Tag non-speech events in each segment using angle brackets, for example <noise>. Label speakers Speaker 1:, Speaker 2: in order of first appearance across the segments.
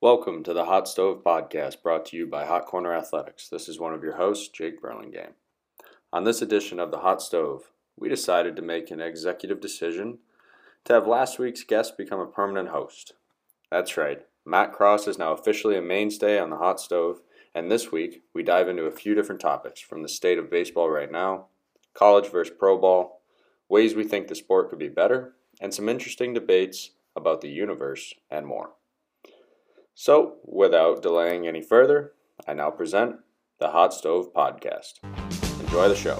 Speaker 1: Welcome to the Hot Stove Podcast brought to you by Hot Corner Athletics. This is one of your hosts, Jake Burlingame. On this edition of the Hot Stove, we decided to make an executive decision to have last week's guest become a permanent host. That's right, Matt Cross is now officially a mainstay on the Hot Stove, and this week we dive into a few different topics from the state of baseball right now, college versus pro ball, ways we think the sport could be better, and some interesting debates about the universe and more. So, without delaying any further, I now present the Hot Stove Podcast. Enjoy the show.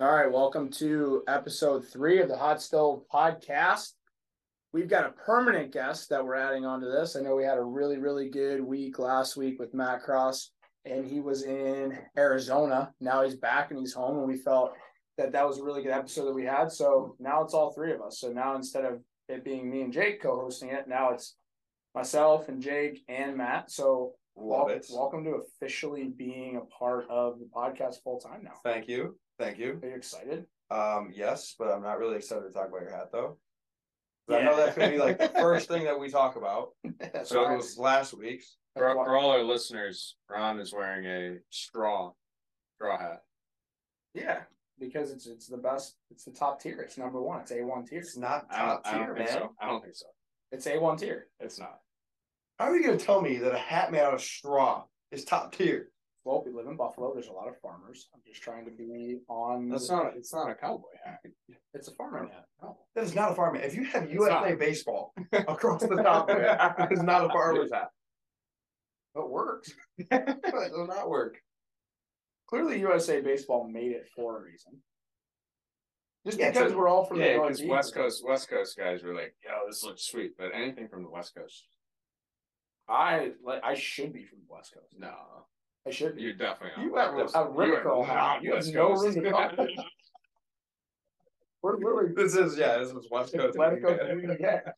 Speaker 2: All right, welcome to episode three of the Hot Stove Podcast. We've got a permanent guest that we're adding onto this. I know we had a really, really good week last week with Matt Cross, and he was in Arizona. Now he's back and he's home, and we felt that that was a really good episode that we had. So now it's all three of us. So now instead of it being me and Jake co-hosting it, now it's myself and Jake and Matt. So
Speaker 3: Love
Speaker 2: wel-
Speaker 3: it.
Speaker 2: welcome to officially being a part of the podcast full time now.
Speaker 3: Thank you. Thank you.
Speaker 2: Are you excited?
Speaker 3: Um, yes, but I'm not really excited to talk about your hat though. 'Cause I know
Speaker 2: Yeah.
Speaker 3: that's gonna be like the first thing that we talk about.
Speaker 2: <laughs>
Speaker 3: so
Speaker 2: right.
Speaker 3: it was last week's.
Speaker 4: For,
Speaker 2: Like,
Speaker 4: for all our listeners, Ron is wearing a straw straw hat.
Speaker 3: Yeah,
Speaker 2: because it's it's the best. It's the top tier. It's number one. It's A one tier.
Speaker 3: it's not
Speaker 4: I don't,
Speaker 3: top
Speaker 4: I don't
Speaker 3: tier,
Speaker 4: think
Speaker 3: man.
Speaker 4: so. I don't think so.
Speaker 2: It's A one tier.
Speaker 4: It's not.
Speaker 3: How are you gonna tell me that a hat made out of straw is top tier?
Speaker 2: Well, we live in Buffalo. There's a lot of farmers. I'm just trying to be on.
Speaker 4: That's
Speaker 2: the-
Speaker 4: not. It's not a cowboy hat.
Speaker 2: It's a farmer hat. No.
Speaker 3: That is not a farm hat. If you have
Speaker 4: not.
Speaker 3: USA baseball <laughs> across the top of it, it's not a farmer's hat.
Speaker 2: It
Speaker 3: <laughs>
Speaker 2: works.
Speaker 3: it will not work.
Speaker 2: Clearly, USA Baseball made it for a reason. Just
Speaker 3: Yeah,
Speaker 2: because
Speaker 3: so-
Speaker 2: we're all from
Speaker 4: Yeah,
Speaker 2: the
Speaker 4: because
Speaker 2: Northeast.
Speaker 4: West Coast West Coast guys were like, "Yo, this looks sweet," but anything from the West Coast,
Speaker 2: I like. I should be from the West Coast.
Speaker 4: no,
Speaker 2: I should be.
Speaker 4: you're definitely
Speaker 2: You
Speaker 4: not
Speaker 2: have
Speaker 4: West
Speaker 2: a
Speaker 4: Coast.
Speaker 2: rip
Speaker 4: You are
Speaker 2: curl
Speaker 4: not
Speaker 2: hat. You have
Speaker 4: West
Speaker 2: no
Speaker 4: Coast.
Speaker 2: room to talk.
Speaker 4: <laughs>
Speaker 2: We're
Speaker 3: <laughs>
Speaker 2: literally
Speaker 3: This is yeah, this is West Coast.
Speaker 2: Atlantic Coast. Yeah.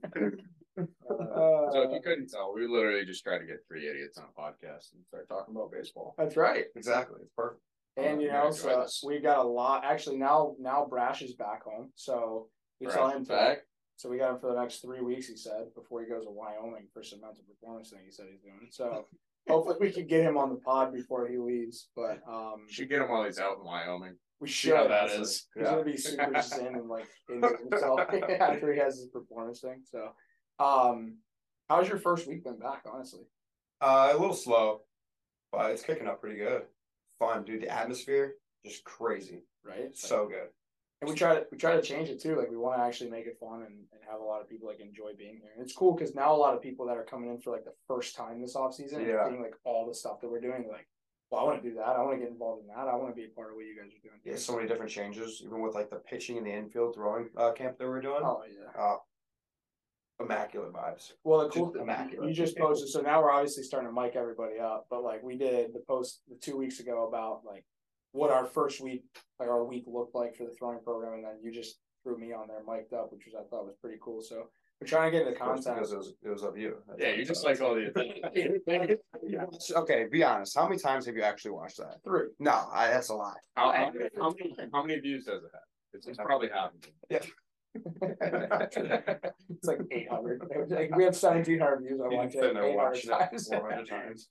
Speaker 2: <laughs> Uh,
Speaker 4: so if you couldn't tell, we literally just try to get three idiots on a podcast and start talking about baseball.
Speaker 2: That's right.
Speaker 3: Exactly. It's perfect.
Speaker 2: And you
Speaker 4: Yeah,
Speaker 2: know,
Speaker 4: I
Speaker 2: so
Speaker 4: enjoyed this.
Speaker 2: we've got a lot. Actually, now now Brash is back home, so we saw
Speaker 4: Brash
Speaker 2: him
Speaker 4: is
Speaker 2: today.
Speaker 4: back.
Speaker 2: So we got him for the next three weeks. He said before he goes to Wyoming for some mental performance thing he said he's doing.
Speaker 4: <laughs>
Speaker 2: So hopefully we can get him on the pod before he leaves. But um,
Speaker 4: You should get him while he's out in Wyoming.
Speaker 2: we
Speaker 4: see
Speaker 2: should.
Speaker 4: how that
Speaker 2: honestly.
Speaker 4: is.
Speaker 2: He's
Speaker 4: Yeah.
Speaker 2: gonna be super zen and like
Speaker 4: <laughs>
Speaker 2: into himself <laughs> after he has his performance thing. So, um, how's your first week been back? Honestly,
Speaker 3: Uh, a little slow, but it's kicking up pretty good. Fun, dude. The atmosphere just crazy.
Speaker 2: right?
Speaker 3: It's so good.
Speaker 2: and we try to we try to change it too. Like we want to actually make it fun and, and have a lot of people like enjoy being here. And it's cool because now a lot of people that are coming in for like the first time this off season,
Speaker 3: Yeah.
Speaker 2: being like all the stuff that we're doing, like, well, I want to do that. I want to get involved in that. I want to be a part of what you guys are doing.
Speaker 3: Yeah, so many different changes, even with like the pitching and the infield throwing uh, camp that we're doing. Uh,
Speaker 2: Oh yeah.
Speaker 3: Immaculate vibes.
Speaker 2: Well, the
Speaker 3: Just
Speaker 2: cool thing
Speaker 3: immaculate.
Speaker 2: you just posted. So now we're obviously starting to mic everybody up, but like we did the post the two weeks ago about like what our first week, like our week looked like for the throwing program, and then you just threw me on there mic'd up, which was I thought was pretty cool. So we're trying to get into
Speaker 3: Of course,
Speaker 2: contact.
Speaker 3: Because it was, it was of you. That's
Speaker 4: Yeah,
Speaker 3: what
Speaker 4: you're
Speaker 3: it
Speaker 4: just
Speaker 3: was.
Speaker 4: like all the.
Speaker 3: Okay, be honest. How many times have you actually watched that?
Speaker 2: Three.
Speaker 3: No, I, that's a lie.
Speaker 4: How, how, many- how many, how many views does it have? It's, it's probably half.
Speaker 2: <laughs> It's like 800. It was like, we have 1700 views. I watch it
Speaker 3: You've been there
Speaker 2: 800
Speaker 3: watching it
Speaker 2: times.
Speaker 3: 400 times.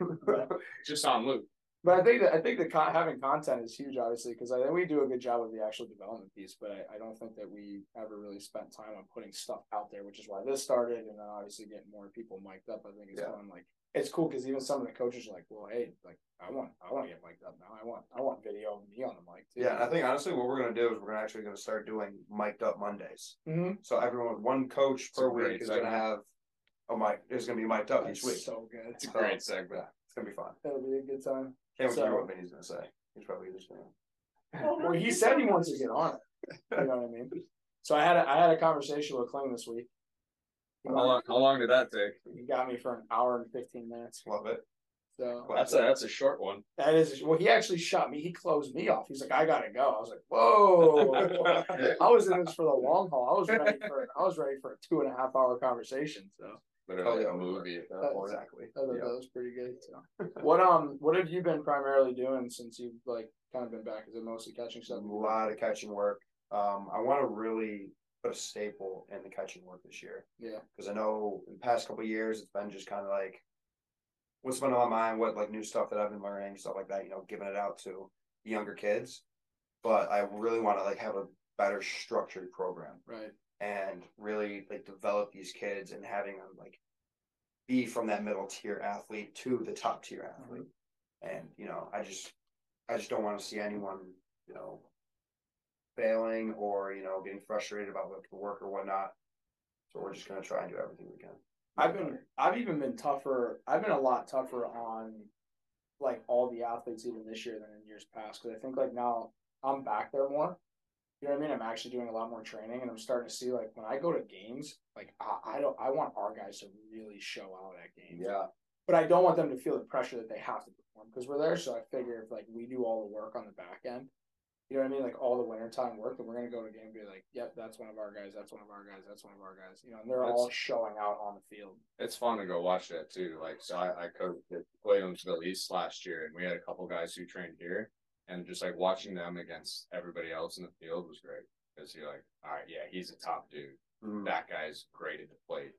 Speaker 2: <laughs>
Speaker 3: <laughs>
Speaker 4: Just on loop.
Speaker 2: But I think that I think that con- having content is huge, obviously, because I think we do a good job of the actual development piece. But I, I don't think that we ever really spent time on putting stuff out there, which is why this started, and then obviously getting more people mic'd up. I think it's
Speaker 3: Yeah.
Speaker 2: fun. Like it's cool because even some of the coaches are like, "Well, hey, like I want I want to get mic'd up now. I want I want video of me on the mic too."
Speaker 3: Yeah, and I think honestly, what we're gonna do is we're gonna actually gonna start doing mic'd up Mondays.
Speaker 2: Mhm.
Speaker 3: So everyone, one coach
Speaker 4: a
Speaker 3: per
Speaker 4: great
Speaker 3: week is gonna
Speaker 4: segment.
Speaker 3: have a mic. Is gonna be mic'd up each
Speaker 2: That's
Speaker 3: week.
Speaker 2: so good.
Speaker 4: It's a great segment.
Speaker 3: Yeah, it's gonna be fun.
Speaker 2: That'll be a good time.
Speaker 3: Can't wait to
Speaker 2: So-
Speaker 3: hear what Vinny's gonna say. He's probably just gonna.
Speaker 2: well, he said he wants to get on it. You know what I mean? So I had a, I had a conversation with Clem this week. He
Speaker 4: How long, how long did that take?
Speaker 2: he got me for an hour and fifteen minutes.
Speaker 3: Love it.
Speaker 2: So
Speaker 4: That's a that's a short
Speaker 3: <laughs>
Speaker 4: one.
Speaker 2: that is well. He actually shot me. He closed me off. He's like, I gotta go. I was like, whoa. <laughs> I was in this for the long haul. I was ready for I was ready for a two and a half hour conversation. So
Speaker 4: literally
Speaker 3: Oh, yeah,
Speaker 4: a movie at that
Speaker 2: That's-
Speaker 4: point.
Speaker 3: Exactly.
Speaker 2: I thought
Speaker 4: Yeah.
Speaker 2: that was pretty good. what um, what have you been primarily doing since you've like kind of been back? Is it mostly catching
Speaker 3: a
Speaker 2: stuff?
Speaker 3: lot of catching work. Um, I want to really put a staple in the catching work this year
Speaker 2: Yeah,
Speaker 3: because I know in the past couple of years it's been just kind of like what's been on my mind, what like new stuff that I've been learning, stuff like that. You know, giving it out to the younger kids. But I really want to like have a better structured program
Speaker 2: right.
Speaker 3: and really like develop these kids and having them like be from that middle tier athlete to the top tier athlete. And you know, I just I just don't want to see anyone, you know, failing or, you know, getting frustrated about like the work or whatnot. So we're just gonna try and do everything we can.
Speaker 2: I've been I've even been tougher. I've been a lot tougher on like all the athletes even this year than in years past because I think like now I'm back there more. You know what I mean? I'm actually doing a lot more training and I'm starting to see like when I go to games, like I, I don't I want our guys to really show out at games.
Speaker 3: Yeah.
Speaker 2: But I don't want them to feel the pressure that they have to perform because we're there. So I figure if like we do all the work on the back end, you know what I mean? Like all the wintertime work, then we're gonna go to a game and be like, Yep, that's one of our guys, that's one of our guys, that's one of our guys. You know, and they're all
Speaker 4: That's-
Speaker 2: showing out on the field.
Speaker 4: it's fun to go watch that too. Like, so I, I coached at Williamsville East last year, and we had a couple guys who trained here, and just like watching them against everybody else in the field was great. Because you're like, all right, yeah, he's a top dude.
Speaker 3: Mm-hmm.
Speaker 4: That guy's great at the plate.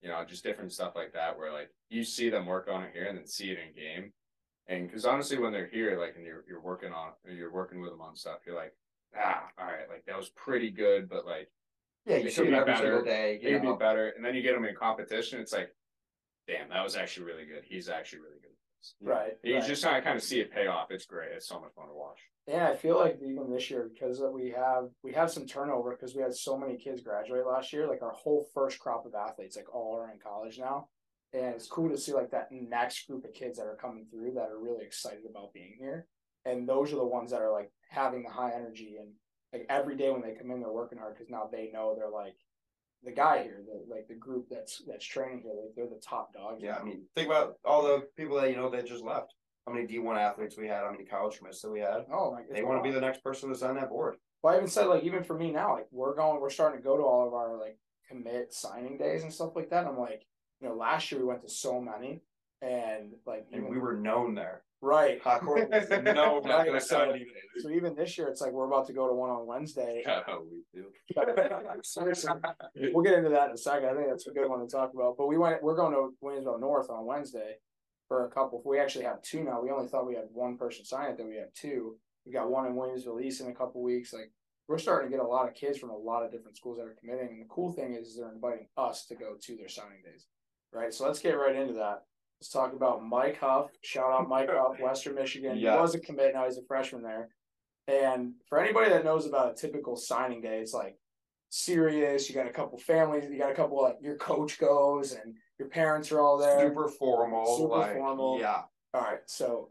Speaker 4: You know, just different stuff like that, where like you see them work on it here and then see it in game. And because honestly, when they're here, like, and you're you're working on you're working with them on stuff, you're like, ah, all right, like that was pretty good, but like
Speaker 3: Yeah,
Speaker 4: It
Speaker 3: you
Speaker 4: could
Speaker 3: see it
Speaker 4: be
Speaker 3: every
Speaker 4: better.
Speaker 3: single day. You
Speaker 4: he'd
Speaker 3: know.
Speaker 4: be better. And then you get him in competition, it's like, damn, that was actually really good. He's actually really good.
Speaker 3: Yeah.
Speaker 2: Right.
Speaker 4: You
Speaker 2: right.
Speaker 4: just kind of kind of see it pay off. It's great. It's so much fun to <laughs> watch.
Speaker 2: Yeah, I feel like even this year because that we have we have some turnover because we had so many kids graduate last year. Like our whole first crop of athletes, like all are in college now, and it's cool to see like that next group of kids that are coming through that are really excited about being here. And those are the ones that are like having the high energy and like every day when they come in, they're working hard because now they know they're like the guy here, the like the group that's that's training here. Like they're the top dogs.
Speaker 3: Yeah, I mean, think about all the people that you know that just left. How many D one athletes we had, how many college commits that we had.
Speaker 2: oh my,
Speaker 3: They want to be the next person that's on that board.
Speaker 2: Well, I even said like even for me now, like we're going, we're starting to go to all of our like commit signing days and stuff like that. I'm like, you know, last year we went to so many, and like
Speaker 3: And
Speaker 2: even-
Speaker 3: we were known there.
Speaker 2: right. <laughs>
Speaker 3: Popcorn was known
Speaker 2: Right.
Speaker 3: there. So
Speaker 2: So even this year, it's like we're about to go to one on Wednesday.
Speaker 4: Kind of how we feel.
Speaker 2: <laughs> Seriously. we'll get into that in a second. I think that's a good one to talk about. But we went, we're going to Williamsville North on Wednesday for a couple. We actually have two now. We only thought we had one person sign it, then we have two. We got one in Williamsville East in a couple weeks. Like we're starting to get a lot of kids from a lot of different schools that are committing. And the cool thing is, they're inviting us to go to their signing days, right? So let's get right into that. Let's talk about Mike Huff. Shout out Mike Huff, Western Michigan. He
Speaker 3: Yeah.
Speaker 2: was a commit. Now he's a freshman there. And for anybody that knows about a typical signing day, it's like serious. You got a couple families. You got a couple like your coach goes and your parents are all there.
Speaker 3: Super formal.
Speaker 2: Super
Speaker 3: like,
Speaker 2: formal.
Speaker 3: Yeah.
Speaker 2: All right, so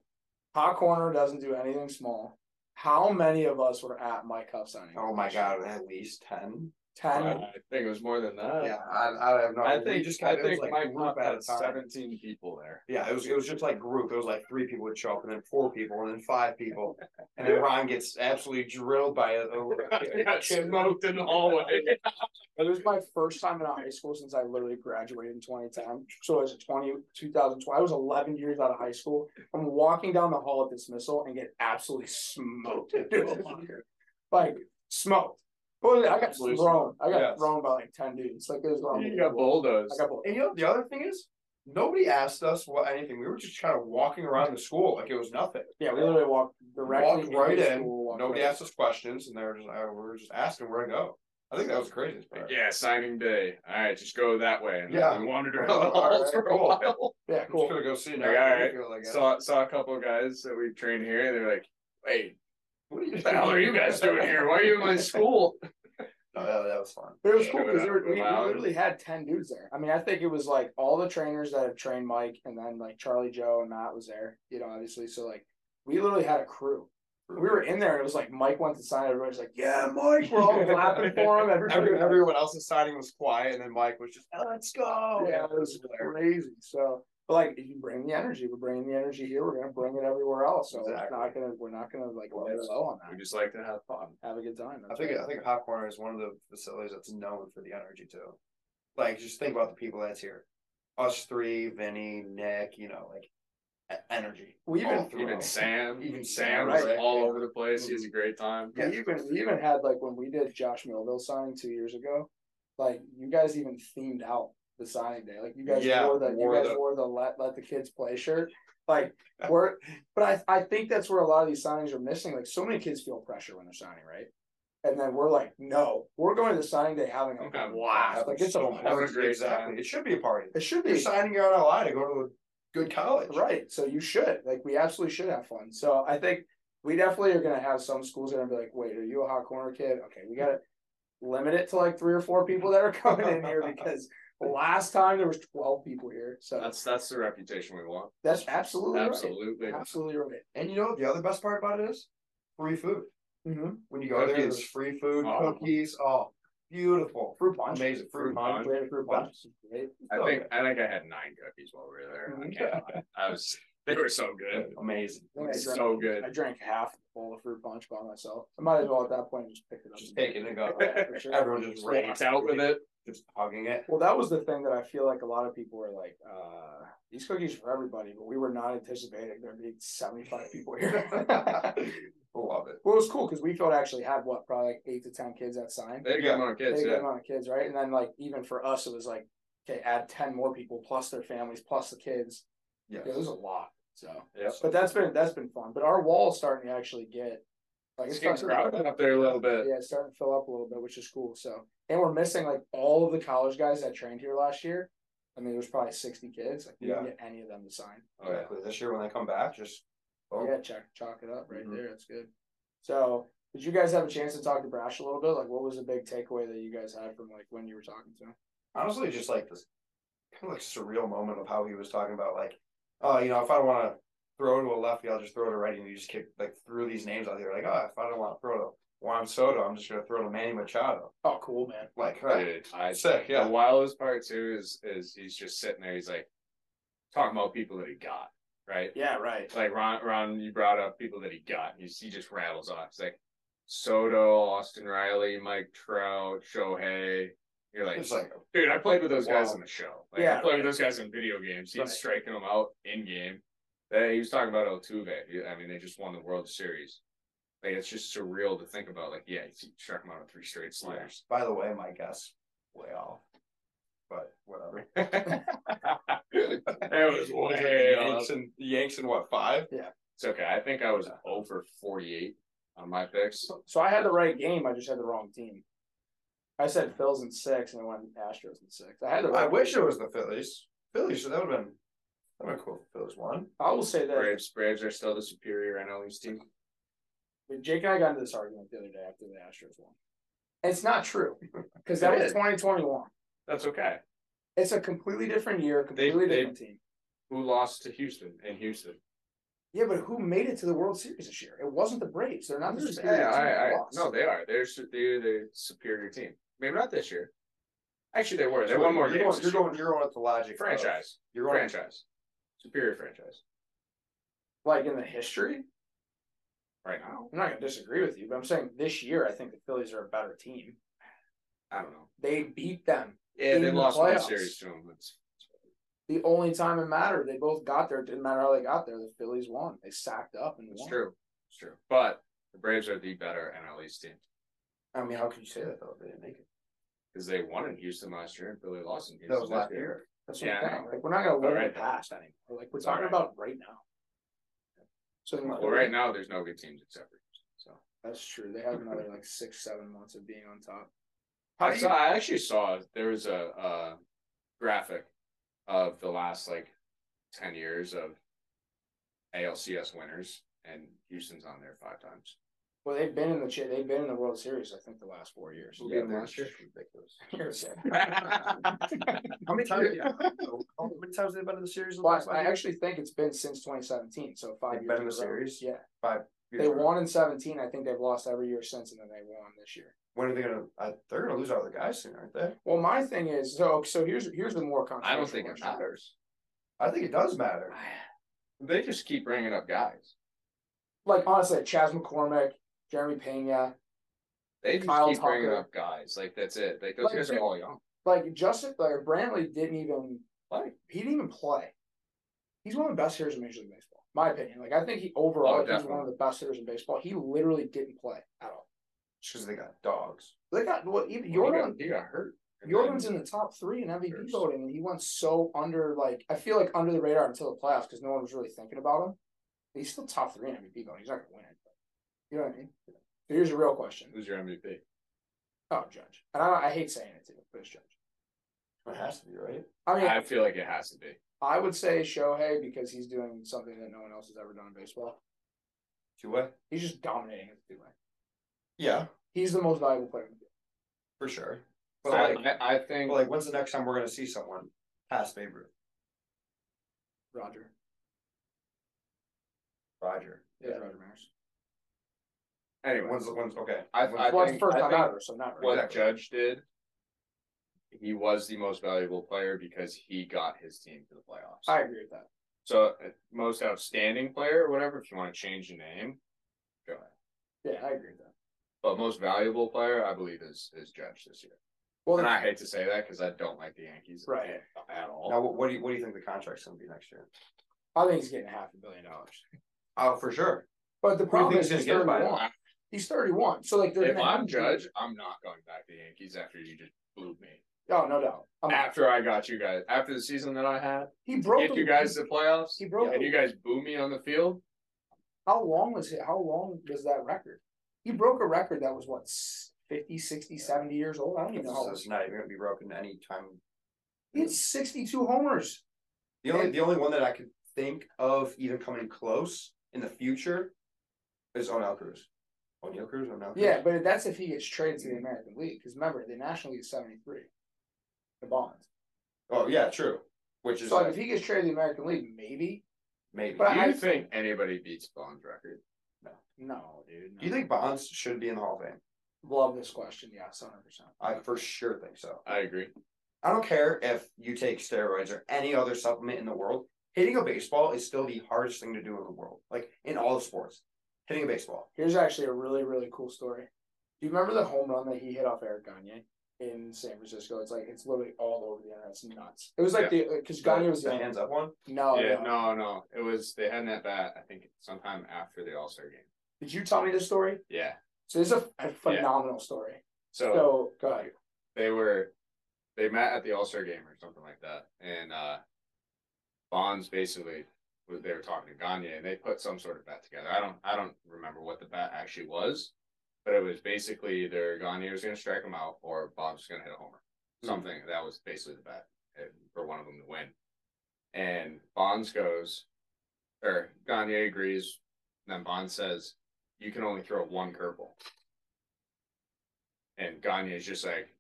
Speaker 2: Hot Corner doesn't do anything small. How many of us were at Mike Huff signing?
Speaker 3: Oh my God. At least 10.
Speaker 2: ten.
Speaker 4: I think it was more than that.
Speaker 3: yeah. I, I have no
Speaker 4: Uh, I
Speaker 3: we
Speaker 4: think
Speaker 3: just
Speaker 4: I
Speaker 3: kind of,
Speaker 4: think
Speaker 3: like
Speaker 4: my
Speaker 3: group
Speaker 4: group
Speaker 3: at a
Speaker 4: had
Speaker 3: time.
Speaker 4: seventeen people <laughs> there.
Speaker 3: Yeah. It was, it was just like group. It was like three people would show up and then four people and then five people.
Speaker 4: <laughs>
Speaker 3: And then Ron gets absolutely drilled by a, a-
Speaker 4: got smoked in the <laughs> hallway.
Speaker 2: It was my first time in a high school since I literally graduated in 2010. So it was 20, 2012. I was 11 years out of high school. I'm walking down the hall at dismissal and get absolutely
Speaker 3: <laughs>
Speaker 2: smoked into a locker. Like, smoked. But I got
Speaker 4: Absolutely
Speaker 2: thrown. I got
Speaker 3: Yes.
Speaker 2: thrown by like 10 dudes. Like, it was
Speaker 4: You got
Speaker 2: unbelievable.
Speaker 4: bulldozed.
Speaker 2: I got bull-
Speaker 3: And you know, the other thing is, nobody asked us what anything. We were just kind of walking around the school like it was nothing.
Speaker 2: Yeah, we literally walked directly
Speaker 3: Walked right
Speaker 2: into
Speaker 3: in.
Speaker 2: school, walked
Speaker 3: Nobody
Speaker 2: right-
Speaker 3: asked us questions, and they were just uh, we were just asking where to go. I think that was the craziest part.
Speaker 4: Yeah, signing day. All right, just go that way. And
Speaker 3: Yeah.
Speaker 4: yeah, we wandered <laughs> around
Speaker 3: All
Speaker 4: the halls
Speaker 3: right,
Speaker 4: for a
Speaker 3: cool.
Speaker 4: while.
Speaker 2: Yeah,
Speaker 3: I'm
Speaker 2: cool.
Speaker 3: just gonna go see.
Speaker 4: Like,
Speaker 3: now.
Speaker 4: all right.
Speaker 3: Feel like
Speaker 4: <laughs>
Speaker 3: it.
Speaker 4: Saw saw a couple of guys that we trained here. They're like, "Wait,
Speaker 3: What are you
Speaker 4: what the hell are you guys doing here? Why are you in my school?"
Speaker 3: No, that, that was fun.
Speaker 2: But it was
Speaker 4: Yeah,
Speaker 2: cool
Speaker 4: go
Speaker 2: because
Speaker 4: down to the
Speaker 2: we, we
Speaker 4: lounge.
Speaker 2: literally had ten dudes there. I mean, I think it was like all the trainers that have trained Mike, and then like Charlie Joe and Matt was there. You know, obviously. So like, we literally had a crew. We were in there, and it was like Mike went to sign. Everybody's like, "Yeah, Mike!" We're all clapping for
Speaker 3: <laughs>
Speaker 2: him. Everybody,
Speaker 3: Every, everyone else's signing was quiet, and then Mike was just, "Let's go."
Speaker 2: yeah, it was crazy. So, but like, if you bring the energy. We're bringing the energy here. We're gonna bring it everywhere else. So it's
Speaker 3: Exactly.
Speaker 2: not gonna. We're not gonna like
Speaker 4: Well,
Speaker 2: lay
Speaker 4: that's-
Speaker 2: low on
Speaker 4: We
Speaker 2: that.
Speaker 4: just like to have fun.
Speaker 2: Have a good time.
Speaker 3: I
Speaker 2: That's
Speaker 3: think
Speaker 2: right.
Speaker 3: I think Hot Corner is one of the facilities that's known for the energy too. Like, just think about the people that's here. us three, Vinny, Nick, you know, like e- energy.
Speaker 2: We even-
Speaker 3: all
Speaker 4: Even
Speaker 3: throughout.
Speaker 4: Sam,
Speaker 3: Even
Speaker 4: even
Speaker 3: Sam,
Speaker 4: Sam was
Speaker 2: right.
Speaker 4: all over the place. He has a great time.
Speaker 2: Yeah, you even you even had like when we did Josh Melville signing two years ago, like you guys even themed out the signing day. Like you guys
Speaker 4: Yeah,
Speaker 2: wore the you
Speaker 4: wore
Speaker 2: guys
Speaker 4: the-
Speaker 2: wore the let let the kids play shirt. Like we're but I I think that's where a lot of these signings are missing. Like so many kids feel pressure when they're signing, right? And then we're like, no, we're going to signing day having a
Speaker 4: Okay,
Speaker 2: blast. Like it's a
Speaker 3: So
Speaker 4: Have
Speaker 2: party.
Speaker 4: a great
Speaker 3: exactly.
Speaker 4: time.
Speaker 3: It should be a party.
Speaker 2: It should
Speaker 3: You're
Speaker 2: be
Speaker 3: signing your LI to go to a good college.
Speaker 2: right. So you should like we absolutely should have fun. So I think we definitely are gonna have some schools that are gonna be like, wait, are you a hot corner kid? Okay, we gotta limit it to like three or four people that are coming in here because last time there was twelve people here. So that's
Speaker 4: That's that's the reputation we want.
Speaker 2: that's absolutely
Speaker 4: Absolutely.
Speaker 2: right. Absolutely right.
Speaker 3: And you know what the other best part about it is? Free food.
Speaker 2: Mm-hmm.
Speaker 3: When you go there,
Speaker 4: Cookies.
Speaker 3: there's free food,
Speaker 4: Oh.
Speaker 3: cookies. Oh, beautiful.
Speaker 2: Fruit punch.
Speaker 3: Amazing. Fruit
Speaker 4: Fruit
Speaker 3: punch.
Speaker 2: We had a fruit punch. Great.
Speaker 4: I think I think I had nine cookies while we were there. I can't lie. I was they were so good.
Speaker 3: Amazing.
Speaker 2: I think I drank,
Speaker 4: So good.
Speaker 2: I drank half the bowl of fruit punch by myself. I might as well at that point just pick it up.
Speaker 3: Just take it and <laughs> go.
Speaker 2: Yeah, for sure.
Speaker 3: Everyone just
Speaker 4: Walked out with it.
Speaker 3: Just hugging it.
Speaker 2: Well, that was the thing that I feel like a lot of people were like, uh, these cookies for everybody, but we were not anticipating there being 75 people here. <laughs> well, it
Speaker 3: Love it.
Speaker 2: was cool because we felt actually had what, probably like eight to 10 kids that signed.
Speaker 4: They got more
Speaker 2: Big
Speaker 4: kids, yeah.
Speaker 2: amount of kids, right? And then, like, even for us, it was like, okay, add 10 more people plus their families plus the kids.
Speaker 3: Yes.
Speaker 2: Yeah, it was a lot. So,
Speaker 4: Yep.
Speaker 2: but that's been that's been fun. But our wall's starting to actually get like
Speaker 4: It's
Speaker 2: it's
Speaker 4: getting
Speaker 2: starting to
Speaker 4: crowded up there a little bit.
Speaker 2: yeah, it's starting to fill up a little bit, which is cool. So, and we're missing like all of the college guys that trained here last year. I mean, there was probably sixty kids. Like, we didn't get any of them to sign.
Speaker 4: Oh, yeah.
Speaker 3: Exactly. This year when they come back, just oh, boom.
Speaker 2: Yeah, check chalk it up right
Speaker 3: Mhm.
Speaker 2: there. That's good. So, did you guys have a chance to talk to Brash a little bit? Like, what was the big takeaway that you guys had from like when you were talking to him?
Speaker 3: honestly just like this kind of like surreal moment of how he was talking about like, oh, you know, if I don't want to throw to a lefty, I'll just throw to a righty, and he just kick like threw these names out there. Like, oh, if I don't want to throw to Juan Soto, I'm just gonna throw to Manny Machado.
Speaker 2: Oh, cool, man.
Speaker 3: Like, right.
Speaker 4: Dude, I
Speaker 3: Sick, yeah.
Speaker 4: The wildest part too is is he's just sitting there. He's like talking about people that he got, right?
Speaker 2: Yeah, right.
Speaker 4: Like Ron, Ron, you brought up people that he got. He's, he just rattles off. He's like Soto, Austin Riley, Mike Trout, Shohei. You're like,
Speaker 3: It's like
Speaker 4: dude, I played with those guys
Speaker 3: Wow.
Speaker 4: in the show. Like,
Speaker 2: Yeah,
Speaker 4: I played with those guys in video games. He's
Speaker 2: Right.
Speaker 4: striking them out in game. Uh, he was talking about Altuve. He- I mean, they just won the World Series. Like, it's just surreal to think about. Like, yeah, he struck him out with three straight sliders.
Speaker 3: By the way, my guess way off, but whatever.
Speaker 2: <laughs>
Speaker 4: it was <laughs> way off.
Speaker 3: Yanks and Yanks and what five?
Speaker 4: It's okay. I think I was over 48 on my picks.
Speaker 2: So, so I had the right game. I just had the wrong team. I said Phils in six, and I went Astros in six. I had the right.
Speaker 3: I wish it was the Phillies. Phillies, so that would have been that would have been cool. if Phillies won.
Speaker 2: I will say that
Speaker 4: Braves, Braves are still the superior NL East team.
Speaker 2: Jake and I got into this argument the other day after the Astros won. It's not true
Speaker 4: <laughs>
Speaker 2: because that
Speaker 4: It
Speaker 2: was
Speaker 4: is.
Speaker 2: 2021.
Speaker 4: That's okay.
Speaker 2: It's a completely different year, completely
Speaker 4: they-
Speaker 2: different team.
Speaker 4: Who lost to Houston in Houston?
Speaker 2: Yeah, but who made it to the World Series this year? It wasn't the Braves. They're not the
Speaker 4: Yeah,
Speaker 2: superior team. that
Speaker 4: I, I,
Speaker 2: lost.
Speaker 4: no, they are. They're su- they're the superior team. Maybe not this year. Actually, they were. They
Speaker 3: So
Speaker 4: won more
Speaker 3: you're
Speaker 4: games.
Speaker 3: Going,
Speaker 4: this
Speaker 3: you're
Speaker 4: year.
Speaker 3: going. You're going with the logic. of-
Speaker 4: franchise,
Speaker 3: You're going.
Speaker 4: franchise, superior franchise.
Speaker 2: like in the history.
Speaker 4: Right now,
Speaker 2: I'm not going to disagree with you, but I'm saying this year I think the Phillies are a better team.
Speaker 4: I don't know.
Speaker 2: They beat them
Speaker 4: Yeah,
Speaker 2: In
Speaker 4: they
Speaker 2: the
Speaker 4: lost one
Speaker 2: playoffs.
Speaker 4: series to them. That's,
Speaker 2: the only time it mattered. They both got there. It didn't matter how they got there. The Phillies won. They sacked up and
Speaker 4: that's
Speaker 2: won.
Speaker 4: true. It's true. But the Braves are the better NL East team
Speaker 3: I mean, how can you say that though? They didn't make it.
Speaker 4: because they won in Houston last year and Philly lost in Houston
Speaker 3: That was
Speaker 4: this
Speaker 3: last year.
Speaker 2: That's what I'm
Speaker 4: Yeah.
Speaker 2: saying. Like we're not going to look
Speaker 4: All right
Speaker 2: at the
Speaker 4: then.
Speaker 2: past anymore. Like we're
Speaker 4: It's all
Speaker 2: talking
Speaker 4: right.
Speaker 2: about right now. So then, like,
Speaker 4: Well, right now there's no good teams except for Houston. So.
Speaker 2: That's true. They have another like six, seven months of being on top.
Speaker 4: I saw. I actually saw there was a, uh graphic of the last like ten years of ALCS winners, and Houston's on there five times.
Speaker 2: Well, they've been in the cha- they've been in the World Series. I think the last four years.
Speaker 4: Who beat them
Speaker 3: they're
Speaker 4: last year?
Speaker 3: just ridiculous.
Speaker 2: <laughs> Years.
Speaker 3: How many times? yeah, I don't know. How many times have they been in the series? in the
Speaker 2: But
Speaker 3: last
Speaker 2: I
Speaker 3: five years?
Speaker 2: actually think it's been since 2017, so 5
Speaker 3: They've
Speaker 2: years.
Speaker 3: been in the
Speaker 2: a row.
Speaker 3: series?
Speaker 2: Yeah,
Speaker 3: Years
Speaker 2: they
Speaker 3: in a row.
Speaker 2: won in 17. I think they've lost every year since, and then they won this year.
Speaker 3: When are they gonna? I, they're gonna lose all the guys soon, aren't they?
Speaker 2: Well, my thing is so. So here's here's the more
Speaker 4: I
Speaker 2: controversial.
Speaker 4: don't think it
Speaker 2: question.
Speaker 4: matters.
Speaker 3: I think it does matter.
Speaker 4: They just keep bringing up guys.
Speaker 2: Like honestly, Chaz McCormick, Jeremy Pena,
Speaker 4: They just
Speaker 2: Kyle
Speaker 4: keep bringing
Speaker 2: Tucker.
Speaker 4: up guys. Like that's it. Like those
Speaker 2: Like,
Speaker 4: guys are
Speaker 2: dude-
Speaker 4: all young.
Speaker 2: like Justin, like Brantley didn't even
Speaker 3: Like,
Speaker 2: He didn't even play. He's one of the best hitters in Major League Baseball, my opinion. Like I think he overall
Speaker 4: Oh,
Speaker 2: he's one
Speaker 4: definitely.
Speaker 2: of the best hitters in baseball. He literally didn't play at all.
Speaker 3: because they got dogs.
Speaker 2: They got well, even
Speaker 4: Well, he
Speaker 2: Jordan
Speaker 4: got, he got hurt. And
Speaker 2: Jordan's
Speaker 4: then-
Speaker 2: in the top three in MVP
Speaker 4: First.
Speaker 2: voting, and he went so under, like, I feel like under the radar until the playoffs because no one was really thinking about him. But he's still top three in MVP voting. He's not going to win it. But you know what I mean? So here's a real question.
Speaker 4: Who's your MVP?
Speaker 2: Oh, Judge. And I, I hate saying it too, but it's Judge.
Speaker 3: It has to be right.
Speaker 2: I mean,
Speaker 4: I feel like it has to be.
Speaker 2: I would say Shohei because he's doing something that no one else has ever done in baseball.
Speaker 3: Two way.
Speaker 2: He's just dominating at the two-way.
Speaker 3: Yeah,
Speaker 2: He's the most valuable player in the game.
Speaker 3: for sure. But
Speaker 4: But I,
Speaker 3: like,
Speaker 4: I, I think
Speaker 3: but like, when's the next time we're gonna see someone pass Babe Ruth?
Speaker 2: Roger.
Speaker 3: Roger.
Speaker 2: Yeah, Roger Maris.
Speaker 4: anyway.
Speaker 3: When's the when's okay?
Speaker 4: I, I
Speaker 2: well, it's
Speaker 4: think,
Speaker 2: the first
Speaker 4: I
Speaker 2: time
Speaker 4: think
Speaker 2: ever, so not
Speaker 4: what
Speaker 2: really.
Speaker 3: Exactly.
Speaker 4: Judge did, he was the most valuable player because he got his team to the playoffs.
Speaker 2: I agree with that.
Speaker 4: So uh, most outstanding player or whatever, if you want to change the name, go ahead.
Speaker 2: Yeah, I agree with that.
Speaker 4: But most valuable player, I believe, is is Judge this year.
Speaker 2: Well,
Speaker 4: and I hate to say that because I don't like the Yankees
Speaker 2: Right.
Speaker 4: at, at all.
Speaker 3: Now, what, what do you what do you think the contract's gonna be next year?
Speaker 2: I think he's getting half a billion dollars.
Speaker 3: Oh, for sure.
Speaker 2: But the
Speaker 3: do you
Speaker 2: problem
Speaker 3: think
Speaker 2: is
Speaker 3: he's
Speaker 2: he's
Speaker 3: gonna get by
Speaker 2: 31.
Speaker 4: I-
Speaker 2: He's 31. So like they're
Speaker 4: if
Speaker 2: gonna have
Speaker 4: I'm
Speaker 2: to-
Speaker 4: Judge, I'm not going back to the Yankees after you just blew me.
Speaker 2: Oh, no doubt. I'm-
Speaker 4: After I got you guys, after the season that I had,
Speaker 2: he broke
Speaker 4: get you guys to the playoffs,
Speaker 2: He broke
Speaker 4: and
Speaker 2: the-
Speaker 4: you guys boo me on the field.
Speaker 2: How long was it? How long was that record? He broke a record that was what s- 50, 60, 70 years old. I don't even know.
Speaker 3: So
Speaker 2: How
Speaker 3: it's not even gonna be broken anytime.
Speaker 2: he had 62 homers.
Speaker 3: The only the only one that I could think of even coming close in the future is O'Neill Cruz. O'Neill Cruz, O'Neill Cruz.
Speaker 2: Yeah, but that's if he gets traded to the American League. Because remember, the National League is 73. The bonds.
Speaker 3: Oh yeah, true. Which is
Speaker 2: So like,
Speaker 3: like,
Speaker 2: if he gets traded to the American League, maybe.
Speaker 3: maybe.
Speaker 2: but
Speaker 4: Do you
Speaker 2: I-
Speaker 4: think anybody beats Bonds' record?
Speaker 2: No, dude. No.
Speaker 3: do you think Bonds should be in the Hall of Fame?
Speaker 2: Love this question. Yes, 100%.
Speaker 3: I for sure think so.
Speaker 4: I agree.
Speaker 3: I don't care if you take steroids or any other supplement in the world. Hitting a baseball is still the hardest thing to do in the world, like in all of sports. Hitting a baseball.
Speaker 2: Here's actually a really, really cool story. Do you remember the home run that he hit off Eric Gagne in San Francisco? It's like it's literally all over the internet. It's nuts. It was like the because Gagne was
Speaker 3: the
Speaker 2: young.
Speaker 3: hands up one.
Speaker 2: No,
Speaker 4: Oh, yeah,
Speaker 2: no.
Speaker 4: no, no. It was they had that bat. I think sometime after the All Star game.
Speaker 2: Did you tell me this story?
Speaker 4: Yeah.
Speaker 2: So this is a, a phenomenal story.
Speaker 4: So,
Speaker 2: So go ahead.
Speaker 4: they were they met at the All Star game or something like that, and uh, Bonds basically was- they were talking to Gagne and they put some sort of bet together. I don't I don't remember what the bet actually was, but it was basically either Gagne was going to strike him out or Bonds was going to hit a homer. Something that was basically the bet eh, for one of them to win. And Bonds goes, or Gagne agrees. And then Bonds says, "You can only throw one curveball." And Gagne is just like,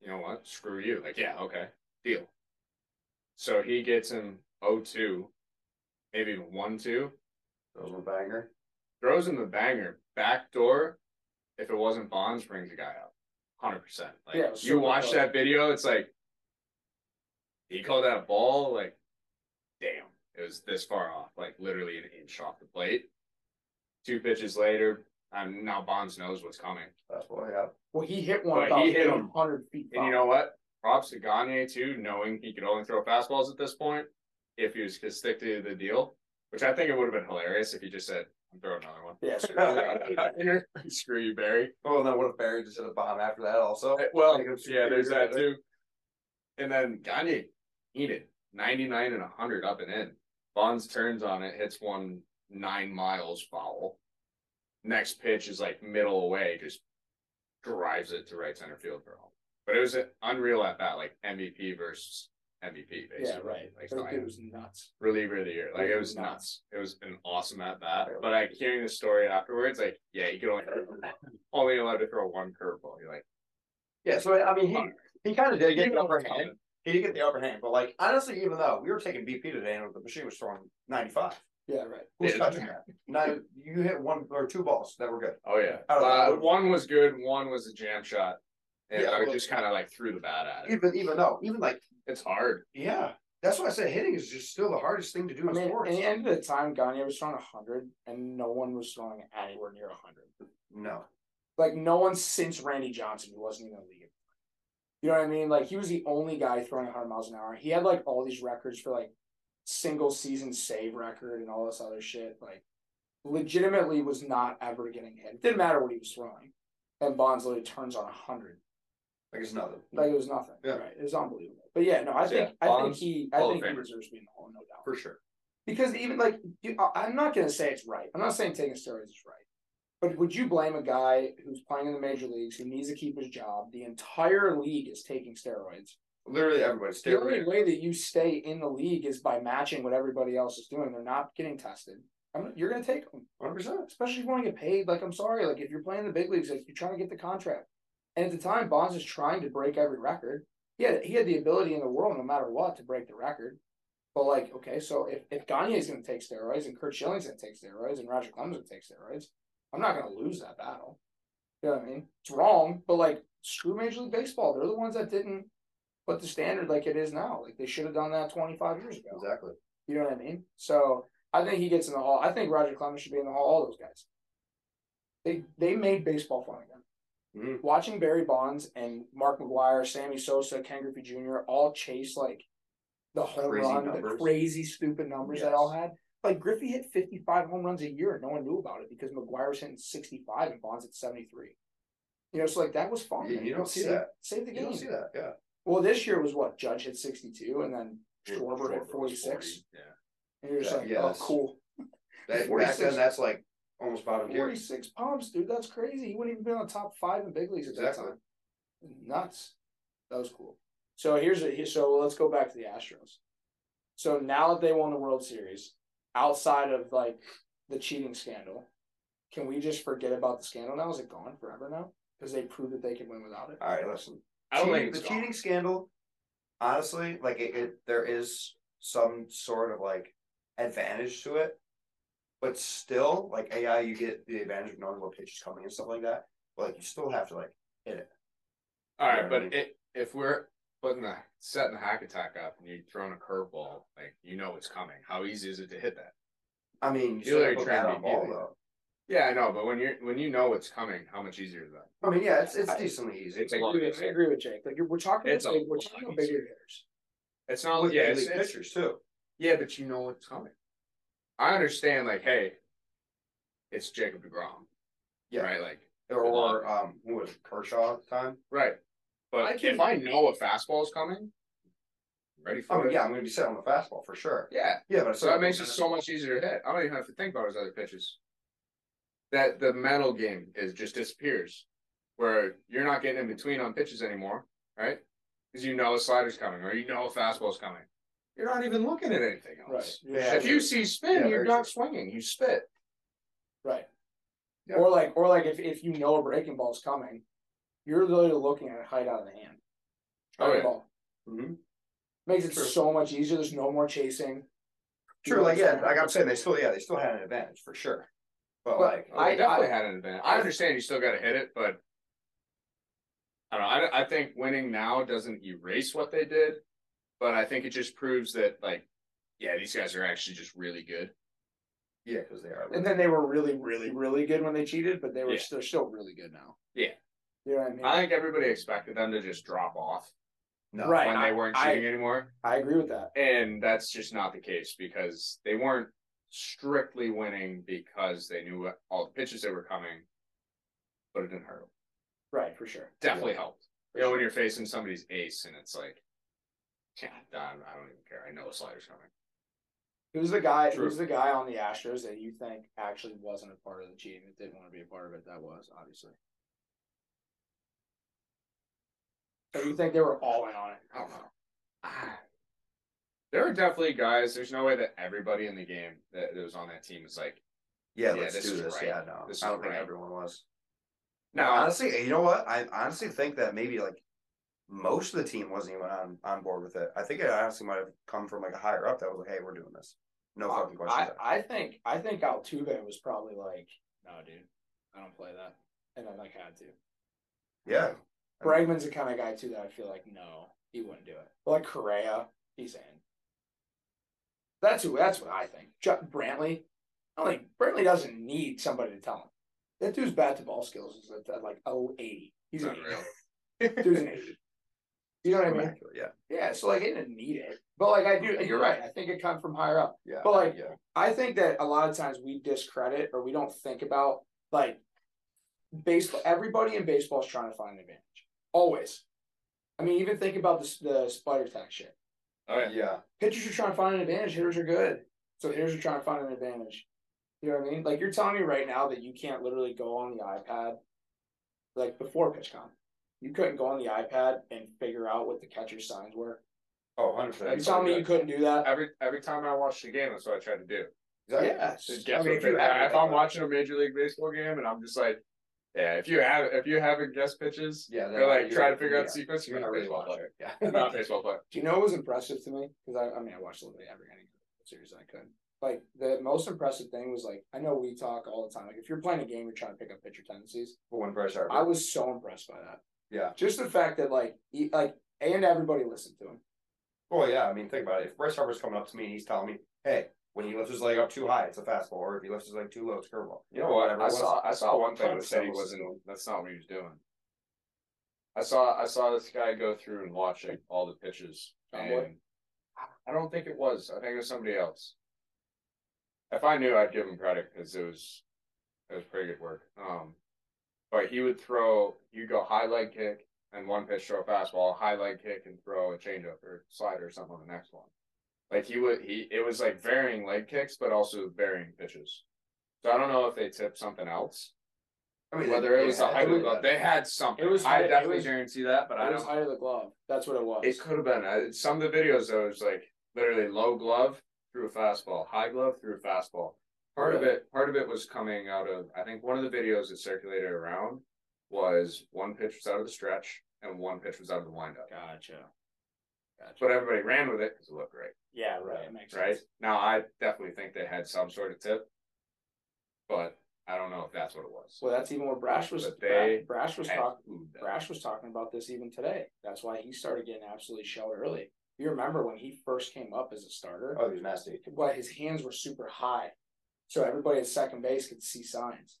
Speaker 4: you know what? Screw you. Like, yeah, okay, deal. So he gets him 0-2, maybe even 1-2,
Speaker 3: Those were banger.
Speaker 4: throws him the banger, back door. If it wasn't Bonds, brings the guy out. 100%. Like,
Speaker 2: Yeah, it was
Speaker 4: you
Speaker 2: super
Speaker 4: watch
Speaker 2: close.
Speaker 4: that video, it's like, he called that a ball, like, damn, it was this far off, like literally an inch off the plate. Two pitches later, um, now Bonds knows what's coming.
Speaker 3: That's what I got.
Speaker 2: Well, he hit one
Speaker 4: But
Speaker 2: about
Speaker 4: he hit him.
Speaker 2: 800 feet.
Speaker 4: And you know what? Props to Gagne too, knowing he could only throw fastballs at this point. If he was to stick to the deal, which I think it would have been hilarious if he just said, "I'm throwing another one."
Speaker 2: Yes.
Speaker 3: <laughs>
Speaker 4: <laughs> Screw you, Barry.
Speaker 3: Oh, and then what if Barry just hit a bomb after that also?
Speaker 4: Well,
Speaker 3: Like, it's-
Speaker 4: yeah, there's that too. And then Gagne needed 99 and 100 up and in. Bonds turns on it, hits one nine miles foul. Next pitch is like middle away, just drives it to right center field for home. But it was an unreal at bat, like MVP versus MVP, basically.
Speaker 2: Yeah, right.
Speaker 4: Like,
Speaker 2: It was-
Speaker 4: Zion
Speaker 2: it was nuts.
Speaker 4: reliever of the year. Like it was nuts. It was an awesome at bat. But like hearing the story afterwards, like yeah, you can only only allowed to throw one curveball. You're like,
Speaker 3: Yeah, so I mean he he kind of did
Speaker 4: you
Speaker 3: get the
Speaker 4: know
Speaker 3: upper
Speaker 4: what's
Speaker 3: hand.
Speaker 4: coming.
Speaker 3: He did get the upper hand, but like honestly, even though we were taking BP today and the machine was throwing ninety five.
Speaker 2: Yeah, right.
Speaker 3: Who's
Speaker 4: Yeah.
Speaker 3: touching that? Now you hit one or two balls that were good.
Speaker 4: oh yeah,
Speaker 3: I don't know.
Speaker 4: uh, one was good, one was a jam shot, and
Speaker 3: Yeah,
Speaker 4: I
Speaker 3: well-
Speaker 4: just kind of like threw the bat at it.
Speaker 3: Even even though, even like
Speaker 4: It's hard.
Speaker 3: yeah. That's why I say hitting is just still the hardest thing to do
Speaker 2: I
Speaker 3: in
Speaker 2: mean,
Speaker 3: sports.
Speaker 2: at the end of the time, Gagne was throwing 100, and no one was throwing anywhere near 100.
Speaker 3: No.
Speaker 2: Like, no one since Randy Johnson, who wasn't even in the league. You know what I mean? Like he was the only guy throwing 100 miles an hour. He had like all these records for like single season save record and all this other shit. Like legitimately was not ever getting hit. It didn't matter what he was throwing. And Bonds literally turns on 100.
Speaker 3: Like it's nothing.
Speaker 2: Like it was nothing.
Speaker 3: Yeah.
Speaker 2: Right. It was unbelievable. But yeah, no, I
Speaker 4: So, yeah,
Speaker 2: think I think
Speaker 4: Bonds,
Speaker 2: he I
Speaker 4: Hall of
Speaker 2: think he
Speaker 4: Famer.
Speaker 2: deserves being in the hall, no doubt.
Speaker 3: For sure.
Speaker 2: Because even like you, I- I'm not gonna say it's right. I'm not saying taking steroids is right. But would you blame a guy who's playing in the major leagues who needs to keep his job? The entire league is taking steroids.
Speaker 3: Literally everybody's
Speaker 2: The only
Speaker 3: steroid.
Speaker 2: way that you stay in the league is by matching what everybody else is doing. They're not getting tested. I'm, you're gonna take them,
Speaker 3: 100%.
Speaker 2: especially if you want to get paid. Like I'm sorry, like if you're playing in the big leagues, like you're trying to get the contract. And at the time, Bonds is trying to break every record. He had he had the ability in the world, no matter what, to break the record. But like, okay, so if if Gagne's gonna take steroids and Kurt Schilling's gonna take steroids and Roger Clemens gonna take steroids, I'm not gonna lose that battle. You know what I mean? It's wrong, but like screw Major League Baseball. They're the ones that didn't put the standard like it is now. Like they should have done that 25 years ago.
Speaker 3: Exactly.
Speaker 2: You know what I mean? So I think he gets in the hall. I think Roger Clemens should be in the hall. All those guys. They they made baseball fun again.
Speaker 3: Mhm.
Speaker 2: Watching Barry Bonds and Mark McGuire, Sammy Sosa, Ken Griffey Jr. all chase like the home
Speaker 3: Crazy
Speaker 2: run, the
Speaker 3: numbers.
Speaker 2: crazy stupid numbers they
Speaker 3: Yes.
Speaker 2: all had. Like Griffey hit 55 home runs a year and no one knew about it because McGuire was hitting 65 and Bonds at 73. You know, so like that was fun.
Speaker 3: You-
Speaker 2: man.
Speaker 3: you don't see
Speaker 2: Save-
Speaker 3: that.
Speaker 2: Save the
Speaker 3: You
Speaker 2: game.
Speaker 3: don't see that. Yeah.
Speaker 2: Well, this year was what Judge hit sixty two, and then Schwarber
Speaker 4: Schwarber
Speaker 2: hit
Speaker 4: was
Speaker 2: forty six,
Speaker 4: 40, Yeah.
Speaker 2: and you're just
Speaker 3: Yeah,
Speaker 2: like,
Speaker 3: yeah,
Speaker 2: oh,
Speaker 3: that's-
Speaker 2: cool,
Speaker 3: That, back
Speaker 2: 46.
Speaker 3: then, that's like almost bottom
Speaker 2: forty
Speaker 3: tier.
Speaker 2: six pumps, dude. That's crazy. He wouldn't even be on the top five in big leagues at
Speaker 3: Exactly.
Speaker 2: that time. Nuts. That was cool. So here's a here- so let's go back to the Astros. So now that they won the World Series, outside of like the cheating scandal, can we just forget about the scandal now? Is it gone forever now? Because they proved that they can win without it.
Speaker 3: All right, listen.
Speaker 4: I don't
Speaker 3: Cheating-
Speaker 4: think it's
Speaker 3: the cheating scandal. Honestly, like it, it, there is some sort of like advantage to it, but still, like AI, you get the advantage of knowing what pitch is coming and stuff like that. But like, you still have to like
Speaker 4: All right,
Speaker 3: Yeah.
Speaker 4: but it, if we're putting the setting the hack attack up and you're throwing a curveball, like you know it's coming. How easy is it to hit that?
Speaker 3: I mean,
Speaker 4: You're
Speaker 3: you still have
Speaker 4: like
Speaker 3: to put
Speaker 4: trying
Speaker 3: that
Speaker 4: to be
Speaker 3: on ball
Speaker 4: human.
Speaker 3: though.
Speaker 4: Yeah, I know, but when you're when you know what's coming, how much easier is that?
Speaker 3: I mean, yeah, it's it's
Speaker 4: I-
Speaker 3: decently easy.
Speaker 4: It's
Speaker 2: I
Speaker 4: a lot
Speaker 2: agree, with- I
Speaker 4: easier.
Speaker 2: agree with Jake. Like you're, we're talking,
Speaker 4: It's
Speaker 2: about big,
Speaker 4: a
Speaker 2: we're
Speaker 4: lot
Speaker 2: talking about bigger
Speaker 4: easier.
Speaker 2: hitters.
Speaker 4: It's not
Speaker 3: With
Speaker 4: yeah,
Speaker 3: big
Speaker 4: it's,
Speaker 3: league
Speaker 4: it's-
Speaker 3: pitchers too.
Speaker 4: yeah, but you know what's coming. I understand, like, hey, it's Jacob Degrom,
Speaker 3: Yeah.
Speaker 4: right? Like,
Speaker 3: Or, or um, who was it, Kershaw at the time?
Speaker 4: right. But
Speaker 2: I can-
Speaker 4: if I know a fastball is coming, ready
Speaker 3: I
Speaker 4: for
Speaker 3: mean,
Speaker 4: it?
Speaker 3: Oh, yeah, I'm going to be set on the fastball for sure.
Speaker 4: yeah.
Speaker 3: Yeah, but it's
Speaker 4: So
Speaker 3: not-
Speaker 4: that makes it so much easier to hit. I don't even have to think about his other pitches. That the mental game is just disappears, where you're not getting in between on pitches anymore, right? Because you know a slider's coming or you know a fastball's coming. You're not even looking at anything else.
Speaker 2: Right.
Speaker 3: Yeah.
Speaker 4: If you see spin,
Speaker 3: Yeah,
Speaker 4: you're
Speaker 3: very
Speaker 4: not swinging. You spit.
Speaker 2: Right.
Speaker 3: Yeah.
Speaker 2: Or like, or like, if, if you know a breaking ball's coming, you're literally looking at it height out of the hand.
Speaker 4: Oh, yeah.
Speaker 2: Ball.
Speaker 3: Mhm.
Speaker 2: Makes it
Speaker 3: True.
Speaker 2: so much easier. There's no more chasing.
Speaker 3: True, like yeah, like I'm saying, they still yeah, they still had an advantage for sure. But,
Speaker 2: But-
Speaker 3: like,
Speaker 4: Oh, they
Speaker 2: I-
Speaker 4: definitely
Speaker 2: I-
Speaker 4: had an advantage. I
Speaker 2: I-
Speaker 4: understand you still got to hit it, but I don't know. I, I think winning now doesn't erase what they did, but I think it just proves that, like, yeah, these guys are actually just really good.
Speaker 3: yeah, because they are.
Speaker 2: And then they were really, really, really good when they cheated, but they were
Speaker 4: Yeah.
Speaker 2: still still really good now.
Speaker 4: Yeah.
Speaker 2: You know what I mean?
Speaker 4: I think everybody expected them to just drop off
Speaker 3: no,
Speaker 2: right.
Speaker 4: when
Speaker 2: I-
Speaker 4: they weren't
Speaker 2: I-
Speaker 4: shooting anymore,
Speaker 2: I agree with that.
Speaker 4: and that's just not the case because they weren't strictly winning because they knew what- all the pitches that were coming, but it didn't hurt. 'em.
Speaker 2: Right, for sure.
Speaker 4: Definitely helped. You know, when you're facing somebody's ace and it's like, yeah, I don't I don't even care. I know a slider's coming.
Speaker 2: Who's the guy?
Speaker 4: True.
Speaker 2: Who's the guy on the Astros that you think actually wasn't a part of the cheating? That didn't want to be a part of it. That was obviously. So you think they were all in on it?
Speaker 4: I don't know. Ah. There are definitely guys. There's no way that everybody in the game that, that was on that team is like,
Speaker 3: Yeah,
Speaker 4: Yeah,
Speaker 3: let's
Speaker 4: this
Speaker 3: do
Speaker 4: is
Speaker 3: this.
Speaker 4: right.
Speaker 3: Yeah, no,
Speaker 4: This
Speaker 3: I
Speaker 4: is
Speaker 3: don't think
Speaker 4: right.
Speaker 3: everyone was. No,
Speaker 4: no,
Speaker 3: honestly, you know what? I honestly think that maybe like most of the team wasn't even on, on board with it. I think it honestly might have come from like a higher up that was like, "Hey, we're doing this." No fucking
Speaker 2: Uh, I,
Speaker 3: question.
Speaker 2: I think I think Altuve was probably like, no, dude, I don't play that, and then like had to.
Speaker 3: Yeah,
Speaker 2: Bregman's the kind of guy too that I feel like no, he wouldn't do it. But like Correa, he's in. That's who. That's what I think. Chuck Brantley, I don't think Brantley doesn't need somebody to tell him. That dude's bat to ball skills is at, at like oh eighty. He's
Speaker 4: <laughs> it's
Speaker 2: an
Speaker 4: unreal.
Speaker 2: eighty. Dude's an eighty. You
Speaker 3: <laughs>
Speaker 2: know what I mean?
Speaker 3: immaculate, yeah.
Speaker 2: Yeah, so like I didn't need it, but like I do. You're right. I think it comes from higher up.
Speaker 3: Yeah.
Speaker 2: But, like,
Speaker 3: yeah.
Speaker 2: I think that a lot of times we discredit or we don't think about like baseball. Everybody in baseball is trying to find an advantage. Always. I mean, even think about this the spider attack shit.
Speaker 4: Oh yeah.
Speaker 3: yeah.
Speaker 2: Pitchers are trying to find an advantage. Hitters are good, so hitters are trying to find an advantage. You know what I mean? Like you're telling me right now that you can't literally go on the iPad, like before PitchCon, you couldn't go on the iPad and figure out what the catcher's signs were.
Speaker 4: Oh, 100
Speaker 2: Are
Speaker 4: percent.
Speaker 2: you telling me you couldn't do that?
Speaker 4: Every every time I watched the game, that's what I tried to do.
Speaker 2: Yeah.
Speaker 4: Just guess
Speaker 2: I mean,
Speaker 4: what
Speaker 2: if you
Speaker 4: they-
Speaker 2: have
Speaker 4: if
Speaker 2: it,
Speaker 4: I'm
Speaker 2: though.
Speaker 4: watching a major league baseball game and I'm just like, yeah, if you have if you haven't guessed pitches,
Speaker 3: Yeah.
Speaker 4: or like trying to figure out the sequence, you're
Speaker 3: You're not
Speaker 4: not a
Speaker 3: really
Speaker 4: baseball
Speaker 3: well
Speaker 4: player.
Speaker 3: player. Yeah.
Speaker 4: <laughs> You're not a baseball player.
Speaker 2: Do you know what was impressive to me? Because I, I mean, I watched literally every inning series I could. Like the most impressive thing was like I know we talk all the time. Like if you're playing a game, you're trying to pick up pitcher tendencies.
Speaker 3: For one verse,
Speaker 2: I was so impressed by that.
Speaker 3: Yeah.
Speaker 2: Just the fact that like he, like and everybody listened to him.
Speaker 3: Well, Oh, yeah, I mean, think about it. If Bryce Harper's coming up to me and he's telling me, hey, when he lifts his leg up too high, it's a fastball, or if he lifts his leg too low, it's a curveball.
Speaker 4: You know what?
Speaker 3: Whatever it
Speaker 4: I
Speaker 3: was.
Speaker 4: saw I saw one thing that said he
Speaker 3: Thomas.
Speaker 4: wasn't. That's not what he was doing. I saw I saw this guy go through and watch like, all the pitches,
Speaker 2: John Boy?
Speaker 4: and I- I don't think it was. I think it was somebody else. If I knew, I'd give him credit because it was it was pretty good work. Um, but he would throw. You go high leg kick and one pitch throw a fastball, high leg kick and throw a changeup or slider or something on the next one. Like he would he it was like varying leg kicks, but also varying pitches. So I don't know if they tipped something else.
Speaker 3: I mean,
Speaker 4: Whether
Speaker 3: they-
Speaker 4: it was
Speaker 3: they
Speaker 4: a
Speaker 3: had-
Speaker 4: high glove,
Speaker 3: they did that.
Speaker 4: they had something.
Speaker 2: It was-
Speaker 4: I
Speaker 2: it
Speaker 4: definitely
Speaker 2: was-
Speaker 4: guarantee that, but I
Speaker 2: it was
Speaker 4: don't.
Speaker 2: higher the glove. That's what it was.
Speaker 4: It could have been. I, some of the videos though is like literally low glove through a fastball, high glove through a fastball. Part of it, part of it was coming out of. I think one of the videos that circulated around was one pitch was out of the stretch and one pitch was out of the windup.
Speaker 5: Gotcha. Gotcha.
Speaker 4: But everybody ran with it because it looked great.
Speaker 5: yeah, right. It makes
Speaker 4: Right
Speaker 5: sense.
Speaker 4: now, I definitely think they had some sort of tip, but I don't know if that's what it was.
Speaker 2: Well, that's even what Brash was.
Speaker 4: But they-
Speaker 2: Brash was
Speaker 4: And-
Speaker 2: talking.
Speaker 4: Ooh, that-
Speaker 2: Brash was talking about this even today. That's why he started getting absolutely shelled early. You remember when he first came up as a starter?
Speaker 3: Oh, he was nasty.
Speaker 2: Well, his hands were super high, so everybody at second base could see signs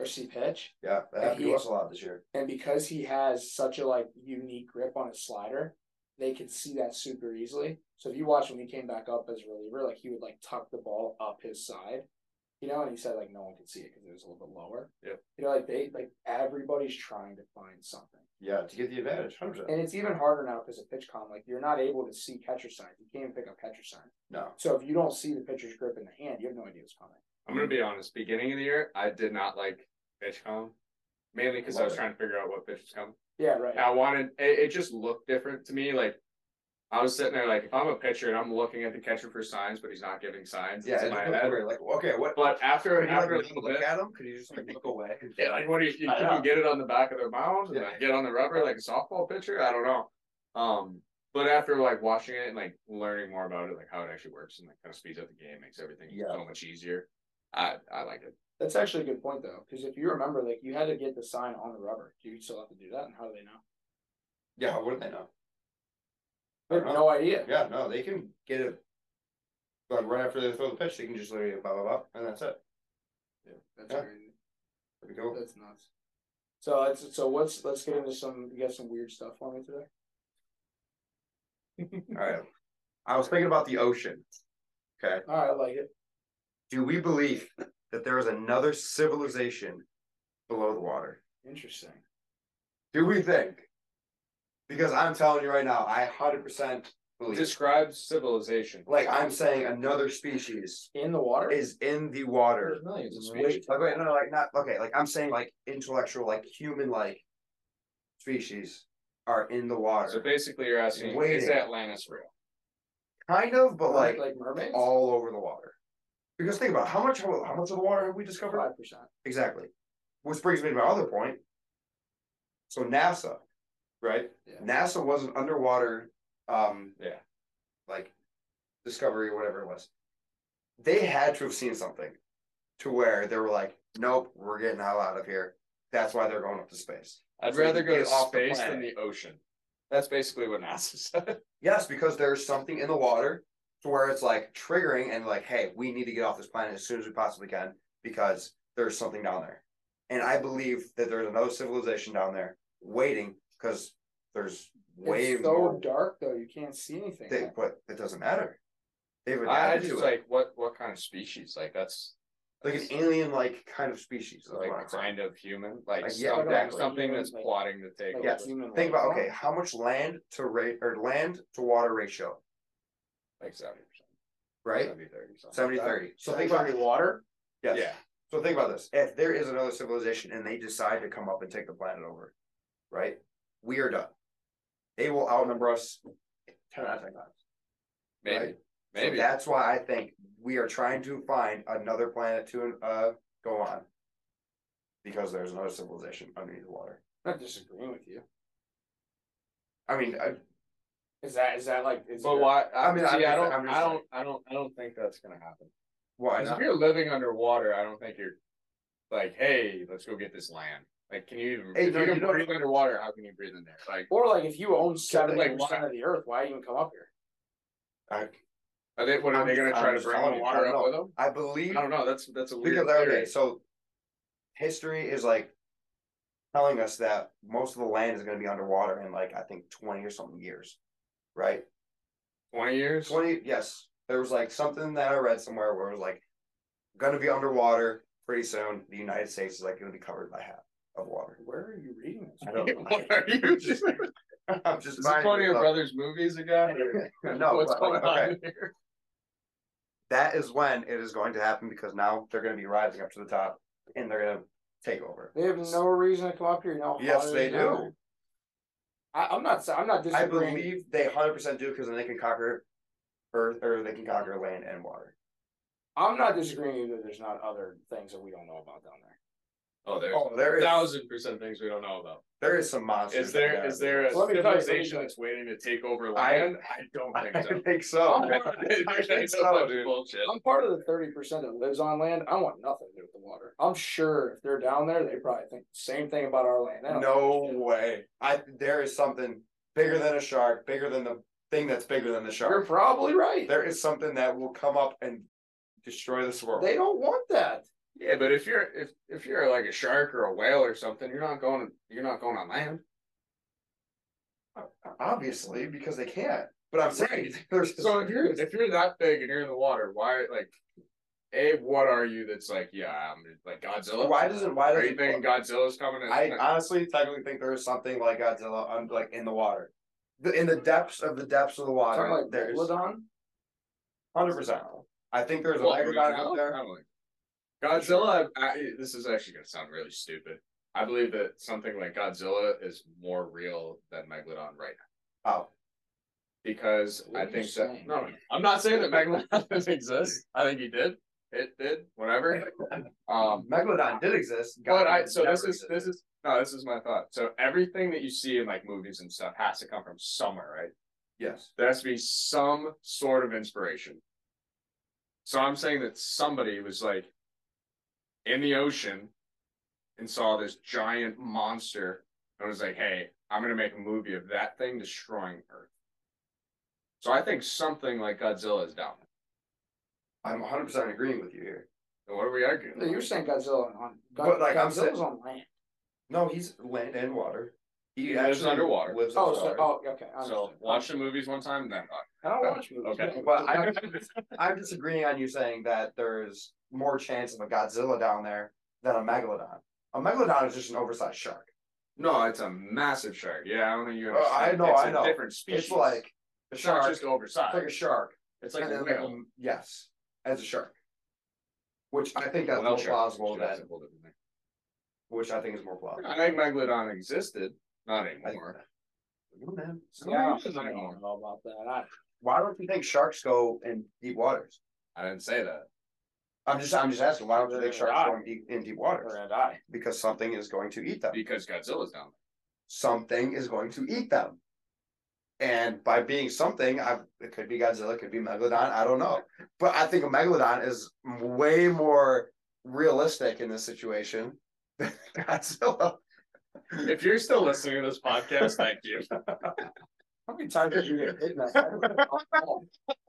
Speaker 2: or see pitch.
Speaker 3: Yeah, that
Speaker 2: And
Speaker 3: happened
Speaker 2: he-
Speaker 3: to us a lot this year.
Speaker 2: And because he has such a like unique grip on his slider, they could see that super easily. So if you watch when he came back up as a reliever, like he would like tuck the ball up his side, you know, and he said like no one could see it because it was a little bit lower.
Speaker 4: Yep.
Speaker 2: You know, like they like everybody's trying to find something.
Speaker 3: Yeah, to get the advantage, hundred percent.
Speaker 2: And it's even harder now because of pitch com. Like you're not able to see catcher signs. You can't even pick up catcher signs.
Speaker 3: No,
Speaker 2: So if you don't see the pitcher's grip in the hand, you have no idea what's coming.
Speaker 4: I'm gonna be honest. Beginning of the year, I did not like pitch home, mainly because I was
Speaker 3: Love it.
Speaker 4: trying to figure out what pitch was coming.
Speaker 2: Yeah, right.
Speaker 4: I wanted it, it just looked different to me. Like I was sitting there, like if I'm a pitcher and I'm looking at the catcher for signs, but he's not giving signs.
Speaker 3: yeah,
Speaker 4: it's
Speaker 3: it's
Speaker 4: in my head.
Speaker 3: weird. Like, okay, what?
Speaker 4: But after
Speaker 3: Could you
Speaker 4: after a
Speaker 3: like
Speaker 4: little
Speaker 3: look
Speaker 4: bit,
Speaker 3: at him? Could you just like look away?
Speaker 4: <laughs> yeah, like what do you, you,
Speaker 3: I
Speaker 4: can
Speaker 3: know.
Speaker 4: you get it on the back of their mound and
Speaker 3: Yeah.
Speaker 4: like, get on the rubber like a softball pitcher? I don't know. Um, but after like watching it and like learning more about it, like how it actually works and like kind of speeds up the game, makes everything
Speaker 3: Yeah.
Speaker 4: so much easier. I I like it.
Speaker 2: That's actually a good point though, because if you remember, like you had to get the sign on the rubber. Do you still have to do that? And how do they know?
Speaker 3: Yeah, how would they know?
Speaker 2: They have no idea.
Speaker 3: Yeah, no, they can get it. Like right after they throw the pitch, they can just literally blah blah blah, and that's it.
Speaker 2: That's
Speaker 3: Yeah.
Speaker 2: crazy.
Speaker 3: Pretty cool.
Speaker 2: That's nuts. So that's so what's let's get into some you got some weird stuff for me today.
Speaker 3: All right. I was thinking about the ocean. Okay.
Speaker 2: All right, I like it.
Speaker 3: Do we believe that there is another civilization below the water?
Speaker 2: Interesting.
Speaker 3: Do we think? Because I'm telling you right now, I 100% believe.
Speaker 4: Describes civilization.
Speaker 3: like I'm saying, another species
Speaker 2: In the water?
Speaker 3: is in the water.
Speaker 2: There's millions of
Speaker 4: Wait,
Speaker 2: species.
Speaker 3: Like, wait, no, no, like not okay. Like I'm saying, like intellectual, like human-like species are in the water.
Speaker 4: So basically, you're asking, is
Speaker 3: Waiting.
Speaker 4: Atlantis real?
Speaker 3: kind of, but like,
Speaker 2: like like mermaids?
Speaker 3: all over the water. Because think about it, how much how much of the water have we discovered?
Speaker 2: five percent.
Speaker 3: Exactly. Which brings me to my other point. So NASA, right?
Speaker 2: Yeah.
Speaker 3: NASA was an underwater um
Speaker 4: Yeah.
Speaker 3: like discovery or whatever it was. They had to have seen something to where they were like, Nope, we're getting the hell out of here. That's why they're going up to space.
Speaker 4: I'd
Speaker 3: So you
Speaker 4: rather
Speaker 3: can
Speaker 4: go
Speaker 3: get
Speaker 4: to
Speaker 3: off the
Speaker 4: space than
Speaker 3: planet.
Speaker 4: the ocean. That's basically what NASA <laughs> said.
Speaker 3: Yes, because there's something in the water to where it's like triggering and like, hey, we need to get off this planet as soon as we possibly can because there's something down there. And I believe that there's another civilization down there waiting because there's way
Speaker 2: it's so
Speaker 3: more.
Speaker 2: dark though, you can't see anything.
Speaker 3: They, but it doesn't matter. They've
Speaker 4: I, I
Speaker 3: adapted
Speaker 4: just
Speaker 3: to it.
Speaker 4: like what what kind of species? Like that's
Speaker 3: like an alien like kind of species. is what I'm
Speaker 4: like
Speaker 3: saying.
Speaker 4: kind of human, like
Speaker 3: Like, yeah,
Speaker 4: something,
Speaker 3: exactly.
Speaker 4: something that's
Speaker 2: Like-
Speaker 4: plotting to take.
Speaker 2: Like,
Speaker 3: yes.
Speaker 2: human
Speaker 3: Think about
Speaker 2: life.
Speaker 3: okay, how much land to rate or land to water ratio,
Speaker 4: Like seventy percent,
Speaker 3: right?
Speaker 4: seventy thirty something.
Speaker 3: 70 30. So think about
Speaker 2: Actually, water.
Speaker 3: yes.
Speaker 4: Yeah,
Speaker 3: So think about this. If there is another civilization and they decide to come up and take the planet over, right? We are done. They will outnumber us ten out of ten times.
Speaker 4: maybe,
Speaker 3: Right.
Speaker 4: maybe.
Speaker 3: So that's why I think we are trying to find another planet to uh go on. Because there's another civilization underneath the water.
Speaker 2: I'm not disagreeing with you.
Speaker 3: I mean, uh, I,
Speaker 2: Is that is that like? Is
Speaker 4: but
Speaker 2: there-
Speaker 4: why? I
Speaker 3: I
Speaker 4: mean,
Speaker 3: mean,
Speaker 4: see,
Speaker 3: I'm
Speaker 4: I
Speaker 3: just-
Speaker 4: don't,
Speaker 3: I'm just
Speaker 4: I don't, I don't, I don't think that's gonna happen.
Speaker 3: why
Speaker 4: 'Cause If
Speaker 3: not?
Speaker 4: you're living underwater, I don't think you're like, hey, let's go get this land. Like, can you even?
Speaker 3: Hey,
Speaker 4: if
Speaker 3: no,
Speaker 4: you can
Speaker 3: you don't-
Speaker 4: breathe underwater, how can you breathe in there? Like,
Speaker 2: Or like, if you own seventy
Speaker 4: like,
Speaker 2: percent
Speaker 4: why-
Speaker 2: of the earth, why even come up here?
Speaker 3: I,
Speaker 4: are they? What are
Speaker 3: I'm
Speaker 4: they gonna
Speaker 3: just-
Speaker 4: try
Speaker 3: I'm
Speaker 4: to
Speaker 3: just
Speaker 4: bring
Speaker 3: telling
Speaker 4: the
Speaker 3: you,
Speaker 4: water
Speaker 3: I don't
Speaker 4: up
Speaker 3: know.
Speaker 4: with them?
Speaker 3: I believe
Speaker 4: I don't know. That's that's a weird
Speaker 3: because okay,
Speaker 4: theory.
Speaker 3: so history is like telling us that most of the land is going to be underwater in like I think twenty or something years, right?
Speaker 4: Twenty years. <laughs>
Speaker 3: Twenty, yes. There was like something that I read somewhere where it was like going to be underwater pretty soon. The United States is like going to be covered by half of water.
Speaker 4: <laughs>
Speaker 2: Where are you reading this?
Speaker 3: I don't. <laughs>
Speaker 4: What are you? Just,
Speaker 3: I'm just
Speaker 4: is this one of your brothers' movies again? <laughs> or-
Speaker 3: <laughs> No,
Speaker 4: what's
Speaker 3: but,
Speaker 4: going
Speaker 3: okay.
Speaker 4: on here?
Speaker 3: That is when it is going to happen because now they're going to be rising up to the top and they're going to take over.
Speaker 2: They have no reason to come up here. You know. how
Speaker 3: Yes,
Speaker 2: hot it
Speaker 3: they
Speaker 2: is down
Speaker 3: do.
Speaker 2: there. I, I'm not. sa- I'm not
Speaker 3: I
Speaker 2: disagreeing.
Speaker 3: believe they hundred percent do because then they can conquer Earth or they can conquer land and water.
Speaker 2: I'm not disagreeing either. There's not other things that we don't know about down there.
Speaker 4: Oh, there's
Speaker 3: Oh, there
Speaker 4: a
Speaker 3: is
Speaker 4: thousand percent things we don't know about.
Speaker 3: there is some monsters.
Speaker 4: Is there is there a
Speaker 2: Let me tell you, let me
Speaker 4: civilization
Speaker 2: tell you.
Speaker 4: that's waiting to take over
Speaker 3: I-
Speaker 4: land? I don't
Speaker 3: <laughs> I
Speaker 4: think so.
Speaker 3: think so.
Speaker 4: Oh,
Speaker 2: I'm part,
Speaker 4: I
Speaker 3: think
Speaker 4: think
Speaker 3: so,
Speaker 4: so,
Speaker 3: dude.
Speaker 4: Bullshit.
Speaker 2: I'm part of the thirty percent that lives on land. I want nothing to do with the water. I'm sure if they're down there, they probably think the same thing about our land. They
Speaker 4: Oh.
Speaker 2: don't
Speaker 3: No
Speaker 2: give a shit.
Speaker 3: way. I there is something bigger than a shark, bigger than the thing that's bigger than the
Speaker 2: you're
Speaker 3: shark.
Speaker 2: probably right.
Speaker 3: There is something that will come up and destroy this world.
Speaker 2: They don't want that.
Speaker 4: Yeah, but if you're if if you're like a shark or a whale or something, you're not going you're not going on land.
Speaker 3: Obviously, because they can't. But I'm saying <laughs> there's
Speaker 4: So if you're if you're that big and you're in the water, why like a what are you? That's like yeah, I'm like Godzilla.
Speaker 3: why doesn't why
Speaker 4: Are you
Speaker 3: doesn't
Speaker 4: thinking Godzilla's coming? In?
Speaker 3: I honestly technically think there is something like Godzilla on like in the water, The- in the depths of the depths of the water.
Speaker 2: Talking like
Speaker 3: there's
Speaker 2: Megalodon.
Speaker 3: hundred percent. I think there's a
Speaker 4: Well,
Speaker 3: megalodon
Speaker 4: Godzilla?
Speaker 3: out there.
Speaker 4: I don't like- Godzilla, I, I- this is actually going to sound really stupid. I believe that something like Godzilla is more real than Megalodon right now
Speaker 3: Oh,
Speaker 4: because
Speaker 2: What
Speaker 4: I
Speaker 2: are you
Speaker 4: think
Speaker 2: saying?
Speaker 4: that no, I'm not saying that Megalodon <laughs> doesn't exist. I think he did. It did. Whatever. Um,
Speaker 3: megalodon did exist.
Speaker 4: but I
Speaker 3: Godzilla
Speaker 4: so this
Speaker 3: never
Speaker 4: is
Speaker 3: existed.
Speaker 4: this is no, this is my thought. So everything that you see in like movies and stuff has to come from somewhere, right?
Speaker 3: yes.
Speaker 4: There has to be some sort of inspiration. So I'm saying that somebody was like in the ocean and saw this giant monster and was like, hey, I'm going to make a movie of that thing destroying Earth. So I think something like Godzilla is down.
Speaker 3: I'm 100 percent agreeing with you here.
Speaker 4: there. What are we arguing?
Speaker 2: No, You're saying Godzilla on God,
Speaker 3: But, like, I'm
Speaker 2: Godzilla's
Speaker 3: saying-
Speaker 2: on land.
Speaker 3: No, he's land and water.
Speaker 4: He lives underwater.
Speaker 3: Lives
Speaker 2: Oh, so,
Speaker 3: underwater.
Speaker 2: oh, okay. I
Speaker 4: so
Speaker 2: understand.
Speaker 4: watch the movies one time, then
Speaker 3: <laughs>
Speaker 2: I don't watch movies.
Speaker 4: okay.
Speaker 3: But I, oh, I'm disagreeing on you saying that there's more chance of a Godzilla down there than a megalodon. A megalodon is just an oversized shark.
Speaker 4: no, it's a massive shark. Yeah, I don't think you
Speaker 3: Uh, I
Speaker 4: understand.
Speaker 3: know,
Speaker 4: It's
Speaker 3: I
Speaker 4: a
Speaker 3: know.
Speaker 4: different species.
Speaker 3: It's like a
Speaker 4: it's not
Speaker 3: shark.
Speaker 4: just oversized.
Speaker 3: It's like a shark.
Speaker 4: it's like
Speaker 3: And
Speaker 4: a
Speaker 3: then, like,
Speaker 4: whale.
Speaker 3: um, yes, as a shark. Which I think that's
Speaker 4: Well,
Speaker 3: more
Speaker 4: sure.
Speaker 3: plausible
Speaker 4: Sure, that's
Speaker 3: than
Speaker 4: a whole different thing.
Speaker 3: which I think is more plausible.
Speaker 4: I think Megalodon existed, not
Speaker 3: I-
Speaker 4: anymore.
Speaker 3: Oh, man.
Speaker 4: So
Speaker 2: Yeah,
Speaker 4: it is
Speaker 2: I
Speaker 4: anymore.
Speaker 2: don't know about that. I,
Speaker 3: Why don't you think sharks go in deep waters?
Speaker 4: I didn't say that.
Speaker 3: I'm just I'm just asking why don't you
Speaker 2: They're
Speaker 3: think
Speaker 2: gonna
Speaker 3: sharks go in deep in deep waters?
Speaker 2: or had I?
Speaker 3: Because something is going to eat them.
Speaker 4: Because Godzilla's down
Speaker 3: Something is going to eat them. And by being something, I it could be Godzilla, it could be Megalodon, I don't know. But I think a Megalodon is way more realistic in this situation than <laughs> Godzilla.
Speaker 4: there. If you're still listening to this podcast, thank you.
Speaker 2: How many times did you get hit in that?
Speaker 3: I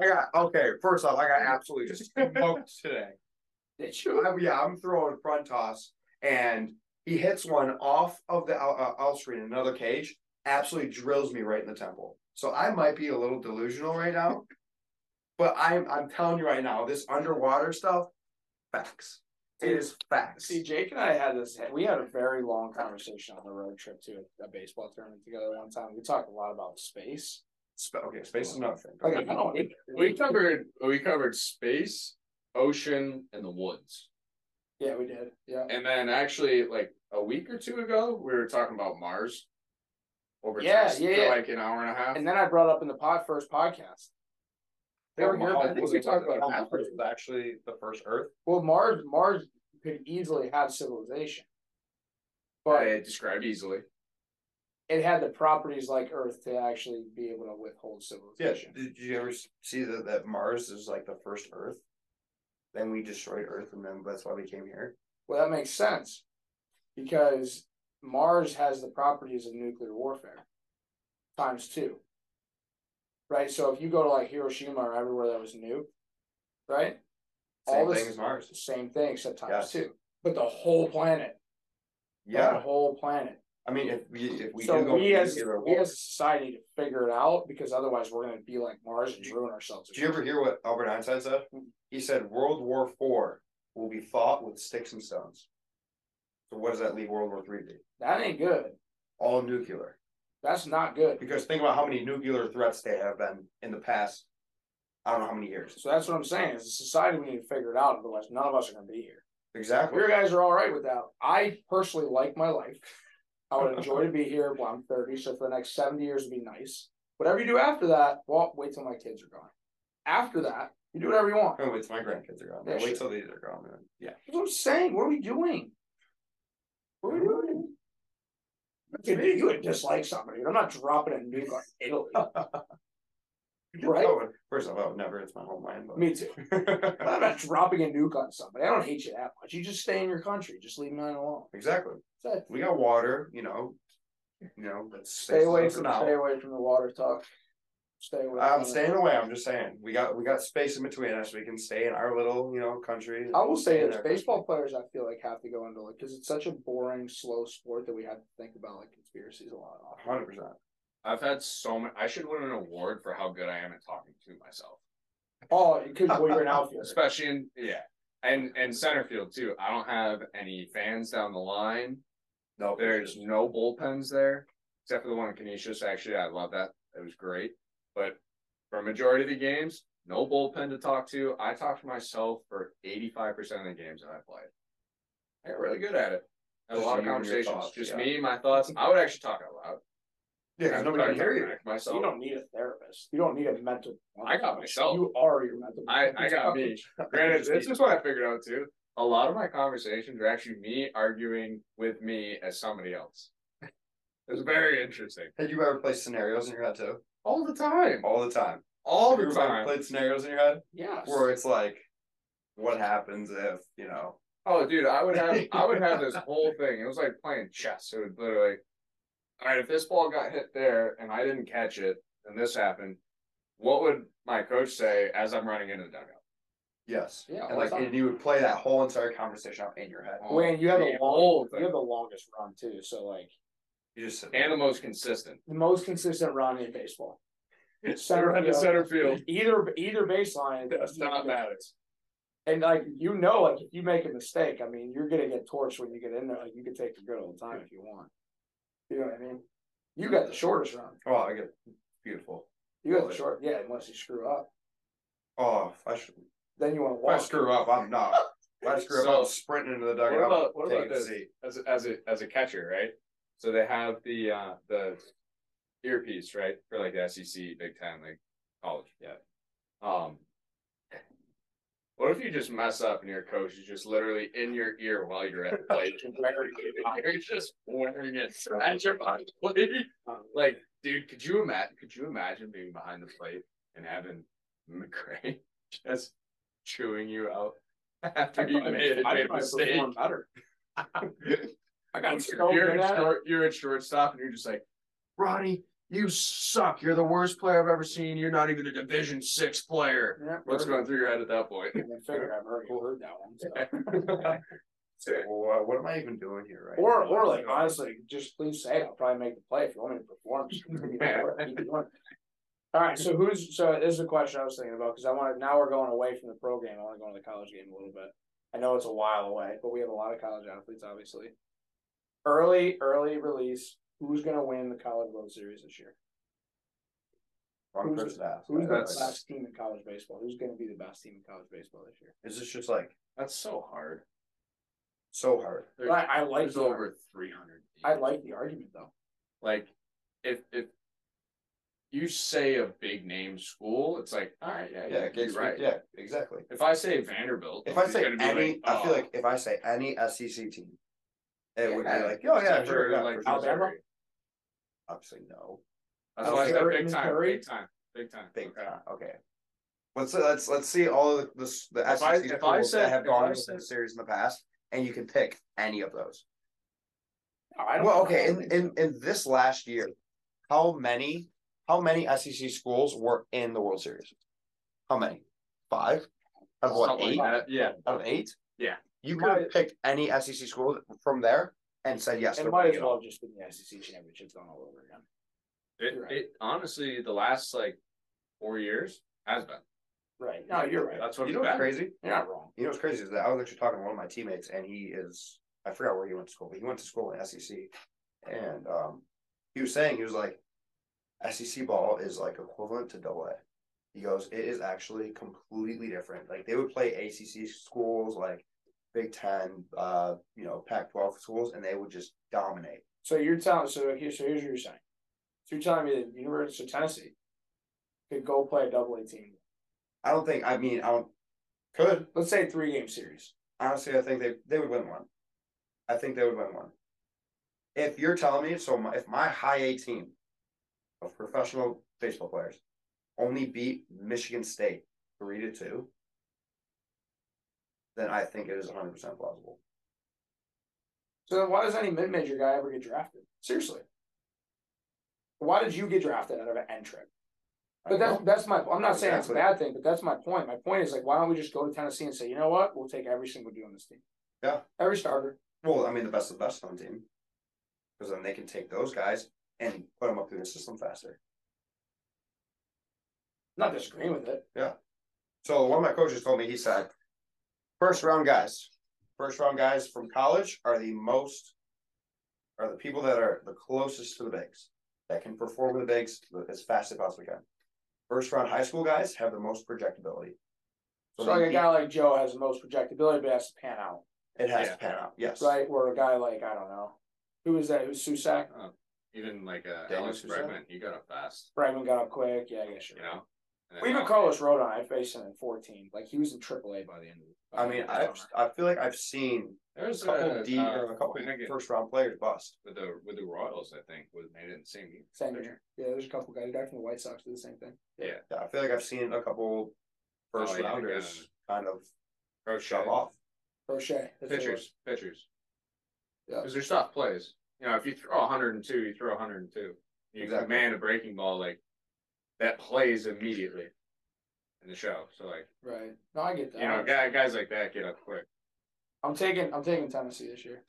Speaker 3: got okay. First off, I got absolutely just smoked today.
Speaker 2: Did you?
Speaker 3: I'm- yeah, I'm throwing front toss, and he hits one off of the out, uh, out uh, screen, another cage, absolutely drills me right in the temple. So I might be a little delusional right now, but I'm I'm telling you right now, this underwater stuff, facts. It is facts.
Speaker 2: See, Jake and I had this. We had a very long conversation on the road trip to a baseball tournament together one time. We talked a lot about space.
Speaker 3: Sp- okay, space is another thing.
Speaker 2: Like, I don't.
Speaker 4: We covered we covered space, ocean, and the woods.
Speaker 2: Yeah, we did. Yeah.
Speaker 4: And then actually, like a week or two ago, we were talking about Mars. Over
Speaker 2: Yeah,
Speaker 4: text
Speaker 2: yeah,
Speaker 4: for
Speaker 2: yeah.
Speaker 4: like an hour and a half.
Speaker 2: And then I brought up in the pod first podcast. They were good.
Speaker 4: I
Speaker 2: but-
Speaker 4: think we talked about
Speaker 3: Mars was actually the first Earth.
Speaker 2: Well, Mars Mars could easily have civilization, but
Speaker 4: But described easily.
Speaker 2: it had the properties like Earth to actually be able to withhold
Speaker 3: Yeah.
Speaker 2: civilization.
Speaker 3: Did you ever s- see that, that Mars is like the first Earth? Then we destroyed Earth, and then that's why we came here.
Speaker 2: Well, that makes sense because Mars has the properties of nuclear warfare times two. Right? So if you go to like Hiroshima or everywhere that was nuked, right?
Speaker 3: Same
Speaker 2: All
Speaker 3: thing
Speaker 2: this- Oh
Speaker 3: as Mars.
Speaker 2: Same thing, except times
Speaker 3: Yes.
Speaker 2: two. But the whole planet. The
Speaker 3: Yeah.
Speaker 2: whole planet.
Speaker 3: I mean, if we if we
Speaker 2: so
Speaker 3: do go
Speaker 2: we as
Speaker 3: nuclear
Speaker 2: we
Speaker 3: war-
Speaker 2: as a society need to figure it out because otherwise we're gonna be like Mars and
Speaker 3: Did you-
Speaker 2: ruin ourselves.
Speaker 3: Did you ever hear what Albert Einstein said? He said World War Four will be fought with sticks and stones. So what does that leave World War Three to be?
Speaker 2: that ain't good.
Speaker 3: All nuclear.
Speaker 2: That's not good.
Speaker 3: Because think about how many nuclear threats they have been in the past. I don't know how many years.
Speaker 2: So that's what I'm saying. As a society we need to figure it out, otherwise none of us are gonna be here.
Speaker 3: Exactly.
Speaker 2: Your guys are all right with that. I personally like my life. I would enjoy to be here when I'm 30. So for the next 70 years would be nice. Whatever you do after that, well, wait till my kids are gone. After that, you do whatever you want.
Speaker 3: Oh, wait till my grandkids are gone.
Speaker 2: Yeah,
Speaker 3: wait
Speaker 2: sure.
Speaker 3: till these are gone. Man. Yeah.
Speaker 2: That's what I'm saying. What are we doing? What are we doing? Dude, you would dislike somebody. I'm not dropping a nuke on
Speaker 3: <laughs>
Speaker 2: Italy. Right?
Speaker 3: I would- First of all, I would never. It's my homeland. <laughs> But...
Speaker 2: Me too. I'm not dropping a nuke on somebody. I don't hate you that much. You just stay in your country. Just leave mine alone.
Speaker 3: exactly.
Speaker 2: That's it.
Speaker 3: We got water. You know. You know. Let's
Speaker 2: Stay away
Speaker 3: let's
Speaker 2: from
Speaker 3: not-
Speaker 2: stay away from the water talk. Stay away.
Speaker 3: I'm
Speaker 2: from it.
Speaker 3: staying away. I'm just saying we got we got space in between us. We can stay in our little you know country.
Speaker 2: I will say
Speaker 3: In
Speaker 2: this:
Speaker 3: our
Speaker 2: baseball players, I feel like have to go into like because it's such a boring, slow sport that we have to think about like conspiracies a lot. and
Speaker 3: country.
Speaker 2: often.
Speaker 3: 100. percent
Speaker 4: I've had so many. I should win an award for how good I am at talking to myself,
Speaker 2: Oh, you could well, you're an <laughs> outfielder.
Speaker 4: especially in yeah, and and center field too. I don't have any fans down the line.
Speaker 3: No,
Speaker 4: There's no bullpens there, except for the one in Canisius. Actually, I love that. It was great. But for a majority of the games, no bullpen to talk to. I talked to myself for 85% of the games that I played. I got really good at it. Had a
Speaker 3: Just
Speaker 4: lot of
Speaker 3: you and your
Speaker 4: conversations,
Speaker 3: thoughts,
Speaker 4: just
Speaker 3: yeah.
Speaker 4: me, my thoughts. I would actually talk out loud.
Speaker 3: yeah, 'cause
Speaker 4: I'm
Speaker 3: nobody can
Speaker 4: trying to
Speaker 3: hear you.
Speaker 4: correct myself.
Speaker 2: You don't need a therapist. You don't need a mental.
Speaker 4: I got myself.
Speaker 2: You are your mental.
Speaker 4: I- I got me. <laughs> Granted, this is what I figured out too. A lot of my conversations are actually me arguing with me as somebody else. It's very interesting.
Speaker 3: Had you ever played scenarios in your head too?
Speaker 4: All the time.
Speaker 3: All the time.
Speaker 4: All
Speaker 3: Have
Speaker 4: the
Speaker 3: you ever
Speaker 4: time.
Speaker 3: Played scenarios in your head
Speaker 2: Yes.
Speaker 3: where it's like, what happens if you know?
Speaker 4: Oh, dude, I would have I would have <laughs> this whole thing. It was like playing chess. It would literally, all right, if this ball got hit there and I didn't catch it, and this happened, what would my coach say as I'm running into the dugout?
Speaker 3: Yes.
Speaker 2: Yeah,
Speaker 3: And
Speaker 2: all
Speaker 3: like,
Speaker 2: the time.
Speaker 3: and you would play that whole entire conversation out in your head.
Speaker 4: Oh,
Speaker 2: Wayne, you have the
Speaker 4: the whole
Speaker 2: long,
Speaker 4: thing.
Speaker 2: you have the longest run too. So like
Speaker 3: You just sit there.
Speaker 4: And the most consistent.
Speaker 2: the most consistent run in baseball.
Speaker 4: <laughs>
Speaker 2: Center
Speaker 4: Run to
Speaker 2: field.
Speaker 4: center field.
Speaker 2: Either either baseline.
Speaker 4: That's not matters.
Speaker 2: And like you know, like if you make a mistake, I mean, you're gonna get torched when you get in there. Like you can take the good all the time if you want. You know what I mean? You got the shortest run.
Speaker 3: oh, I get beautiful.
Speaker 2: You got the short, yeah. Unless you screw up,
Speaker 3: Oh, if I should.
Speaker 2: then you want to
Speaker 3: If I
Speaker 2: walk.
Speaker 3: screw up, I'm not. If I screw
Speaker 4: So-
Speaker 3: up, I'm sprinting into the
Speaker 4: What
Speaker 3: dugout.
Speaker 4: about what about
Speaker 3: taking a
Speaker 4: this
Speaker 3: seat.
Speaker 4: as a, as a as a catcher, right? So they have the uh the earpiece, right, for like the SEC, Big Ten, like college. Yeah. Um. What if you just mess up and your coach is just literally in your ear while you're at the plate? you're just wearing it at your body. Like, dude, could you imagine? Could you imagine being behind the plate and having McRae <laughs> just chewing you out <laughs> after you made a
Speaker 2: I
Speaker 4: big mistake?
Speaker 2: perform
Speaker 4: <laughs>
Speaker 2: better. I got so
Speaker 4: you're,
Speaker 2: good at
Speaker 4: at
Speaker 2: it.
Speaker 4: short, you're at shortstop, and you're just like, Ronnie, you suck. You're the worst player I've ever seen. You're not even a Division Six player.
Speaker 2: Yeah, <laughs>
Speaker 4: <laughs> What's going through your head at that point?
Speaker 2: I figured I've already heard that one. So.
Speaker 3: Say, well, uh, what am I even doing here? Right.
Speaker 2: Or,
Speaker 3: now?
Speaker 2: or like honestly, just please say it. I'll probably make the play if you want me to perform. Just give me that work. Keep it
Speaker 4: <laughs>
Speaker 2: going. All right, so who's so this is the question I was thinking about because I want to now we're going away from the pro game. I want to go into the college game a little bit. I know it's a while away, but we have a lot of college athletes, obviously. Early, early release. Who's going to win the college World Series this year?
Speaker 3: wrong
Speaker 2: who's-
Speaker 3: person to ask.
Speaker 2: Who's the
Speaker 4: That's-
Speaker 2: best team in college baseball? Who's going to be the best team in college baseball this year?
Speaker 3: Is this just like
Speaker 4: That's so hard.
Speaker 3: so hard?
Speaker 4: There-
Speaker 2: But I, I like
Speaker 4: There's
Speaker 2: the,
Speaker 4: over 300.
Speaker 2: I like the argument though.
Speaker 4: like if if you say a big name school, it's like all right, yeah, yeah, you're right.
Speaker 3: Yeah, exactly.
Speaker 4: If I say Vanderbilt,
Speaker 3: If I
Speaker 4: it's
Speaker 3: say
Speaker 4: gonna be
Speaker 3: any, I feel
Speaker 4: oh,
Speaker 3: like if I say any SEC team, it would be
Speaker 4: Yeah.
Speaker 3: like, oh yeah,
Speaker 4: Except
Speaker 3: sure,
Speaker 4: for,
Speaker 3: yeah,
Speaker 4: like
Speaker 3: for sure.
Speaker 2: Alabama?
Speaker 4: Missouri.
Speaker 3: Obviously, no.
Speaker 4: That's why I said
Speaker 2: Missouri-
Speaker 4: big time,
Speaker 2: Missouri?
Speaker 4: big time, big time.
Speaker 3: Big
Speaker 4: Okay.
Speaker 3: time. Okay. Let's uh, let's let's see all of the the
Speaker 4: If I-
Speaker 3: SEC
Speaker 4: if I
Speaker 3: schools
Speaker 4: said-
Speaker 3: that have
Speaker 4: if
Speaker 3: gone
Speaker 4: I
Speaker 3: to
Speaker 4: said-
Speaker 3: the series in the past, and you can pick any of those.
Speaker 2: I don't
Speaker 3: Well,
Speaker 2: I don't
Speaker 3: okay, in,
Speaker 2: think so.
Speaker 3: in in this last year, how many how many SEC schools were in the World Series? How many? Five? Out of what
Speaker 4: Something
Speaker 3: eight?
Speaker 4: like that. Yeah,
Speaker 3: Out of eight?
Speaker 4: Yeah.
Speaker 3: You could have picked any SEC school from there and said yes.
Speaker 2: It
Speaker 3: they're
Speaker 2: might
Speaker 3: bringing
Speaker 2: as
Speaker 3: it up.
Speaker 2: well just been the SEC championships gone all over again.
Speaker 4: it,
Speaker 2: You're right.
Speaker 4: it honestly the last like four years has been.
Speaker 2: Right. No, you're right.
Speaker 4: That's what
Speaker 3: You
Speaker 4: it's
Speaker 3: know what's
Speaker 4: been.
Speaker 3: crazy?
Speaker 2: You're not wrong.
Speaker 3: You know what's crazy is that I was actually talking to one of my teammates, and he is I forgot where he went to school, but he went to school in SEC, and um, he was saying he was like, SEC ball is like equivalent to double A. He goes, it is actually completely different. Like they would play ACC schools, like Big Ten, uh, you know, Pac twelve schools, and they would just dominate.
Speaker 2: So you're telling so here so here's what you're saying. So you're telling me that the University of Tennessee could go play a double A team.
Speaker 3: I don't think. I mean, I don't. Could
Speaker 2: Let's say three game series.
Speaker 3: honestly, I think they they would win one. I think they would win one. If you're telling me, so my, if my high A team of professional baseball players only beat Michigan State three to two, then I think it is 100 percent plausible.
Speaker 2: So then why does any mid major guy ever get drafted? Seriously. Why did you get drafted out of an N trip? But that's that's my I'm not saying
Speaker 3: Exactly.
Speaker 2: it's a bad thing, but that's my point. My point is like why don't we just go to Tennessee and say, you know what? We'll take every single dude on this team.
Speaker 3: Yeah.
Speaker 2: Every starter.
Speaker 3: well, I mean, the best of the best on team, because then they can take those guys and put them up through the system faster.
Speaker 2: I'm not disagreeing with it.
Speaker 3: So one of my coaches told me, he said, first round guys, first round guys from college are the most, are the people that are the closest to the bigs, that can perform with the bigs as fast as possibly can. First round high school guys have the most projectability.
Speaker 2: So,
Speaker 3: So
Speaker 2: like a
Speaker 3: they-
Speaker 2: guy like Joe has the most projectability, but has to pan out.
Speaker 3: it has
Speaker 4: Yeah.
Speaker 3: to pan out. Yes.
Speaker 2: right? Where a guy like I don't know, who was that? Who was Susak?
Speaker 4: Uh, Even like uh,
Speaker 3: Daniel
Speaker 4: Alex
Speaker 3: Susan?
Speaker 4: Bregman, he got up fast,
Speaker 2: Bregman got up quick. Yeah, I guess
Speaker 4: you
Speaker 2: you're right.
Speaker 4: know. And then
Speaker 2: We even
Speaker 4: now-
Speaker 2: Carlos Rodon. I faced him in 14. Like he was in AAA by the end of the.
Speaker 3: I mean, I I feel like I've seen a
Speaker 4: There's
Speaker 3: couple
Speaker 4: uh,
Speaker 3: D
Speaker 4: uh,
Speaker 3: or a couple
Speaker 4: Flanagan
Speaker 3: first round players bust.
Speaker 4: with the with the Royals. I think was made it in the same year.
Speaker 2: same year. Yeah, there's a couple guys. The guy from the White Sox did the same thing.
Speaker 3: Yeah, I feel like I've seen a couple first
Speaker 4: Oh, yeah,
Speaker 3: rounders kind of
Speaker 4: Crochet.
Speaker 3: shove off.
Speaker 2: Crochet. that's who it was.
Speaker 4: Oh, Pitchers, pitchers.
Speaker 2: Yeah.
Speaker 4: Because their stuff plays. You know, if you throw 102, you throw 102. You
Speaker 3: Exactly.
Speaker 4: command a breaking ball like that plays immediately in the show. So like,
Speaker 2: Right. No, I get that.
Speaker 4: you know, guy, guys like that get up quick.
Speaker 2: I'm taking. I'm taking Tennessee this year.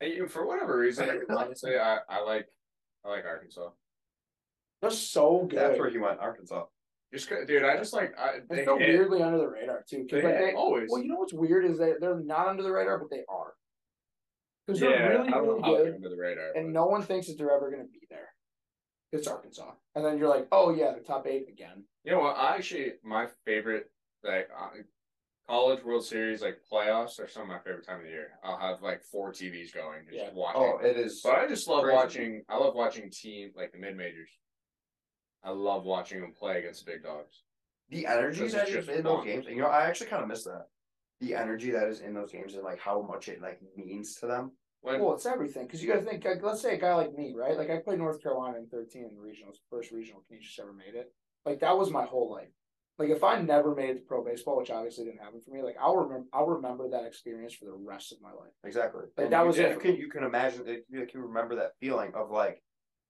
Speaker 4: And you- for
Speaker 2: <laughs>
Speaker 4: whatever reason, honestly, I, I like I like Arkansas.
Speaker 2: They're so good.
Speaker 3: That's where he went, Arkansas.
Speaker 4: Just 'cause- dude, I just like I,
Speaker 2: They're
Speaker 4: they
Speaker 2: so
Speaker 4: hit.
Speaker 2: weirdly under the radar too. 'cause,
Speaker 4: They
Speaker 2: like,
Speaker 4: hit
Speaker 2: they-
Speaker 4: always.
Speaker 2: well, you know what's weird is they they're not under the radar, but they are. Because
Speaker 4: yeah,
Speaker 2: they're really
Speaker 4: I
Speaker 2: really
Speaker 4: don't know how
Speaker 2: good.
Speaker 4: they're under the radar.
Speaker 2: and
Speaker 4: but-
Speaker 2: no one thinks that they're ever going to be there. It's Arkansas, and then you're like, oh yeah, they're top eight again.
Speaker 4: You know what? I actually my favorite like uh, college World Series like playoffs are some of my favorite time of the year. I'll have like four TVs going and
Speaker 2: Yeah.
Speaker 4: just watching.
Speaker 3: Oh, it is.
Speaker 4: but I just love
Speaker 3: Crazy.
Speaker 4: watching. I love watching team like the mid majors. I love watching them play against the big dogs.
Speaker 3: the energy
Speaker 4: This is
Speaker 3: that is
Speaker 4: just
Speaker 3: in those
Speaker 4: fun.
Speaker 3: games, and you know, I actually kind of miss that. The energy that is in those games and like how much it like means to them.
Speaker 4: When
Speaker 2: Well, it's everything because you got to think. Like, let's say a guy like me, right? Like I played North Carolina in 13 in the regionals, first regional Canisius ever made it. Like that was my whole life. Like if I never made it to pro baseball, which obviously didn't happen for me, like I'll remember I'll remember that experience for the rest of my life.
Speaker 3: Exactly.
Speaker 2: Like,
Speaker 3: And
Speaker 2: that
Speaker 3: you-
Speaker 2: was
Speaker 3: you
Speaker 2: it.
Speaker 3: can you can imagine it, you can remember that feeling of like,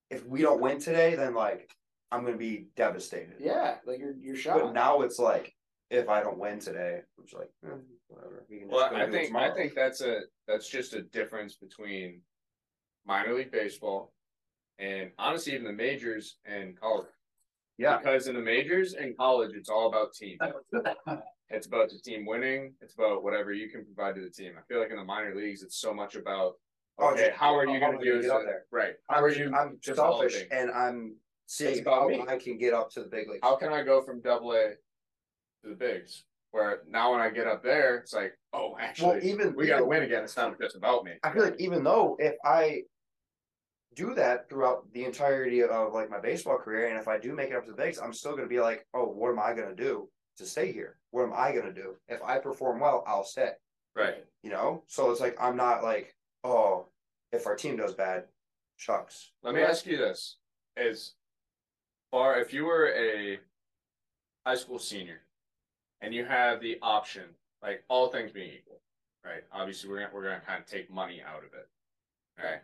Speaker 3: if we don't win today, then like I'm gonna be devastated.
Speaker 2: Yeah, like you're you're shot.
Speaker 3: But now it's like if I don't win today, which like eh, whatever. We can just
Speaker 4: Well,
Speaker 3: go
Speaker 4: I
Speaker 3: do it
Speaker 4: think I
Speaker 3: tomorrow.
Speaker 4: think that's a that's just a difference between minor league baseball and honestly even the majors and college.
Speaker 3: yeah.
Speaker 4: Because in the majors and college, it's all about team. It's about the team winning. It's about whatever you can provide to the team. I feel like in the minor leagues, it's so much about
Speaker 3: Oh,
Speaker 4: okay,
Speaker 3: just-
Speaker 4: how are
Speaker 3: how
Speaker 4: you
Speaker 3: am I
Speaker 4: going to
Speaker 3: gonna
Speaker 4: do
Speaker 3: get
Speaker 4: this?
Speaker 3: up there?
Speaker 4: Right. How are you?
Speaker 3: I'm, I'm
Speaker 4: developing?
Speaker 3: selfish and I'm
Speaker 4: It's
Speaker 3: seeing
Speaker 4: about
Speaker 3: how
Speaker 4: me.
Speaker 3: I can get up to the big leagues.
Speaker 4: How can I go from double A to the bigs? Where now when I get up there, it's like, oh, actually,
Speaker 3: well, even
Speaker 4: we got to win again. It's not just about me.
Speaker 3: I feel like even though if I do that throughout the entirety of like my baseball career, and if I do make it up to the bigs, I'm still gonna be like, oh, what am I gonna do to stay here? What am I gonna do if I perform well? I'll stay.
Speaker 4: right.
Speaker 3: You know, so it's like I'm not like, oh, if our team does bad, shucks.
Speaker 4: Let me ask you this: As far if you were a high school senior and you have the option, like all things being equal, right? Obviously, we're gonna, we're gonna kind of take money out of it, right?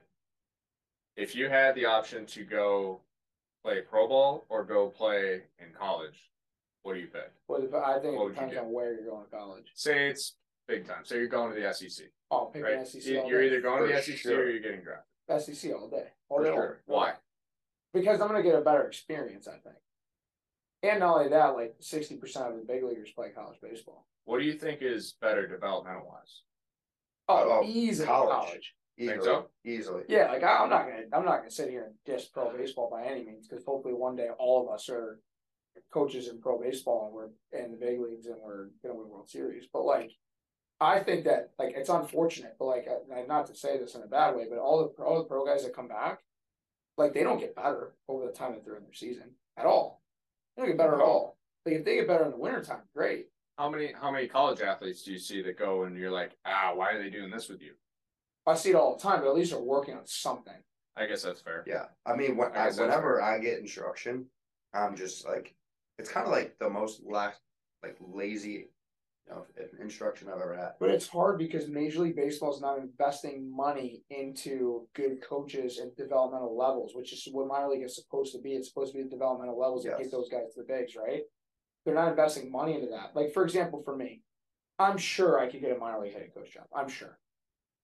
Speaker 4: If you had the option to go play pro ball or go play in college, what do you pick?
Speaker 2: Well, it dep- I think
Speaker 4: What
Speaker 2: it
Speaker 4: would you
Speaker 2: depends
Speaker 4: do?
Speaker 2: on where you're going to college.
Speaker 4: Say it's big time. Say you're going to the SEC,
Speaker 2: Oh, pick
Speaker 4: right?
Speaker 2: an SEC. all
Speaker 4: You're
Speaker 2: day.
Speaker 4: either going to
Speaker 3: For
Speaker 4: the SEC or
Speaker 3: sure.
Speaker 4: you're getting drafted.
Speaker 2: SEC E all day. All day long.
Speaker 4: Why?
Speaker 2: because I'm going to get a better experience, I think. And not only that, like 60% of the big leaguers play college baseball.
Speaker 4: What do you think is better developmental wise?
Speaker 2: Oh,
Speaker 3: Oh,
Speaker 2: easily
Speaker 3: college.
Speaker 2: college.
Speaker 3: Easily.
Speaker 4: so?
Speaker 3: Easily.
Speaker 2: Yeah, like I, I'm not gonna, I'm not gonna sit here and diss pro baseball by any means, because hopefully one day all of us are coaches in pro baseball and we're in the big leagues and we're gonna win World Series. But like, I think that like it's unfortunate, but like, I- I- not to say this in a bad way, but all the all the pro guys that come back, like they don't get better over the time that they're in their season at all. They don't get better at all. Like if they get better in the wintertime, great.
Speaker 4: How many how many college athletes do you see that go and you're like, ah, why are they doing this with you?
Speaker 2: I see it all the time, but at least they're working on something.
Speaker 4: I guess that's fair.
Speaker 3: Yeah, I mean, when,
Speaker 4: I
Speaker 3: I,
Speaker 4: guess that's
Speaker 3: whenever I get instruction, I'm just like, it's kind of like the most lack, like lazy, you know, instruction I've ever had.
Speaker 2: But it's hard because Major League Baseball is not investing money into good coaches and developmental levels, which is what minor league is supposed to be. It's supposed to be the developmental levels that
Speaker 3: Yes.
Speaker 2: get those guys to the bigs, right? They're not investing money into that. Like, for example, for me, I'm sure I could get a minor league head coach job. I'm sure.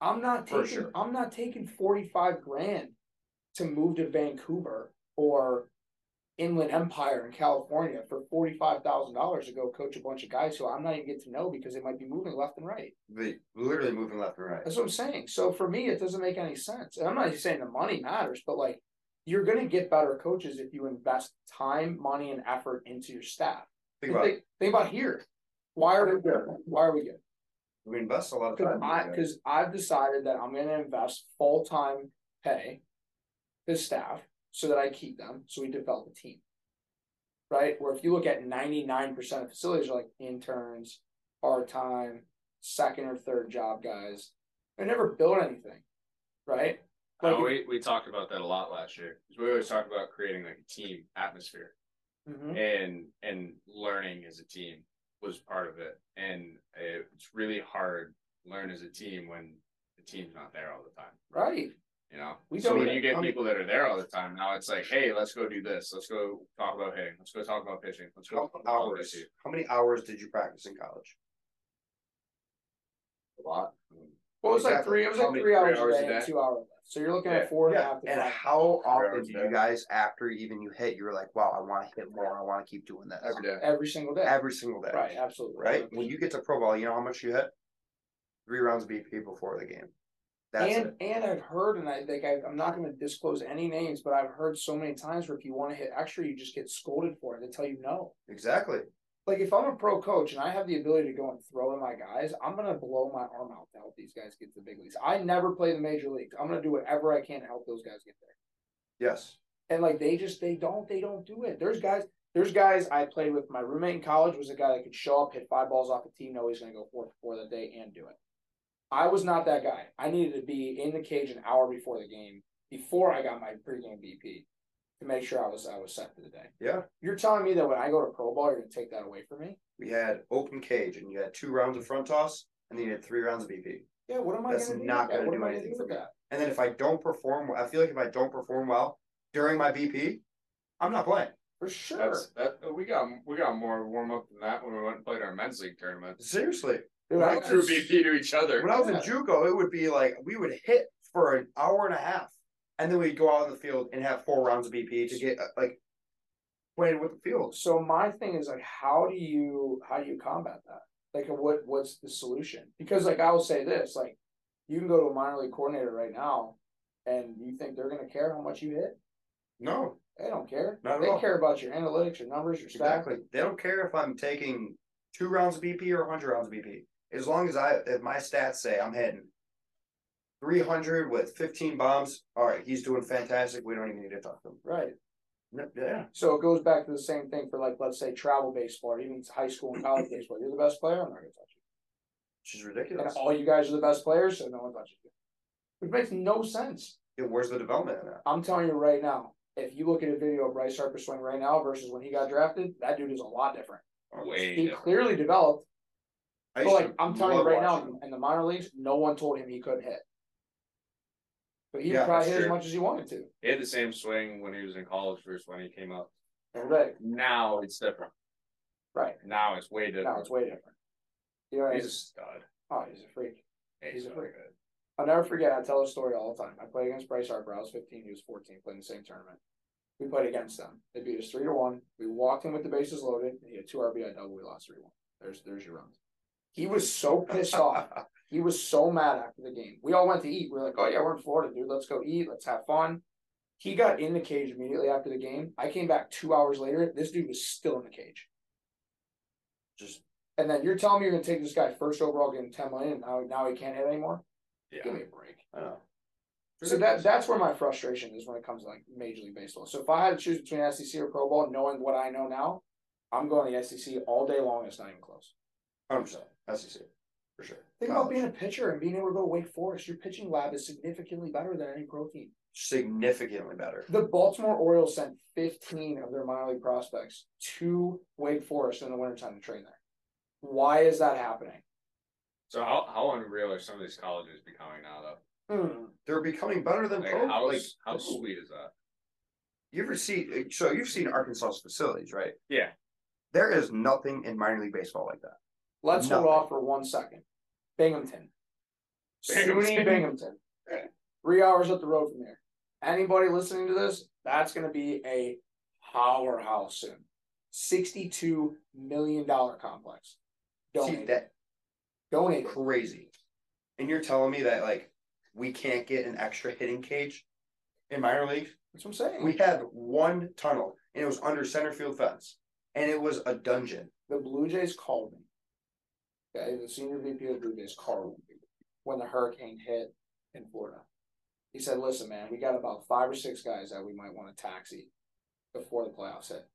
Speaker 2: I'm not
Speaker 3: For
Speaker 2: taking
Speaker 3: sure.
Speaker 2: I'm not taking 45 grand to move to Vancouver or Inland Empire in California for $45,000 to go coach a bunch of guys who I'm not even get to know because they might be moving left and right.
Speaker 3: They literally moving left and right.
Speaker 2: That's what I'm saying. So for me, it doesn't make any sense. And I'm not saying the money matters, but like you're going to get better coaches if you invest time, money, and effort into your staff.
Speaker 3: Think about it.
Speaker 2: think, think about here. Why are we good? Why are we good?
Speaker 3: We invest a lot of time. in that.
Speaker 2: Because I've decided that I'm going to invest full time pay to staff so that I keep them, so we develop a team. Right? Where if you look at 99% of facilities are like interns, part time, second or third job guys, they never build anything. Right? Like,
Speaker 4: Uh, we, we talked about that a lot last year. 'Cause We always talk about creating like a team atmosphere
Speaker 2: Mhm.
Speaker 4: and and learning as a team was part of it. And it's really hard to learn as a team when the team's not there all the time.
Speaker 2: Right.
Speaker 4: You know,
Speaker 2: We
Speaker 4: so
Speaker 2: don't
Speaker 4: when
Speaker 2: even-
Speaker 4: you get
Speaker 2: I mean-
Speaker 4: people that are there all the time, now it's like, hey, let's go do this. Let's go talk about hitting. Let's go talk about pitching. Let's go
Speaker 3: How
Speaker 4: talk
Speaker 3: many
Speaker 4: about this
Speaker 3: hours?
Speaker 4: here.
Speaker 3: How many hours did you practice in college?
Speaker 4: a lot.
Speaker 2: Well, it was like
Speaker 3: Exactly.
Speaker 2: three. It was
Speaker 4: How
Speaker 2: like
Speaker 4: many-
Speaker 2: three hours,
Speaker 4: three hours
Speaker 2: a
Speaker 4: a
Speaker 2: day, and
Speaker 4: day?
Speaker 2: two hours. So you're looking
Speaker 4: Yeah.
Speaker 2: at four and a
Speaker 3: Yeah.
Speaker 2: half. to
Speaker 3: And
Speaker 2: five.
Speaker 3: how often
Speaker 4: hours
Speaker 3: did
Speaker 4: a
Speaker 3: you
Speaker 4: day.
Speaker 3: guys, after even you hit, you were like, wow, I want to hit more. I want to keep doing this
Speaker 4: Every day.
Speaker 2: every single day.
Speaker 3: Every single day.
Speaker 2: Right. Absolutely.
Speaker 3: Right? When you get to pro ball, you know how much you hit? Three rounds of BP before the game. That's
Speaker 2: and
Speaker 3: it.
Speaker 2: and I've heard, and I think I, I'm not going to disclose any names, but I've heard so many times where if you want to hit extra, you just get scolded for it. They tell you no.
Speaker 3: Exactly.
Speaker 2: Like if I'm a pro coach and I have the ability to go and throw to my guys, I'm going to blow my arm out to help these guys get to the big leagues. I never play the major leagues. I'm going to do whatever I can to help those guys get there.
Speaker 3: Yes.
Speaker 2: And like they just they don't they don't do it. There's guys there's guys I played with my roommate in college was a guy that could show up, hit five balls off a tee, know he's gonna go four for four that day and do it. I was not that guy. I needed to be in the cage an hour before the game, before I got my pregame BP to make sure I was I was set for the day.
Speaker 3: Yeah.
Speaker 2: You're telling me that when I go to Pro Ball, you're gonna take that away from me?
Speaker 3: we had open cage and you had two rounds of front toss and then you had three rounds of BP.
Speaker 2: Yeah, what am I
Speaker 3: That's
Speaker 2: gonna do?
Speaker 3: not
Speaker 2: with that?
Speaker 3: gonna
Speaker 2: What
Speaker 3: do
Speaker 2: am I
Speaker 3: anything
Speaker 2: with
Speaker 3: for me.
Speaker 2: that?
Speaker 3: And then if I don't perform, I feel like if I don't perform well during my BP, I'm not playing.
Speaker 2: for sure.
Speaker 4: That's that we got we got more warm up than that when we went and played our men's league tournament.
Speaker 3: Seriously,
Speaker 2: Dude,
Speaker 3: Right.
Speaker 2: I,
Speaker 4: We threw BP to each other.
Speaker 3: when I was in JUCO, it would be like we would hit for an hour and a half, and then we'd go out on the field and have four rounds of BP to get uh, like playing with the field.
Speaker 2: so my thing is like how do you how do you combat that like what what's the solution because like i will say this like you can go to a minor league coordinator right now and you think they're going to care how much you hit
Speaker 3: No,
Speaker 2: they don't care
Speaker 3: Not at
Speaker 2: they
Speaker 3: all.
Speaker 2: care about your analytics your numbers your stats
Speaker 3: exactly. They don't care if I'm taking two rounds of BP or hundred rounds of BP, as long as I if my stats say I'm hitting. 300 with 15 bombs. All right, he's doing fantastic. We don't even need to talk to him.
Speaker 2: right
Speaker 3: No- Yeah.
Speaker 2: so it goes back to the same thing for like let's say travel baseball or even high school and college baseball you're the best player i'm not going to touch
Speaker 3: Which is
Speaker 2: you and
Speaker 3: ridiculous.
Speaker 2: all you guys are the best players so no one touches you which makes no sense
Speaker 3: Yeah, where's the development in that?
Speaker 2: I'm telling you right now, if you look at a video of Bryce Harper swing right now versus when he got drafted, that dude is a lot different.
Speaker 4: way
Speaker 2: he
Speaker 4: different.
Speaker 2: clearly developed,
Speaker 3: I
Speaker 2: but
Speaker 3: used
Speaker 2: like
Speaker 3: to
Speaker 2: I'm telling you
Speaker 3: love
Speaker 2: right
Speaker 3: watching
Speaker 2: now,
Speaker 3: him.
Speaker 2: in the minor leagues, no one told him he couldn't hit. But he
Speaker 3: Yeah,
Speaker 2: probably
Speaker 4: that's
Speaker 2: hit as
Speaker 4: true.
Speaker 2: much as he wanted to.
Speaker 4: He had the same swing when he was in college versus when he came up.
Speaker 2: Right,
Speaker 4: Now it's different.
Speaker 2: right.
Speaker 4: Now it's way different.
Speaker 2: Now it's way different. You know, what I mean?
Speaker 4: He's a stud.
Speaker 2: oh, he's a freak. He's
Speaker 4: He's
Speaker 2: a
Speaker 4: so
Speaker 2: freak.
Speaker 4: good.
Speaker 2: I'll never forget. I tell a story all the time. I played against Bryce Harper. I was 15. He was 14. Played in the same tournament. We played against them. They beat us three to one. We walked in with the bases loaded. He had two RBI double. We lost three one. There's there's your runs. He was so pissed off. He was so mad after the game. We all went to eat. We were like, oh yeah, we're in Florida, dude. Let's go eat. Let's have fun. He got in the cage immediately after the game. I came back two hours later. This dude was still in the cage.
Speaker 3: Just
Speaker 2: And then you're telling me you're gonna take this guy first overall, give him ten million, and now now he can't hit anymore. Give
Speaker 4: Yeah.
Speaker 2: me a break.
Speaker 3: I know.
Speaker 2: So that that's where my frustration is when it comes to like Major League Baseball. So if I had to choose between SEC or Pro Bowl, knowing what I know now, I'm going to SEC all day long. It's not even close.
Speaker 3: hundred percent SEC for sure.
Speaker 2: Think about being a pitcher and being able to go Wake Forest. Your pitching lab is significantly better than any pro team.
Speaker 3: significantly better.
Speaker 2: The Baltimore Orioles sent 15 of their minor league prospects to Wake Forest in the wintertime to train there. Why is that happening?
Speaker 4: So how how unreal are some of these colleges becoming now though?
Speaker 2: Hmm.
Speaker 3: They're becoming better than
Speaker 4: Like
Speaker 3: pro.
Speaker 4: how
Speaker 3: like
Speaker 4: how sweet is that?
Speaker 3: you ever see? So you've seen Arkansas's facilities, right?
Speaker 4: Yeah.
Speaker 3: There is nothing in minor league baseball like that.
Speaker 2: Let's hold
Speaker 3: Nothing.
Speaker 2: off for one second. Binghamton. SUNY
Speaker 4: Binghamton.
Speaker 2: Binghamton. Three hours up the road from there. Anybody listening to this, that's going to be a powerhouse soon. $62 million complex.
Speaker 3: See
Speaker 2: Donate.
Speaker 3: that
Speaker 2: Donate.
Speaker 3: crazy. And you're telling me that like we can't get an extra hitting cage in minor league?
Speaker 2: That's what I'm saying.
Speaker 3: We had one tunnel and it was under center field fence, and it was a dungeon.
Speaker 2: the Blue Jays called me. Okay, the senior VP of the Blue Jays called me when the hurricane hit in Florida. He said, "Listen, man, we got about five or six guys that we might want to taxi before the playoffs hit.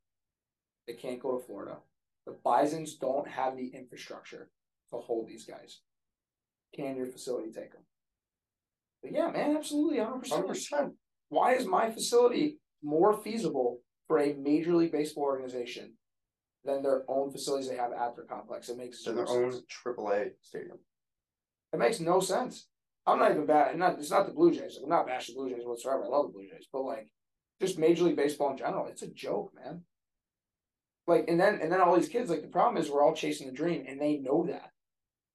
Speaker 2: They can't go to Florida. The Bison's don't have the infrastructure to hold these guys. Can your facility take them?" But yeah, man, absolutely, hundred percent.
Speaker 3: Hundred percent.
Speaker 2: Why is my facility more feasible for a major league baseball organization than their own facilities they have at their complex? It makes
Speaker 3: In
Speaker 2: zero
Speaker 3: their
Speaker 2: sense.
Speaker 3: own AAA stadium.
Speaker 2: It makes no sense. I'm not even bad. Not it's not the Blue Jays. I'm not bashing the Blue Jays whatsoever. I love the Blue Jays, but like just Major League Baseball in general, it's a joke, man. Like and then and then all these kids, like the problem is we're all chasing the dream, and they know that.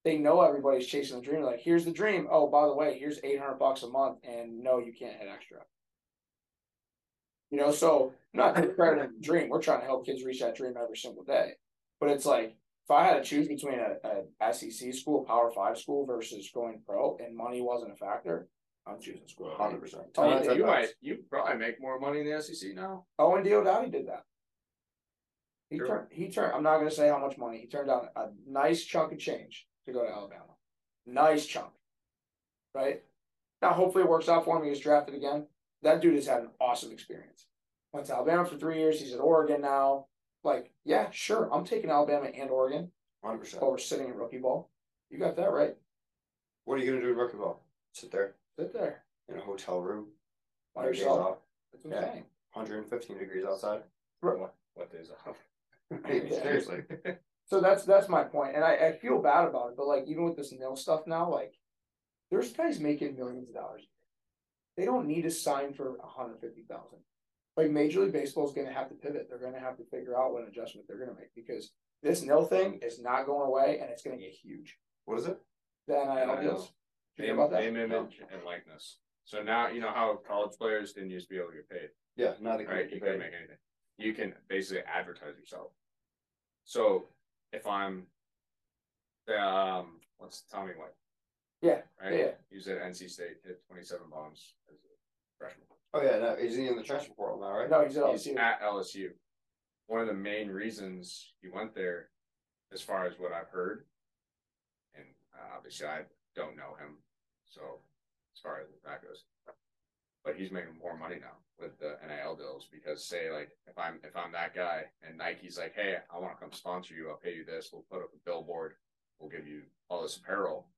Speaker 2: They know everybody's chasing the dream. Like here's the dream. Oh, by the way, here's 800 bucks a month, and no, you can't hit extra. You know, so I'm not discrediting the dream. We're trying to help kids reach that dream every single day, but it's like if I had to choose between a, a SEC school, Power Five school versus going pro, and money wasn't a factor, I'm choosing school.
Speaker 3: Hundred percent.
Speaker 2: Oh,
Speaker 4: you,
Speaker 2: that's
Speaker 4: you might you probably make more money in the SEC now.
Speaker 2: Owen Diodati did that. He
Speaker 4: Sure.
Speaker 2: turned. He turned. I'm not going to say how much money he turned down. A nice chunk of change to go to Alabama. Nice chunk, right? Now, hopefully, it works out for him. He gets drafted again. That dude has had an awesome experience. Went to Alabama for three years. He's at Oregon now. Like, yeah, sure. I'm taking Alabama and Oregon
Speaker 3: Hundred percent.
Speaker 2: over sitting in rookie ball. You got that right.
Speaker 3: What are you gonna do in rookie ball? Sit there
Speaker 2: Sit there
Speaker 3: in a hotel room
Speaker 2: by
Speaker 3: your days
Speaker 2: yourself.
Speaker 3: off,
Speaker 2: That's what I'm
Speaker 3: Yeah.
Speaker 2: saying.
Speaker 3: 115 degrees outside.
Speaker 4: What what is
Speaker 3: <laughs>
Speaker 4: up?
Speaker 2: Yeah.
Speaker 3: Seriously.
Speaker 2: So that's that's my point, and I, I feel bad about it. But like even with this nil stuff now, like there's guys making millions of dollars. They don't need to sign for a hundred fifty thousand. like Major League Baseball is going to have to pivot. They're going to have to figure out what adjustment they're going to make because this nil thing is not going away and it's going to get huge.
Speaker 3: What is it?
Speaker 2: The NIL
Speaker 4: NIL.
Speaker 2: deals. Did you hear
Speaker 4: Name,
Speaker 2: about that?
Speaker 4: name image, and likeness. So now you know how college players didn't used to be able to get paid.
Speaker 3: Yeah, not a
Speaker 4: right? You couldn't make anything. You can basically advertise yourself. So if I'm the um, what's Tommy White?
Speaker 2: Yeah,
Speaker 4: Right.
Speaker 2: yeah.
Speaker 4: He's at NC State, hit 27 bombs as a freshman.
Speaker 3: Oh yeah, no, is he in the transfer portal now, right?
Speaker 2: No, oh, he's at
Speaker 4: He's
Speaker 2: LSU.
Speaker 4: at LSU. One of the main reasons he went there, as far as what I've heard, and uh, obviously I don't know him, so as far as that goes, but he's making more money now with the NIL deals because say like if I'm if I'm that guy and Nike's like, hey, I want to come sponsor you, I'll pay you this, we'll put up a billboard, we'll give you all this apparel.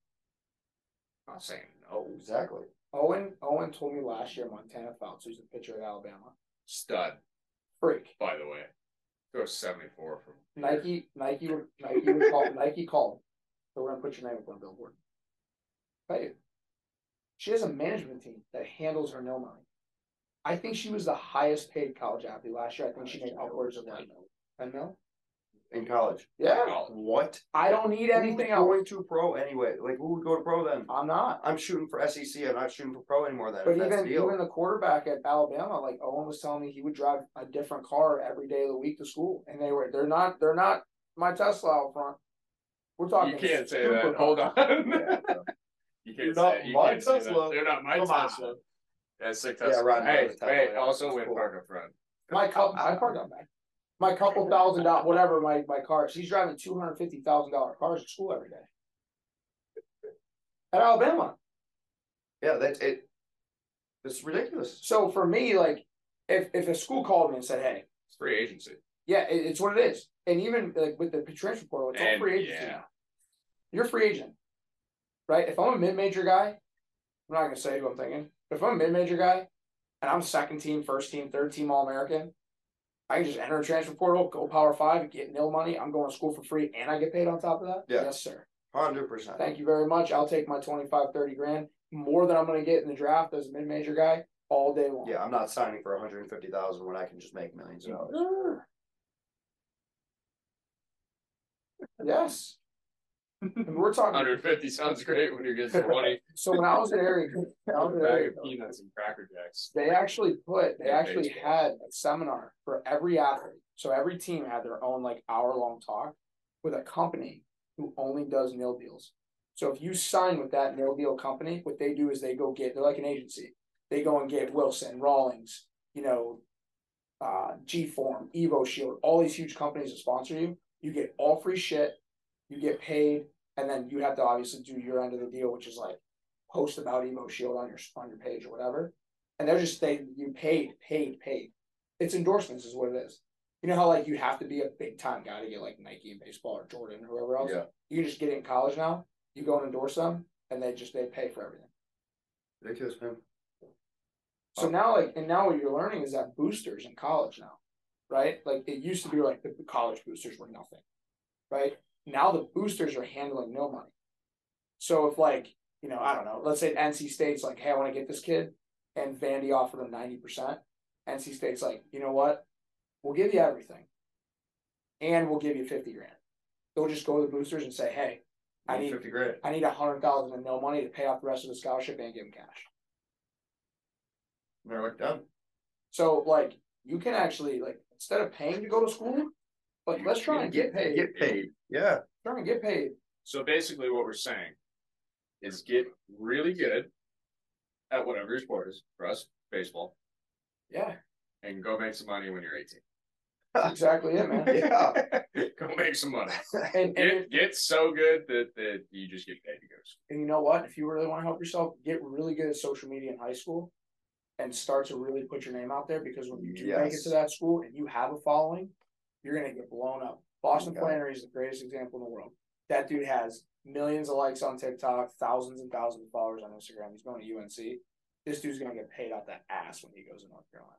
Speaker 4: I'm not saying no,
Speaker 3: Exactly.
Speaker 2: Owen Owen told me last year Montana Phelps, who's a pitcher at Alabama,
Speaker 4: stud
Speaker 2: freak.
Speaker 4: by the way. Go 74 from
Speaker 2: Nike Nike would Nike would call <laughs> Nike called. So we're gonna put your name up on a billboard. Pay you. She has a management team that handles her no money. I think she was the highest paid college athlete last year. I think she made upwards of like ten mil.
Speaker 3: In college.
Speaker 2: Yeah.
Speaker 4: college.
Speaker 3: What?
Speaker 2: I don't need anything
Speaker 3: Who's
Speaker 2: else.
Speaker 3: going to pro anyway? Like who would go to pro then?
Speaker 2: I'm not.
Speaker 3: I'm shooting for SEC. I'm not shooting for pro anymore. Then
Speaker 2: But
Speaker 3: if that's
Speaker 2: even
Speaker 3: the deal.
Speaker 2: even the quarterback at Alabama, like Owen was telling me, he would drive a different car every day of the week to school, and they were they're not they're not my Tesla out front. We're talking.
Speaker 4: You can't say
Speaker 2: super
Speaker 4: that.
Speaker 2: car.
Speaker 4: Hold <laughs> on.
Speaker 3: <laughs> Yeah,
Speaker 4: You
Speaker 3: You're
Speaker 4: can't
Speaker 3: not
Speaker 4: say, you
Speaker 3: my
Speaker 4: can't say
Speaker 3: Tesla.
Speaker 4: that. They're not my
Speaker 3: Come on.
Speaker 4: Tesla. That's sick
Speaker 3: Yeah,
Speaker 4: Tesla.
Speaker 3: Ron
Speaker 4: hey,
Speaker 3: Brown's Tesla,
Speaker 4: hey,
Speaker 3: yeah.
Speaker 4: also win
Speaker 3: Cool.
Speaker 4: Parker front.
Speaker 2: My couple, I parked on that. My couple thousand dollar, whatever my my car. She's driving two hundred fifty thousand dollar cars to school every day. At Alabama,
Speaker 3: yeah, that's it. It's ridiculous.
Speaker 2: so for me, like if if a school called me and said, "Hey,
Speaker 4: It's free agency.
Speaker 2: yeah, it, it's what it is," and even like with the transfer portal, it's all
Speaker 4: And,
Speaker 2: free agency.
Speaker 4: yeah,
Speaker 2: you're a free agent, right? If I'm a mid major guy, I'm not gonna say who I'm thinking. But if I'm a mid major guy, and I'm second team, first team, third team All American, I can just enter a transfer portal, go Power Five, get nil money. I'm going to school for free, and I get paid on top of that.
Speaker 3: Yeah.
Speaker 2: Yes, sir.
Speaker 3: Hundred percent.
Speaker 2: Thank you very much. I'll take my 25, 30 grand more than I'm gonna get in the draft as a mid major guy all day long.
Speaker 3: Yeah, I'm not signing for 150,000 when I can just make millions of dollars.
Speaker 2: Sure. Yes. And we're talking
Speaker 4: 150 sounds great when you're getting
Speaker 3: <laughs>
Speaker 4: 20.
Speaker 2: so when I was at Area, when I was at
Speaker 4: bag
Speaker 2: Area
Speaker 4: of peanuts and Cracker Jacks.
Speaker 2: They actually put, they
Speaker 4: Yeah,
Speaker 2: actually
Speaker 4: baseball.
Speaker 2: had a seminar for every athlete. So every team had their own like hour long talk with a company who only does nil deals. So if you sign with that nil deal company, what they do is they go get, they're like an agency. They go and get Wilson, Rawlings, you know, uh, G Form, Evo Shield, all these huge companies that sponsor you. You get all free shit, you get paid, and then you have to obviously do your end of the deal, which is like post about Evo Shield on your on your page or whatever and they're just they you paid, paid, paid. It's endorsements is what it is. You know how like you have to be a big time guy to get like Nike and baseball or Jordan or whoever else.
Speaker 3: Yeah.
Speaker 2: You can just get it in college now. You go and endorse them, and they just they pay for everything.
Speaker 3: Ridiculous, man.
Speaker 2: So now like and now what you're learning is that boosters in college now, right? Like it used to be like the college boosters were nothing, right? Now the boosters are handling no money. So if like you know I don't know, let's say NC State's like, hey, I want to get this kid, and Vandy offered him ninety percent. NC State's like, you know what? We'll give you everything, and we'll give you fifty grand. They'll just go to the boosters and say, hey, I need
Speaker 3: 50 grand.
Speaker 2: I need a hundred thousand in no money to pay off the rest of the scholarship and give him cash.
Speaker 3: They're like, done.
Speaker 2: So like you can actually like instead of paying to go to school, like let's try and get paid.
Speaker 3: Get paid. Yeah.
Speaker 2: Try and get paid.
Speaker 4: So basically, what we're saying is get really good at whatever your sport is, for us, baseball,
Speaker 2: Yeah,
Speaker 4: and go make some money when you're 18.
Speaker 2: that's exactly it,
Speaker 3: <laughs>
Speaker 2: man.
Speaker 3: Yeah.
Speaker 4: <laughs> Go make some money.
Speaker 2: And and,
Speaker 4: Get, get so good that, that you just get paid to go to school.
Speaker 2: and you know what? If you really want to help yourself, get really good at social media in high school, and start to really put your name out there because when you do make it
Speaker 3: Yes.
Speaker 2: to that school and you have a following, you're gonna get blown up. Boston
Speaker 3: Okay.
Speaker 2: Flannery is the greatest example in the world. That dude has millions of likes on TikTok, thousands and thousands of followers on Instagram. He's going to UNC. This dude's gonna get paid out that ass when he goes to North Carolina.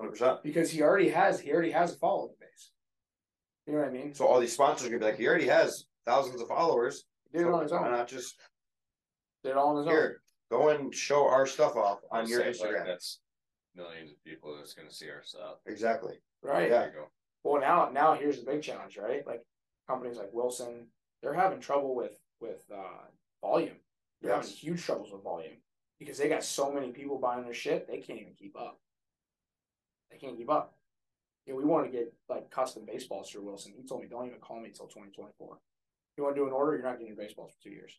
Speaker 3: 100%.
Speaker 2: because he already has he already has a following base. You know what I mean?
Speaker 3: So all these sponsors are going to be like, he already has thousands of followers.
Speaker 2: Did it on his
Speaker 3: Why
Speaker 2: own.
Speaker 3: not just
Speaker 2: Did it all on his own.
Speaker 3: here? Go and show our stuff off on your
Speaker 4: Say, like,
Speaker 3: Instagram.
Speaker 4: that's millions of people that's going to see our stuff.
Speaker 3: Exactly.
Speaker 2: right?
Speaker 3: Yeah.
Speaker 4: There you go.
Speaker 2: Well, now now here's the big challenge, right? Like companies like Wilson, they're having trouble with with uh, volume. They're having
Speaker 3: Yes.
Speaker 2: huge troubles with volume because they got so many people buying their shit, they can't even keep up. They can't keep up. Yeah, we want to get like custom baseballs through Wilson. He told me don't even call me till 2024. You want to do an order, you're not getting your baseballs for two years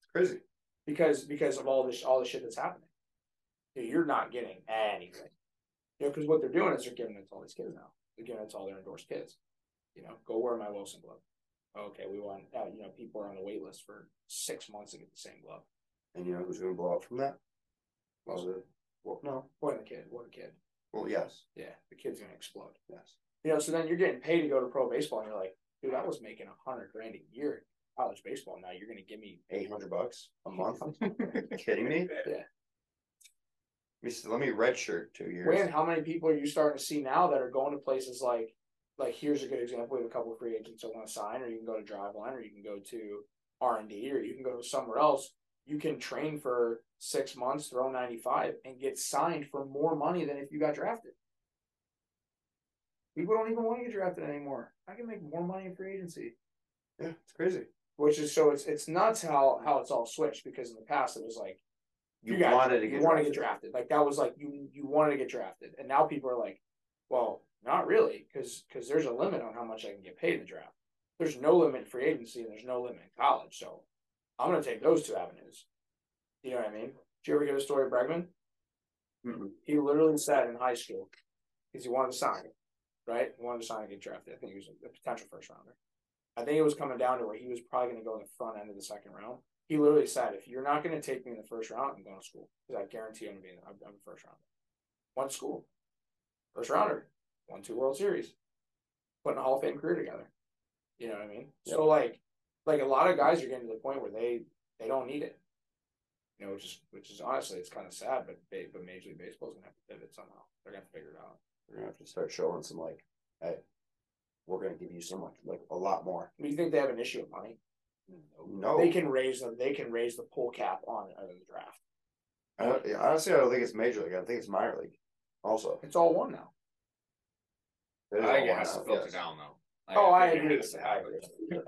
Speaker 3: It's crazy.
Speaker 2: because because of all this all the shit that's happening. Dude, You're not getting anything. You know, because what they're doing is they're giving it to all these kids now. They're giving it to all their endorsed kids. You know, go wear my Wilson glove. Okay, we want uh, you know people are on the wait list for six months to get the same glove.
Speaker 3: And you know who's going to blow up from that? Well, the, well, no.
Speaker 2: What a kid! What a kid!
Speaker 3: Well, yes,
Speaker 2: Yeah, the kid's gonna explode.
Speaker 3: yes.
Speaker 2: You know, so then you're getting paid to go to pro baseball, and you're like, dude, I was making a hundred grand a year in college baseball. Now you're gonna give me
Speaker 3: Eight hundred bucks
Speaker 2: <laughs>
Speaker 3: a <laughs> month? you kidding me?
Speaker 2: Yeah.
Speaker 3: Let me s- let me redshirt two years.
Speaker 2: When how many people are you starting to see now that are going to places like like here's a good example. We have a couple of free agents that want to sign, or you can go to Driveline, or you can go to R and D, or you can go somewhere else. You can train for six months, throw ninety five, and get signed for more money than if you got drafted. People don't even want to get drafted anymore. I can make more money in free agency
Speaker 3: Yeah, it's crazy.
Speaker 2: which is so it's it's nuts how how it's all switched because in the past it was like
Speaker 3: You
Speaker 2: got-
Speaker 3: wanted to get
Speaker 2: you want to get drafted like that was like you you wanted to get drafted and now people are like well not really because because there's a limit on how much I can get paid in the draft there's no limit in free agency and there's no limit in college so I'm gonna take those two avenues you know what I mean did you ever hear the story of Bregman
Speaker 3: Mm-mm.
Speaker 2: he literally sat in high school because he wanted to sign, right? He wanted to sign and get drafted. I think he was a potential first rounder. I think it was coming down to where he was probably going to go in the front end of the second round. He literally said, "If you're not going to take me in the first round, I'm going to school because I guarantee I'm going to be in, I'm, I'm a first rounder." One school, first rounder, won two World Series, putting a Hall of Fame career together. You know what I mean? So like, like a lot of guys are getting to the point where they they don't need it you know, which is which is honestly it's kind of sad, but ba- but Major League Baseball's gonna have to pivot somehow. They're gonna have to figure it out.
Speaker 3: We're gonna have to start showing some like, hey, we're gonna give you so much, like a lot more.
Speaker 2: Do you think they have an issue with money?
Speaker 3: No,
Speaker 2: They can raise them. They can raise the pull cap on uh, the draft.
Speaker 3: I don't- yeah, honestly, I don't think it's major league. I think it's minor league. Also,
Speaker 2: It's all one now.
Speaker 3: It is
Speaker 4: I think
Speaker 3: all
Speaker 4: it has to
Speaker 3: minor,
Speaker 4: filter
Speaker 3: yes.
Speaker 4: down though.
Speaker 2: oh, I
Speaker 4: think it
Speaker 2: agree.
Speaker 4: has to
Speaker 2: I
Speaker 4: happen.
Speaker 2: agree.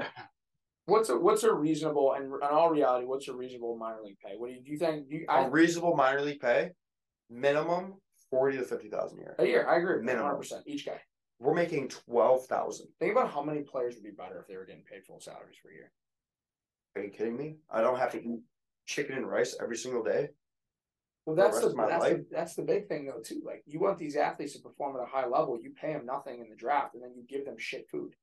Speaker 2: What's a what's a reasonable and in all reality, what's a reasonable minor league pay? What do you, do you think? Do you, I,
Speaker 3: A reasonable minor league pay, minimum forty to fifty thousand a year.
Speaker 2: a year, I agree. One
Speaker 3: Oh, Minimum.
Speaker 2: hundred percent each guy.
Speaker 3: We're making twelve thousand.
Speaker 2: Think about how many players would be better if they were getting paid full salaries for a year.
Speaker 3: Are you kidding me? I don't have to eat chicken and rice every single day.
Speaker 2: Well,
Speaker 3: the
Speaker 2: that's
Speaker 3: rest
Speaker 2: the,
Speaker 3: of my
Speaker 2: that's, the
Speaker 3: life.
Speaker 2: that's the big thing though too. Like you want these athletes to perform at a high level, you pay them nothing in the draft, and then you give them shit food.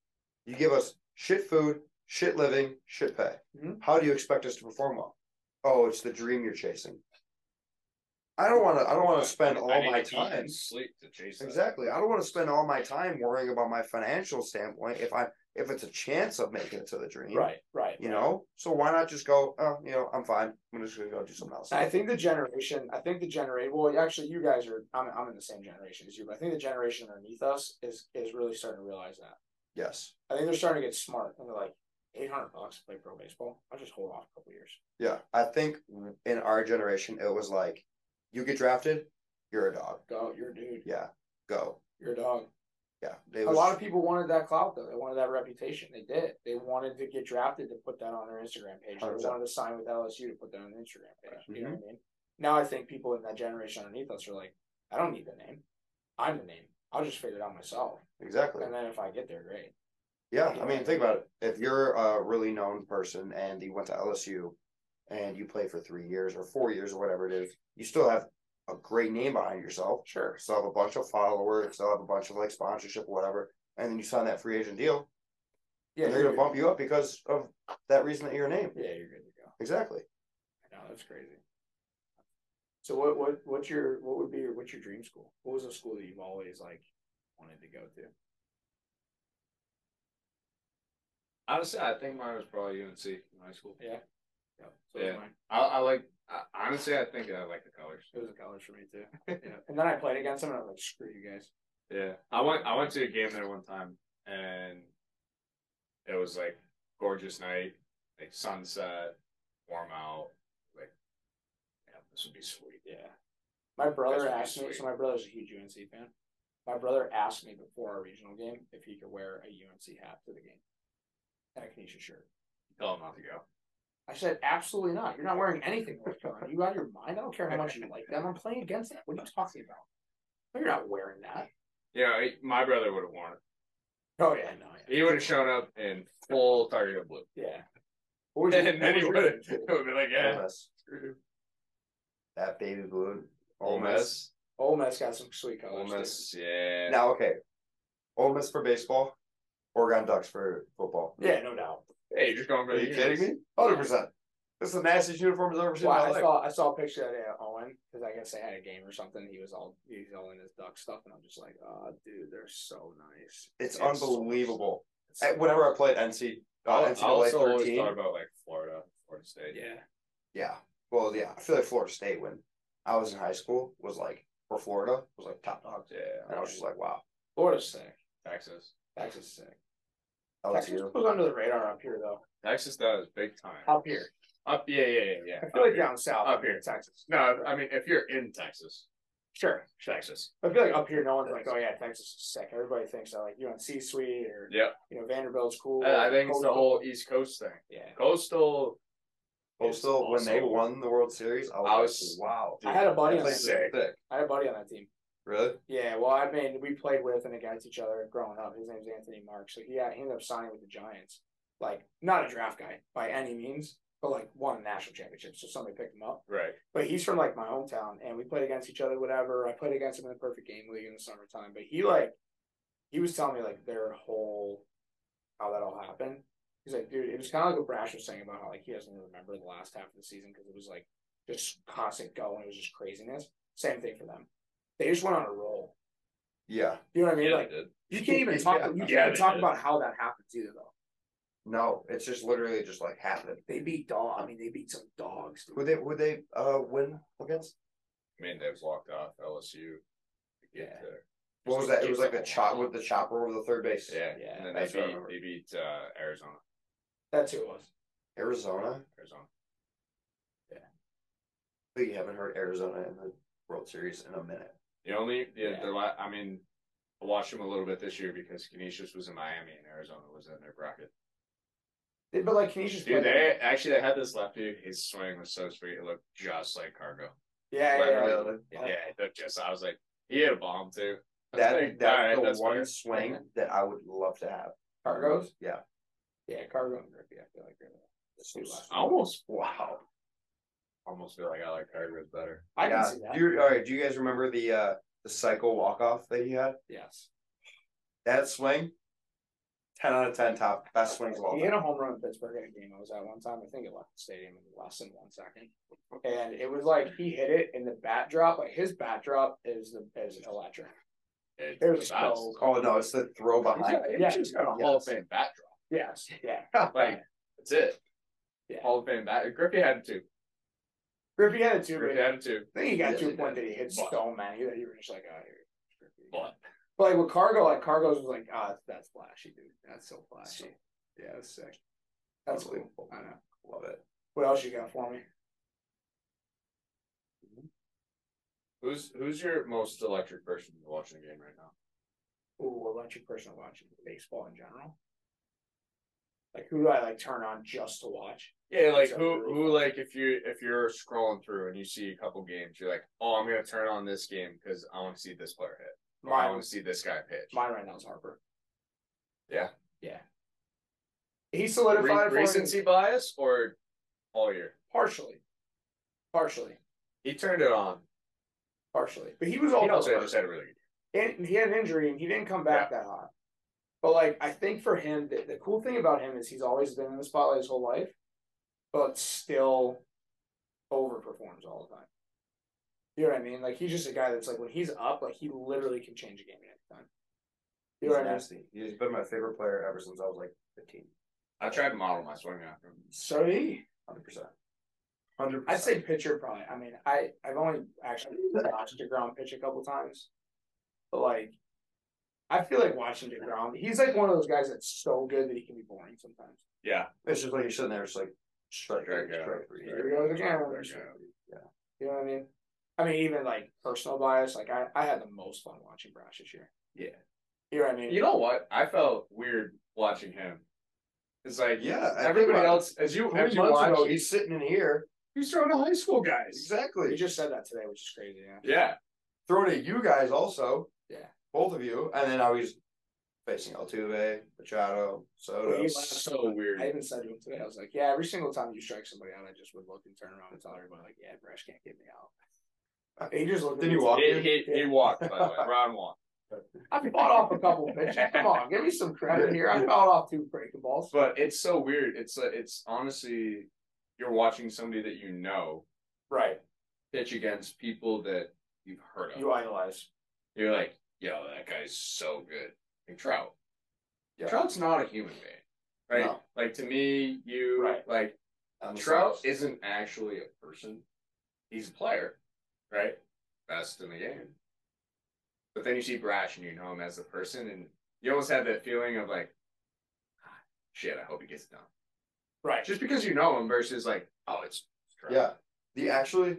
Speaker 3: You give us shit food, shit living, shit pay.
Speaker 4: Mm-hmm.
Speaker 2: Mhm.
Speaker 3: How do you expect us to perform well? Oh, it's the dream you're chasing. I don't want to. I don't want to spend all
Speaker 4: I need
Speaker 3: my
Speaker 4: to eat
Speaker 3: time.
Speaker 4: and sleep to chase that.
Speaker 3: Exactly. I don't want to spend all my time worrying about my financial standpoint. If I if it's a chance of making it to the dream,
Speaker 2: right.
Speaker 3: You know. So why not just go? Oh, you know, I'm fine. I'm just gonna go do something else.
Speaker 2: I think the generation, I think the generation, well, actually, you guys are, I'm, I'm in the same generation as you, but I think the generation underneath us is is really starting to realize that.
Speaker 3: yes.
Speaker 2: I think they're starting to get smart and they're like, 800 bucks to play pro baseball. I'll just hold off a couple years.
Speaker 3: Yeah. I think in our generation, it was like, you get drafted, you're a dog.
Speaker 2: Go, you're a dude.
Speaker 3: Yeah. Go.
Speaker 2: You're a dog.
Speaker 3: Yeah. It
Speaker 2: A lot of people wanted that clout, though. They wanted that reputation. They did. They wanted to get drafted to put that on their Instagram page. They
Speaker 3: 100%.
Speaker 2: wanted to sign with LSU to put that on their Instagram page. You know what I mean? Now I think people in that generation underneath us are like, I don't need the name. I'm the name. I'll just figure it out myself.
Speaker 3: exactly.
Speaker 2: And then if I get there, great.
Speaker 3: Yeah, I mean, think about it. If you're a really known person and you went to LSU and you play for three years or four years or whatever it is, you still have a great name behind yourself.
Speaker 2: Sure.
Speaker 3: Still have a bunch of followers. Still have a bunch of like sponsorship, whatever. And then you sign that free agent deal.
Speaker 2: Yeah,
Speaker 3: and they're gonna bump you up because of that reason that your name.
Speaker 2: Yeah, you're good to go.
Speaker 3: Exactly.
Speaker 2: I know that's crazy. So what what what's your what would be your what's your dream school? What was a school that you've always like wanted to go to?
Speaker 4: Honestly, I think mine was probably UNC in high school.
Speaker 2: Yeah. Yeah. So It, was
Speaker 4: Yeah.
Speaker 2: mine.
Speaker 4: I, I like. I, honestly, I think I like the colors.
Speaker 2: it was a college for me
Speaker 4: <laughs>
Speaker 2: too. yeah. And then I played against them and I was like, screw you guys.
Speaker 4: Yeah, I went. I went to a game there one time, and it was like gorgeous night, like sunset, warm out. Like, yeah, this would be sweet.
Speaker 2: Yeah. My brother
Speaker 4: That's pretty
Speaker 2: asked me.
Speaker 4: sweet.
Speaker 2: So my brother's a huge UNC fan. My brother asked me before our regional game if he could wear a UNC hat to the game and a Kenesha shirt.
Speaker 4: Tell him not to go.
Speaker 2: I said, absolutely not. You're not wearing anything North Carolina. You out of your mind? I don't care how much you like them. I'm playing against them. What are you talking about? No, you're not wearing that.
Speaker 4: Yeah, he- my brother would have worn it.
Speaker 2: Oh yeah, no.
Speaker 4: He would have shown up in full Tiger blue,
Speaker 2: Yeah.
Speaker 4: <laughs>
Speaker 3: What was your-
Speaker 4: and then he
Speaker 3: what
Speaker 4: would
Speaker 3: was your-
Speaker 4: have been like,
Speaker 3: Ole <laughs>
Speaker 4: "Yeah,
Speaker 3: Miss. That baby blue.
Speaker 4: Ole Miss,
Speaker 2: Ole Miss got some sweet
Speaker 4: Ole
Speaker 2: colors.
Speaker 4: Miss, yeah."
Speaker 3: Now, okay. Ole Miss for baseball, Oregon Ducks for football.
Speaker 2: Too. Yeah, no doubt.
Speaker 4: Hey, you're just going for
Speaker 3: Are
Speaker 4: the
Speaker 3: you kidding me? Hundred percent. This is the nastiest uniform I've ever seen
Speaker 2: Well,
Speaker 3: in
Speaker 2: I
Speaker 3: my life.
Speaker 2: saw I saw a picture of uh, Owen because I guess they had a game or something. He was all he's all in his duck stuff, and I'm just like, oh, dude, they're so nice.
Speaker 3: It's
Speaker 2: They're so-
Speaker 3: unbelievable.
Speaker 2: it's
Speaker 3: I-
Speaker 2: so-
Speaker 3: Whenever I played NC,
Speaker 4: I
Speaker 3: uh,
Speaker 4: also
Speaker 3: NCAA
Speaker 4: always thought
Speaker 3: thirteen,
Speaker 4: about like Florida, Florida State.
Speaker 2: yeah,
Speaker 3: yeah. Well, yeah. I feel like Florida State when I was in high school was like, or Florida was like top dogs, and I
Speaker 4: yeah,
Speaker 3: was just like, wow.
Speaker 2: Florida's sick.
Speaker 4: Texas.
Speaker 2: Texas is sick. Texas
Speaker 3: LSU.
Speaker 2: goes under the radar up here though.
Speaker 4: Texas does big time.
Speaker 2: Up here,
Speaker 4: Up, yeah, yeah, yeah, yeah.
Speaker 2: I feel
Speaker 4: up
Speaker 2: like
Speaker 4: here.
Speaker 2: down south
Speaker 4: Up here.
Speaker 2: Texas.
Speaker 4: No, I mean, if you're in Texas,
Speaker 2: Sure,
Speaker 4: Texas.
Speaker 2: I feel like up here, no one's like, oh yeah, Texas is sick. Everybody thinks that like UNC sweet or
Speaker 4: Yeah,
Speaker 2: you know Vanderbilt's cool.
Speaker 4: I I
Speaker 2: or
Speaker 4: think it's the
Speaker 2: Coastal.
Speaker 4: whole East Coast thing.
Speaker 2: yeah.
Speaker 4: Coastal. is
Speaker 3: Coastal when they
Speaker 4: awesome.
Speaker 3: won the World Series, I was,
Speaker 4: I
Speaker 3: like,
Speaker 4: was-
Speaker 3: wow.
Speaker 2: I had a buddy
Speaker 3: That's
Speaker 2: on
Speaker 3: like
Speaker 2: that team.
Speaker 4: sick.
Speaker 3: thick.
Speaker 2: I had a buddy on that team.
Speaker 3: Really?
Speaker 2: Yeah, well, I mean, we played with and against each other growing up. His name's Anthony Marks. So he, he ended up signing with the Giants. Like, not a draft guy by any means, but like won a national championship. So somebody picked him up.
Speaker 4: Right.
Speaker 2: But he's from like my hometown, and we played against each other, whatever. I played against him in the perfect game league in the summertime. But he like he was telling me like their whole how that all happened. He's like, dude, it was kind of like what Brash was saying about how like he doesn't remember the last half of the season because it was like just constant go and it was just craziness. Same thing for them. They just went on a roll.
Speaker 3: Yeah.
Speaker 2: You know what I mean?
Speaker 4: Yeah,
Speaker 2: like
Speaker 4: they did.
Speaker 2: you can't
Speaker 4: <laughs>
Speaker 2: even talk.
Speaker 3: Yeah.
Speaker 2: You can't
Speaker 4: Yeah,
Speaker 2: even
Speaker 4: they
Speaker 2: talk
Speaker 4: did.
Speaker 2: about how that happens either though.
Speaker 3: No, it's just literally just like happened.
Speaker 2: They beat dog. I mean, they beat some dogs.
Speaker 3: Would they? Would they? Uh, win against?
Speaker 4: I mean, they've walked off LSU. to get
Speaker 2: Yeah.
Speaker 4: there.
Speaker 3: What was that? It was like the chop with the chopper over the third base.
Speaker 4: Yeah.
Speaker 2: Yeah,
Speaker 4: And then they
Speaker 3: that's what I
Speaker 4: beat,
Speaker 3: remember.
Speaker 4: they beat uh, Arizona.
Speaker 2: That's who it was.
Speaker 3: Arizona.
Speaker 4: Arizona.
Speaker 3: I think you haven't heard Arizona in the World Series in a minute.
Speaker 4: The only, yeah,
Speaker 2: Yeah.
Speaker 4: the la- I mean, I watched them a little bit this year because Canisius was in Miami and Arizona was in their bracket.
Speaker 2: They- But like, can you just
Speaker 4: Dude,
Speaker 2: play-
Speaker 4: they actually they had this lefty. His swing was so sweet. It looked just like cargo.
Speaker 2: Yeah, yeah, yeah.
Speaker 3: Really?
Speaker 4: Yeah, it looked just. I was like, he had a bomb too. I was like,
Speaker 3: That that's
Speaker 4: "All right,
Speaker 3: the one
Speaker 4: fair."
Speaker 3: swing that I would love to have.
Speaker 2: Cargos?
Speaker 3: Yeah.
Speaker 2: Yeah, Cargo and Griffey. I feel like they're the two last.
Speaker 4: I almost,
Speaker 3: Wow.
Speaker 4: almost feel like I like cargo's better.
Speaker 2: I
Speaker 3: yeah.
Speaker 2: can see that.
Speaker 3: Do you, all right. Do you guys remember the uh the cycle walk off that he had?
Speaker 2: Yes.
Speaker 3: That swing. Ten out of ten, top best swings of all
Speaker 2: He
Speaker 3: time.
Speaker 2: hit a home run in Pittsburgh at a game I was at one time. I think it left the stadium in less than one second. And it was like he hit it in the bat drop. Like his bat drop is the is electric.
Speaker 4: It,
Speaker 2: It was
Speaker 4: that's-
Speaker 2: so
Speaker 3: Oh no, it's the throw
Speaker 4: He's
Speaker 3: behind.
Speaker 4: got-
Speaker 2: Yeah.
Speaker 4: He's just got a Hall of Fame bat
Speaker 2: Yes. Yeah.
Speaker 4: drop. Like that's it.
Speaker 2: Yeah.
Speaker 4: Hall of Fame bat. Griffey had him too.
Speaker 2: Griffey had it too, but
Speaker 4: Griffey had him too.
Speaker 2: I think he got
Speaker 3: Yes,
Speaker 2: to a
Speaker 3: he
Speaker 2: point
Speaker 3: did.
Speaker 2: that he hit
Speaker 4: But-
Speaker 2: so many that you were just like, oh, here.
Speaker 4: But
Speaker 2: But like with cargo, like cargo's was like, ah, that's flashy, dude. That's so flashy. Yeah, that's sick. That's cool.
Speaker 3: Unbelievable.
Speaker 2: I know.
Speaker 3: Love it.
Speaker 2: What else you got for me?
Speaker 4: who's who's your most electric person watching the game right now?
Speaker 2: Ooh, electric person watching baseball in general. Like who do I like turn on just to watch?
Speaker 4: Yeah, like
Speaker 2: That's
Speaker 4: who
Speaker 2: really
Speaker 4: who
Speaker 2: fun.
Speaker 4: like if you if you're scrolling through and you see a couple games, you're like, oh, I'm gonna turn on this game because I want to see this player hit. Or I
Speaker 2: Mine
Speaker 4: want to see this guy pitch.
Speaker 2: mine right now is Harper.
Speaker 4: Yeah.
Speaker 2: Yeah. He
Speaker 4: Re-
Speaker 2: solidified for
Speaker 4: recency
Speaker 2: me
Speaker 4: bias or all year.
Speaker 2: partially. Partially.
Speaker 4: He turned it on.
Speaker 2: Partially. But he was all
Speaker 4: He also just had a really good.
Speaker 2: and he had an injury and he didn't come back that hot. But like I think for him, the, the cool thing about him is he's always been in the spotlight his whole life, but still overperforms all the time. You know what I mean? Like he's just a guy that's like when he's up, like he literally can change a game at any time. You
Speaker 3: He's
Speaker 2: know what I mean?
Speaker 3: nasty. He's been my favorite player ever since I was like fifteen.
Speaker 4: I tried to model my swing after him.
Speaker 2: So he,
Speaker 3: Hundred percent. Hundred.
Speaker 2: I'd say pitcher probably. I mean, I I've only actually watched Degrom pitch a couple times, but like. I feel like watching DeGrom, he's like one of those guys that's so good that he can be boring sometimes.
Speaker 4: Yeah.
Speaker 3: it's just like you're sitting there, just like strike,
Speaker 4: Strike
Speaker 3: strike,
Speaker 4: out.
Speaker 3: strike,
Speaker 4: Strike
Speaker 3: three.
Speaker 2: Here goes again.
Speaker 4: Strike out.
Speaker 2: You know what I mean? I mean, even like personal bias, like I, I had the most fun watching Brash this year.
Speaker 4: Yeah.
Speaker 2: You know what I mean?
Speaker 4: You know what? I felt weird watching him. It's like
Speaker 3: Yeah, I
Speaker 4: everybody
Speaker 3: think-
Speaker 4: else as you
Speaker 3: Three
Speaker 4: as you
Speaker 3: months
Speaker 4: watch,
Speaker 3: ago, he's sitting in here.
Speaker 4: he's throwing to high school guys.
Speaker 2: You
Speaker 3: Exactly.
Speaker 2: just said that today, which is crazy. Yeah.
Speaker 4: Yeah,
Speaker 3: Throwing at you guys also.
Speaker 2: Yeah.
Speaker 3: Both of you. And then now he's facing Altuve, Machado,
Speaker 2: Well,
Speaker 3: Soto.
Speaker 2: he laughed so
Speaker 4: so weird.
Speaker 2: I even said to him today, I was like, yeah, every single time you strike somebody out, I just would look and turn around and tell everybody, like, yeah, Brash can't get me out. Uh, He just looked at me
Speaker 3: Didn't he
Speaker 2: and
Speaker 3: walk?
Speaker 4: He, he, he
Speaker 2: Yeah.
Speaker 4: walked by the way. <laughs> Ron walked,
Speaker 2: said, I fought off a couple pitches. Come on, give me some credit here. I fought off two breaking balls.
Speaker 4: but it's so weird. It's uh, it's honestly, you're watching somebody that you know
Speaker 2: Right.
Speaker 4: pitch against people that you've heard of.
Speaker 2: You idolize.
Speaker 4: You're like, yo, that guy's so good. Like Trout.
Speaker 3: Yeah.
Speaker 4: Trout's not a human being, right?
Speaker 3: No.
Speaker 4: Like to me, you
Speaker 2: Right.
Speaker 4: like
Speaker 3: on the
Speaker 4: Trout
Speaker 3: sides.
Speaker 4: isn't actually a person. He's a player, right? Best in the game. But then you see Brash and you know him as a person, and you almost have that feeling of like, "Ah, shit, I hope he gets it done.
Speaker 2: Right.
Speaker 4: Just because you know him versus like, oh, it's, it's Trout.
Speaker 3: Yeah. The actually,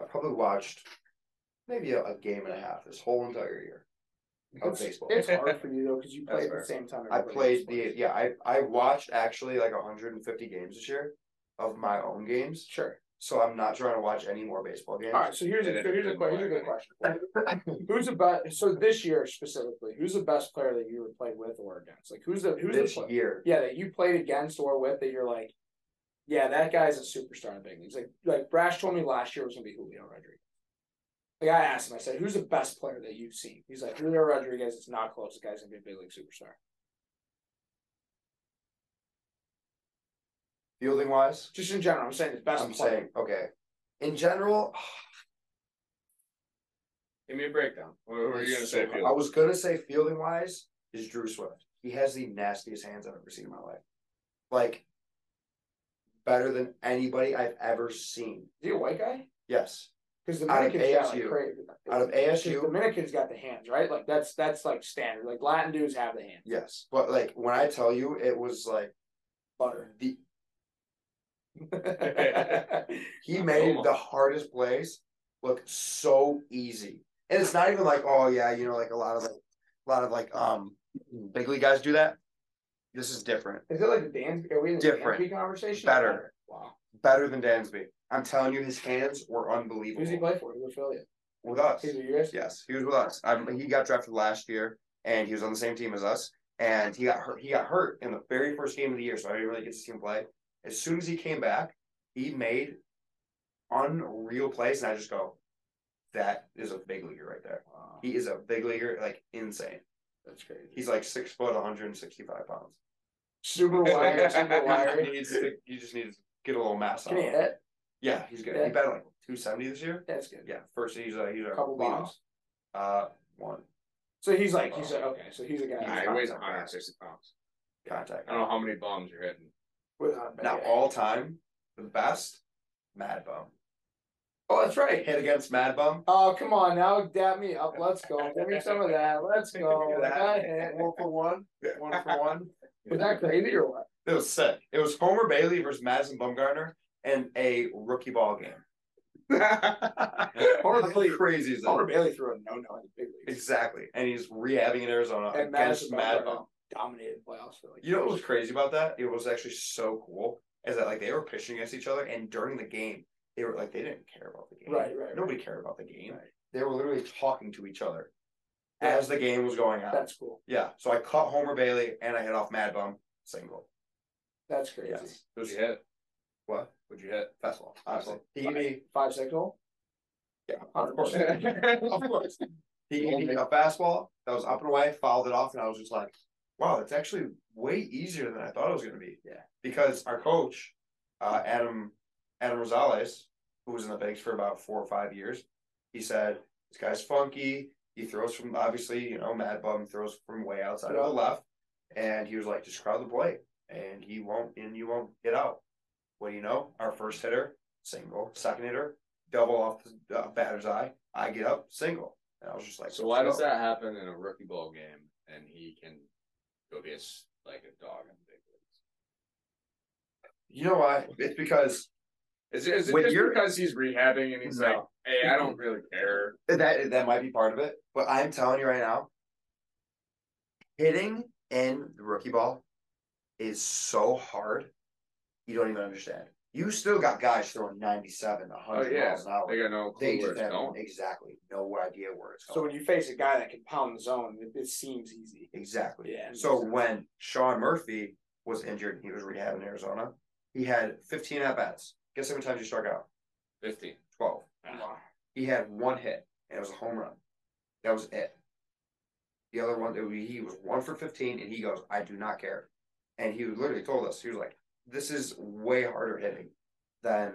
Speaker 3: I probably watched maybe a, a game and a half this whole entire year of
Speaker 2: It's,
Speaker 3: baseball.
Speaker 2: it's hard for you, though, because you
Speaker 4: That's
Speaker 2: played at
Speaker 4: fair.
Speaker 2: the same time.
Speaker 3: I
Speaker 2: everybody
Speaker 3: played
Speaker 2: else plays.
Speaker 3: the yeah. I I watched actually like 150 games this year of my own games.
Speaker 2: Sure.
Speaker 3: So I'm not trying to watch any more baseball games.
Speaker 2: All right. So here's a,
Speaker 4: Did it-
Speaker 2: here's a, que- here's a good question. <laughs> Who's the best? So this year specifically, who's the best player that you ever played with or against? Like who's the who's the
Speaker 3: this
Speaker 2: player?
Speaker 3: year.
Speaker 2: Yeah, that you played against or with that you're like, yeah, that guy's a superstar in the big leagues. Like like Brash told me last year was gonna be Julio Rodriguez. Like I asked him, I said, who's the best player that you've seen? He's like Julio Rodriguez. It's not close. This guy's gonna be a big league superstar.
Speaker 3: Fielding wise,
Speaker 2: Just in general, I'm saying his best
Speaker 3: I'm
Speaker 2: player.
Speaker 3: saying okay. In general,
Speaker 4: Give me a breakdown. What, what were you gonna say?
Speaker 3: I
Speaker 4: Felix?
Speaker 3: was gonna say fielding wise is Drew Swift. He has the nastiest hands I've ever seen in my life. Like better than anybody I've ever seen.
Speaker 2: Is he a white guy?
Speaker 3: Yes.
Speaker 2: Because the
Speaker 3: Out of
Speaker 2: Dominicans got like
Speaker 3: ASU.
Speaker 2: crazy.
Speaker 3: Out of
Speaker 2: 'Cause
Speaker 3: ASU,
Speaker 2: Dominicans got the hands, right? Like that's that's like standard. Like Latin dudes have the hands.
Speaker 3: yes. But like when I tell you it was like <laughs>
Speaker 2: Butter. <laughs>
Speaker 3: the he
Speaker 4: That's
Speaker 3: made
Speaker 4: normal.
Speaker 3: the hardest plays look so easy. And it's not even like, oh yeah, you know, like a lot of like a lot of like um big league guys do that. This is different.
Speaker 2: Is it like the Dan? Are we in the
Speaker 3: Different.
Speaker 2: Dansby conversation?
Speaker 3: Better.
Speaker 2: Wow.
Speaker 3: Better than Dansby. I'm telling you, his hands were unbelievable.
Speaker 2: Who's he play for? He was affiliate.
Speaker 3: with us.
Speaker 2: He's a US.
Speaker 3: Yes, he was with us. I, he got drafted last year, and he was on the same team as us. And he got hurt. He got hurt in the very first game of the year, so I didn't really get to see him play. As soon as he came back, he made unreal plays, and I just go, "That is a big leaguer right there.
Speaker 2: Wow.
Speaker 3: He is a big leaguer, like insane.
Speaker 2: That's crazy.
Speaker 3: He's like six foot, 165 pounds.
Speaker 2: Super wiry.
Speaker 3: <laughs>
Speaker 2: Super
Speaker 4: <laughs>
Speaker 3: He,
Speaker 2: wiry.
Speaker 3: needs to- he just needs to get a little mass
Speaker 2: Can
Speaker 3: on.
Speaker 2: he
Speaker 3: him.
Speaker 2: hit?
Speaker 3: Yeah, he's good. He
Speaker 2: Yeah.
Speaker 3: batted like 270 this year.
Speaker 2: That's good.
Speaker 3: Yeah, first he's a he's a
Speaker 2: Couple
Speaker 3: leadoff.
Speaker 2: bombs.
Speaker 3: Uh, one
Speaker 2: So he's like he's like okay. So he's a guy.
Speaker 4: Nah, he weighs 160 pounds.
Speaker 3: contact.
Speaker 4: I don't know how many bombs you're hitting.
Speaker 2: Without a
Speaker 3: Now
Speaker 2: bat.
Speaker 3: all time, the best, Mad Bum.
Speaker 2: Oh, that's right.
Speaker 3: Hit against Mad Bum.
Speaker 2: Oh come on now, dap me up. Let's go. Give me some of that.
Speaker 3: <laughs>
Speaker 2: Let's go.
Speaker 3: Look at
Speaker 2: That
Speaker 3: that.
Speaker 2: hit.
Speaker 3: One for one. One for one.
Speaker 2: Was that crazy or what?
Speaker 3: It was sick. It was Homer Bailey versus Madison Bumgarner in a rookie ball game.
Speaker 4: <laughs>
Speaker 2: Homer
Speaker 3: How
Speaker 2: Bailey-
Speaker 3: crazy is that?
Speaker 2: Homer Bailey Oh, threw a no no in the big leagues.
Speaker 3: Exactly. And he's rehabbing in Arizona
Speaker 2: And
Speaker 3: against
Speaker 2: Madison
Speaker 3: Mad
Speaker 2: Bumgarner.
Speaker 3: Bum.
Speaker 2: Dominated playoffs for like.
Speaker 3: You know what was crazy about that? It was actually so cool. Is that like they were pitching against each other, and during the game, they were like they didn't care about the game.
Speaker 2: Right, right, right.
Speaker 3: Nobody cared about the game.
Speaker 2: Right.
Speaker 3: They were literally talking to each other as the game was going on.
Speaker 2: That's cool.
Speaker 3: Yeah. So I caught Homer Bailey and I hit off Mad Bum single.
Speaker 2: That's crazy.
Speaker 3: Yes.
Speaker 4: Who'd you hit?
Speaker 3: What?
Speaker 4: Would you hit?
Speaker 3: Fastball. Honestly. He
Speaker 2: Five-
Speaker 3: me.
Speaker 2: Five six hole.
Speaker 3: Yeah. Of course.
Speaker 4: That's
Speaker 3: <laughs> of course. He gave me a fastball that was up and away, fouled it off, and I was just like, wow, that's actually way easier than I thought it was gonna be.
Speaker 2: Yeah.
Speaker 3: Because our coach, uh, Adam Adam Rosales, who was in the bigs for about four or five years, he said, This guy's funky. He throws from obviously, you know, Mad Bum throws from way outside of the left. And he was like, just crowd the plate and he won't and you won't get out. What do you know? Our first hitter, single, second hitter, double off the uh, batter's eye. I get up, single. And I was just like,
Speaker 4: So why
Speaker 3: "Let's
Speaker 4: does
Speaker 3: go."
Speaker 4: that happen in a rookie ball game and he can go be a s like a dog in the big leagues? <laughs>
Speaker 3: You know why? It's because
Speaker 4: Is it, is it
Speaker 3: When
Speaker 4: just
Speaker 3: you're-
Speaker 4: because he's rehabbing and he's like,
Speaker 3: No.
Speaker 4: hey, I don't really care?
Speaker 3: That that might be part of it, but I'm telling you right now, hitting in the rookie ball is so hard. You don't even understand. You still got guys throwing 97, 100
Speaker 4: Oh, yeah.
Speaker 3: miles an hour.
Speaker 4: They got no clue
Speaker 3: They
Speaker 4: where
Speaker 3: just
Speaker 4: it's
Speaker 3: have
Speaker 4: going.
Speaker 3: exactly no idea where it's
Speaker 2: So
Speaker 3: going.
Speaker 2: when you face a guy that can pound the zone, it, it seems easy.
Speaker 3: exactly.
Speaker 2: Yeah.
Speaker 3: So when Sean Murphy was injured, he was rehabbing in Arizona. He had 15 at bats. Guess how many times he struck out?
Speaker 4: 15.
Speaker 3: 12.
Speaker 4: Ah,
Speaker 2: Wow.
Speaker 3: He had one hit, and it was a home run. That was it. The other one, he was one for 15, and he goes, I do not care. And he literally told us, he was like, this is way harder hitting than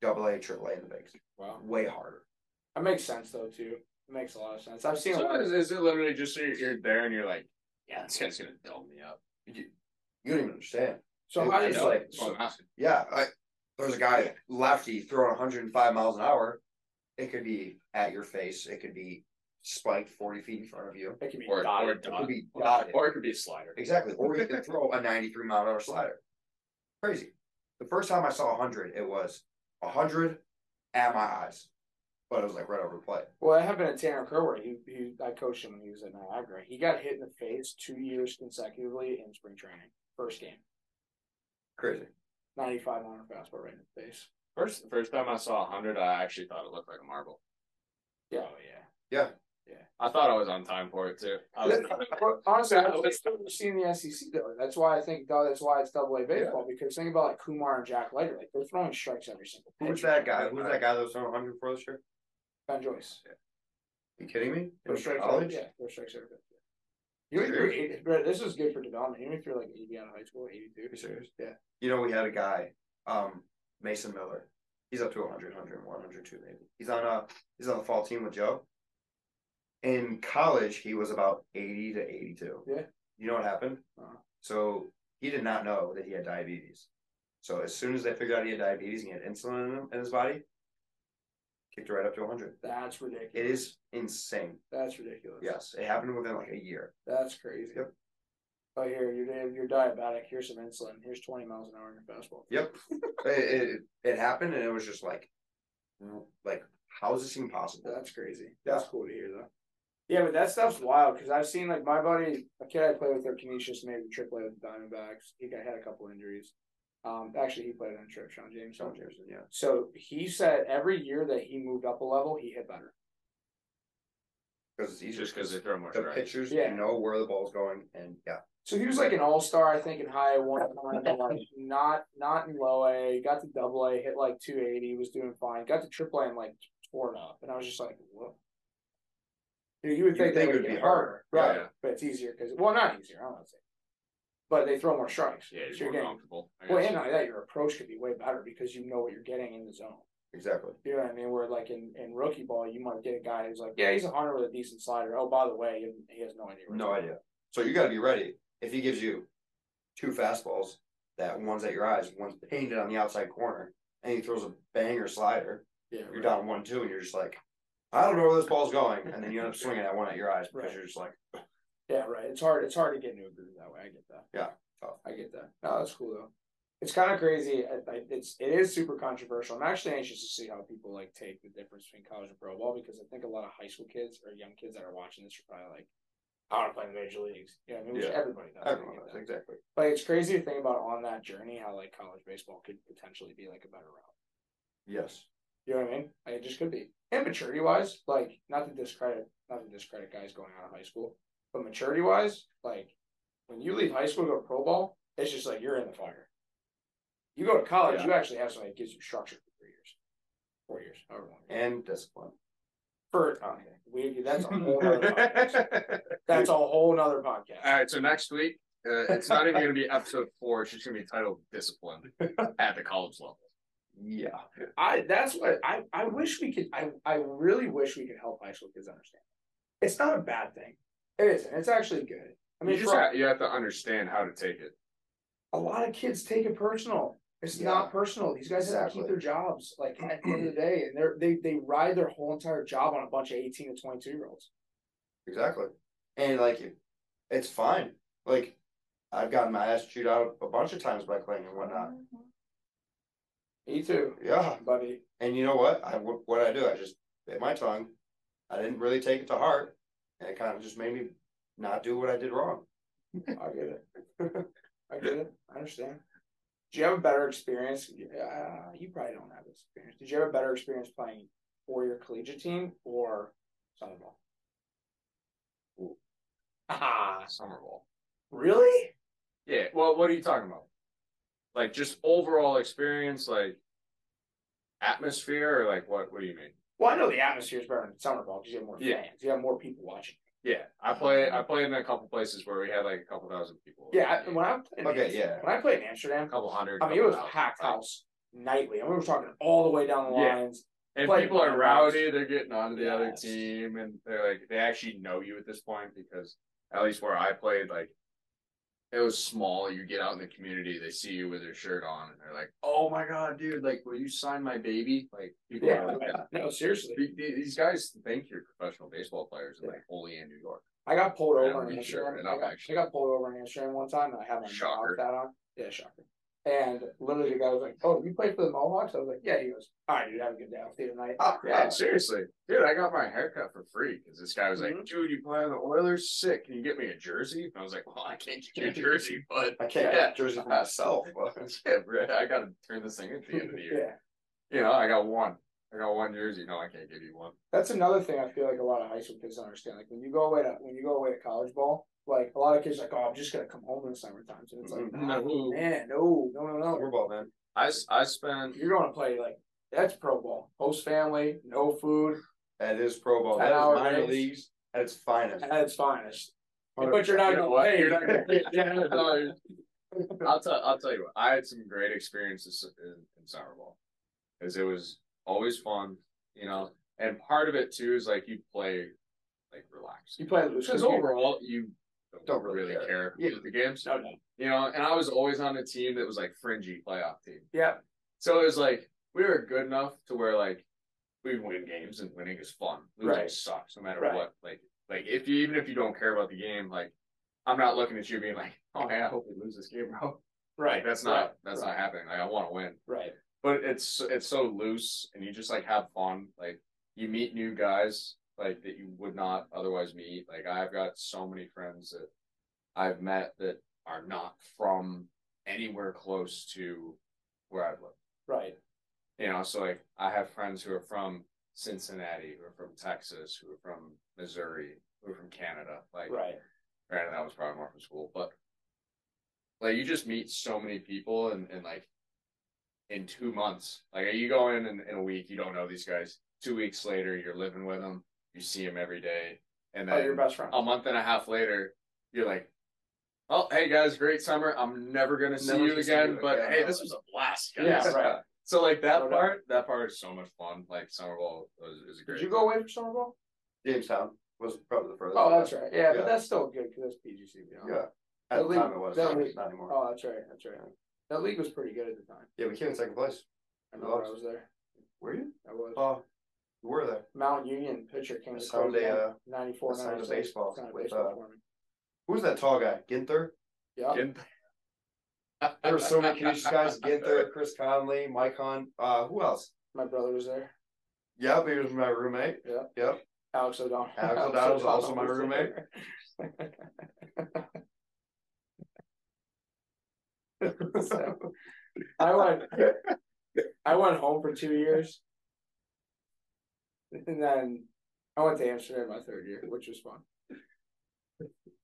Speaker 3: double A, triple A in the bigs.
Speaker 2: Wow.
Speaker 3: Way harder.
Speaker 2: That makes sense though too. It makes a lot of sense. I've seen a
Speaker 4: So
Speaker 2: lot of
Speaker 4: is, is it literally just so you're, you're there and you're like, yeah, this guy's going to dome me up?
Speaker 3: You, you don't even understand.
Speaker 2: So
Speaker 3: It-
Speaker 2: how do
Speaker 3: it's
Speaker 2: you
Speaker 4: know.
Speaker 3: like,
Speaker 4: That's what I'm asking.
Speaker 3: yeah, I, there's a guy, lefty, throwing 105 miles an hour. It could be at your face, it could be spiked 40 feet in front of you.
Speaker 2: it can be
Speaker 4: Or, or,
Speaker 2: dotted.
Speaker 3: It could
Speaker 4: dot,
Speaker 3: be dotted.
Speaker 4: or it could be a slider.
Speaker 3: Exactly. Or he can throw a 93 mile an hour slider. Crazy. The first time I saw 100, it was 100 at my eyes, but it was like right over the plate.
Speaker 2: Well, it happened at Tanner Kerwin. He, he, I coached him when he was at Niagara. He got hit in the face two years consecutively in spring training. First game,
Speaker 3: Crazy.
Speaker 2: ninety-five on a fastball right in the face.
Speaker 4: First, first time I saw 100, I actually thought it looked like a marble.
Speaker 2: Yeah.
Speaker 4: Oh, yeah.
Speaker 3: Yeah.
Speaker 4: I thought I was on time for it, too. I was,
Speaker 2: Well, honestly, I've never seen the SEC though. That's why I think though, that's why it's double A baseball because think about like Kumar and Jack Leiter, like they're throwing strikes every single.
Speaker 3: Who was
Speaker 2: pitch.
Speaker 3: that guy? Who was that guy that was throwing 100 for this year?
Speaker 2: Ben Joyce.
Speaker 3: you kidding me? In
Speaker 2: Throw strikes every-
Speaker 3: college?
Speaker 2: Yeah, throw strikes every pitch.
Speaker 3: You
Speaker 2: Even if
Speaker 3: serious?
Speaker 2: you're- bro, This is good for development. Even if you're like eighty out of high school, eighty-two.
Speaker 3: You serious?
Speaker 2: Yeah.
Speaker 3: You know, we had a guy, um, Mason Miller. He's up to 100, 101, 102 maybe. He's on a he's on the fall team with Joe. In college, he was about 80 to 82.
Speaker 2: Yeah.
Speaker 3: You know what happened?
Speaker 2: Uh-huh.
Speaker 3: So he did not know that he had diabetes. So as soon as they figured out he had diabetes and he had insulin in, him, in his body, kicked it right up to 100.
Speaker 2: That's ridiculous.
Speaker 3: It is insane.
Speaker 2: That's ridiculous.
Speaker 3: Yes, it happened within like a year.
Speaker 2: That's crazy.
Speaker 3: Yep.
Speaker 2: Oh, here you're you're diabetic. Here's some insulin. Here's twenty miles an hour in your fastball.
Speaker 3: Yep. it, it it happened and it was just like, like how is this even possible?
Speaker 2: That's crazy.
Speaker 3: Yeah.
Speaker 2: That's cool to hear though. Yeah, but that stuff's wild because I've seen like my buddy, a kid I played with, their Canisius made the AAA with the Diamondbacks. He got had a couple injuries. Um, actually, he played on a trip, Sean James.
Speaker 3: Sean Jameson, yeah.
Speaker 2: So he said every year that he moved up a level, he hit better.
Speaker 3: Because it's easier.
Speaker 4: just because they throw more
Speaker 3: the
Speaker 4: strikes.
Speaker 3: pictures,
Speaker 2: Yeah.
Speaker 3: you know where the ball's going, and yeah,
Speaker 2: So he was like an all star, I think, in high A one, like, not not in low A. Got to double A, hit like two eighty, was doing fine. Got to triple A and like tore it up, and I was just like, whoa. Dude, you would
Speaker 3: You
Speaker 2: think,
Speaker 3: think
Speaker 2: they
Speaker 3: it
Speaker 2: would
Speaker 3: would
Speaker 2: get
Speaker 3: be
Speaker 2: harder,
Speaker 3: harder.
Speaker 2: right?
Speaker 4: Yeah.
Speaker 2: But it's easier because well, not easier. I don't want to say, but they throw more strikes.
Speaker 4: Yeah,
Speaker 2: so
Speaker 4: you're
Speaker 2: you're
Speaker 4: more
Speaker 2: getting
Speaker 4: comfortable. I
Speaker 2: well,
Speaker 4: guess.
Speaker 2: and not only that your approach could be way better because you know what you're getting in the zone.
Speaker 3: exactly.
Speaker 2: You know what I mean? Where like in, in rookie ball, you might get a guy who's like, yeah, he's a hunter with a decent slider. Oh, by the way, he- he has no idea. where
Speaker 3: No
Speaker 2: it's
Speaker 3: idea. So you got to be ready. If he gives you two fastballs, that one's at your eyes, one's painted on the outside corner, and he throws a banger slider,
Speaker 2: going. Yeah,
Speaker 3: you're
Speaker 2: right.
Speaker 3: down one two, and you're just like, I don't know where this ball's going, and then you end up swinging that one at your eyes because
Speaker 2: Right.
Speaker 3: you're just like,
Speaker 2: Yeah, right. It's hard. It's hard to get into a groove that way. I get that.
Speaker 3: Yeah. Oh.
Speaker 2: I get that. No, that's cool though. It's kind of crazy. I, I, it's it is super controversial. I'm actually anxious to see how people like take the difference between college and pro ball because I think a lot of high school kids or young kids that are watching this are probably like, I want to play in the major leagues. You know, what I mean, which
Speaker 3: Yeah.
Speaker 2: everybody does. I
Speaker 3: I don't know,
Speaker 2: get that.
Speaker 3: exactly.
Speaker 2: But it's crazy to think about on that journey how like college baseball could potentially be like a better route.
Speaker 3: Yes.
Speaker 2: You know what I mean? Like, it just could be. And maturity wise, like not to discredit not to discredit guys going out of high school, but maturity wise, like when you leave high school to go pro ball, it's just like you're in the fire. You go to college,
Speaker 4: Yeah.
Speaker 2: you actually have somebody that gives you structure for three years. Four years, however long.
Speaker 3: And discipline.
Speaker 2: For okay. We that's a whole nother
Speaker 4: <laughs>
Speaker 2: podcast. That's a whole nother podcast.
Speaker 4: All right, so next week, uh, it's not even going to be episode four. It's just going to be titled Discipline at the college level.
Speaker 3: Yeah.
Speaker 2: I that's what I I wish we could I I really wish we could help high school kids understand. It's not a bad thing. It isn't. It's actually good. I mean,
Speaker 4: you, just
Speaker 2: for-
Speaker 4: have, you have to understand how to take it.
Speaker 2: a lot of kids take it personal. It's
Speaker 3: Yeah.
Speaker 2: not personal. These guys have to keep
Speaker 3: Exactly.
Speaker 2: their jobs like at the end of the day, and they're they they ride their whole entire job on a bunch of eighteen to twenty two year olds.
Speaker 3: Exactly. And like it- it's fine.
Speaker 2: Mm-hmm.
Speaker 3: Like I've gotten my ass chewed out a bunch of times by Clayton and whatnot.
Speaker 2: Me too.
Speaker 3: Yeah.
Speaker 2: buddy.
Speaker 3: And you know what? I what I do? I just bit my tongue. I didn't really take it to heart, and it kind of just made me not do what I did wrong.
Speaker 2: I get it. <laughs> I get it. I understand. Do you have a better experience? Uh, you probably don't have this experience. Did you have a better experience playing for your collegiate team or Southern Bowl?
Speaker 4: Ah, summer ball.
Speaker 2: <laughs> Really?
Speaker 4: Yeah. Well, what are you talking about? Like just overall experience, like atmosphere, or like what? What do you mean?
Speaker 2: Well, I know the atmosphere is better in summer ball because you have more fans.
Speaker 4: Yeah.
Speaker 2: You have more people watching.
Speaker 4: Yeah, I play. I played in a couple places where we had like a couple thousand people.
Speaker 2: Yeah, I, when I played in
Speaker 3: Okay,
Speaker 2: Amsterdam,
Speaker 3: yeah.
Speaker 2: when I played in Amsterdam,
Speaker 4: a couple hundred.
Speaker 2: I mean it was a
Speaker 4: couple
Speaker 2: packed
Speaker 4: thousand.
Speaker 2: house nightly. I mean, we were talking all the way down the
Speaker 4: Yeah.
Speaker 2: lines.
Speaker 4: And
Speaker 2: Like-
Speaker 4: people are rowdy. They're getting onto the other
Speaker 2: Yes.
Speaker 4: team, and they're like, they actually know you at this point because at least where I played, like, it was small. You get out in the community, they see you with your shirt on, and they're like, "Oh my god, dude! Like, will you sign my baby?" Like, people
Speaker 2: Yeah,
Speaker 4: are like that.
Speaker 2: no, seriously.
Speaker 4: The- the- These guys think you're professional baseball players, and like only in New York.
Speaker 2: I got pulled
Speaker 4: Yeah,
Speaker 2: over
Speaker 4: I'm
Speaker 2: in
Speaker 4: sure,
Speaker 2: Amsterdam.
Speaker 4: and
Speaker 2: I,
Speaker 4: I'm
Speaker 2: got,
Speaker 4: actually-
Speaker 2: I got pulled over in Amsterdam one time, and I had my
Speaker 4: Shocker.
Speaker 2: Mohawk hat on. Yeah, shocker. And literally, the guy was like, "Oh, you play for the Mohawks?" I was like, "Yeah." He goes, "All right, dude, have a good day. I'll see you tonight."
Speaker 3: Ah,
Speaker 4: Yeah, seriously, dude, I got my haircut for free because this guy was
Speaker 2: Mm-hmm.
Speaker 4: like, "Dude, you play on the Oilers? Sick! Can you get me a jersey?" And I was like, "Well, I can't
Speaker 2: <laughs>
Speaker 4: get you a jersey, but
Speaker 3: I can't
Speaker 4: Yeah.
Speaker 3: get jersey for myself. <laughs>
Speaker 4: yeah, bro, I got to turn this thing at the end of the year.
Speaker 2: Yeah,
Speaker 4: You know, I got one. I got one jersey. No, I can't give you one.
Speaker 2: that's another thing I feel like a lot of high school kids don't understand. Like when you go away to when you go away to college ball, like a lot of kids are like, "Oh, I'm just gonna come home in the summertime," and it's like,
Speaker 4: Mhm. No.
Speaker 2: "No, man, no, no, no, no."
Speaker 3: Summer ball, man.
Speaker 4: I, s- I spent
Speaker 2: You're going to play like that's pro ball, host family, no food
Speaker 3: That is pro ball.
Speaker 2: Ten
Speaker 3: That is
Speaker 2: hour
Speaker 3: minor
Speaker 2: days.
Speaker 3: leagues at its finest.
Speaker 2: at its finest. But you're not
Speaker 4: You know
Speaker 2: going
Speaker 4: what?
Speaker 2: to pay.
Speaker 4: You're not gonna
Speaker 2: <laughs>
Speaker 4: get $10. I'll tell I'll tell you what. I had some great experiences in, in summer ball because it was always fun, you know. And part of it too is like you play like relaxed.
Speaker 2: you play loose.
Speaker 4: Because overall, you
Speaker 3: Don't really care.
Speaker 4: who the games.
Speaker 2: No, no.
Speaker 4: You know, and I was always on a team that was like fringy playoff team.
Speaker 2: Yeah.
Speaker 4: So it was like we were good enough to where like we win games and winning is fun. Losing
Speaker 2: Right.
Speaker 4: sucks no matter
Speaker 2: Right.
Speaker 4: what. Like like if you even if you don't care about the game, like I'm not looking at you being like, Oh man, I hope we lose this game, bro. Like, that's not that's not happening. Like I wanna win.
Speaker 2: Right.
Speaker 4: But it's it's so loose and you just like have fun. Like you meet new guys like that you would not otherwise meet. Like I've got so many friends that I've met that are not from anywhere close to where I've lived.
Speaker 2: Right.
Speaker 4: you know so like i have friends who are from cincinnati who are from texas who are from missouri who are from canada like
Speaker 2: Right.
Speaker 4: granted that was probably more from school but like you just meet so many people and, and like in two months like you go in, in in a week you don't know these guys two weeks later you're living with them you see them every day and
Speaker 2: Oh,
Speaker 4: then
Speaker 2: your best friend.
Speaker 4: a month and a half later, you're like, "Oh, hey guys, great summer. I'm never gonna see
Speaker 3: Never
Speaker 4: you
Speaker 3: gonna see
Speaker 4: again,
Speaker 3: you
Speaker 4: but
Speaker 3: again.
Speaker 4: hey, this was a blast, guys."
Speaker 2: Yeah, right.
Speaker 4: <laughs> So like that
Speaker 2: No doubt.
Speaker 4: part, that part is so much fun. Like summer ball was, is a great.
Speaker 2: Did
Speaker 4: <laughs>
Speaker 2: you go away for summer ball?
Speaker 3: Jamestown was probably the furthest.
Speaker 2: Oh, that's right. Yeah,
Speaker 3: Yeah.
Speaker 2: but that's still good because that's PGC. You know?
Speaker 3: Yeah. At
Speaker 2: That
Speaker 3: the
Speaker 2: league-
Speaker 3: time it was.
Speaker 2: that league-
Speaker 3: not anymore.
Speaker 2: Oh, that's right. That's right. That league was pretty good at the time.
Speaker 3: Yeah, we came in second place.
Speaker 2: I remember I was there.
Speaker 3: Were you?
Speaker 2: I was.
Speaker 3: Oh, you were there.
Speaker 2: Mount Union pitcher came to
Speaker 3: Sunday, uh,
Speaker 2: ninety four
Speaker 3: I signed a
Speaker 2: 96,
Speaker 3: baseball
Speaker 2: signed a
Speaker 3: with,
Speaker 2: baseball
Speaker 3: uh,
Speaker 2: for me.
Speaker 3: Who was that tall guy? Ginther.
Speaker 2: Yeah.
Speaker 3: There were so many Canisius
Speaker 2: <laughs>
Speaker 3: guys. Ginther, Chris Conley, Mike Hunt. Uh, who else?
Speaker 2: My brother was there.
Speaker 3: Yeah, he was my roommate. <laughs>
Speaker 2: Alex O'Donnell. <laughs>
Speaker 3: Alex O'Donnell was also my
Speaker 2: was
Speaker 3: roommate.
Speaker 2: there. So, I went. I went home for two years, and then I went to Amsterdam my third year, which was fun.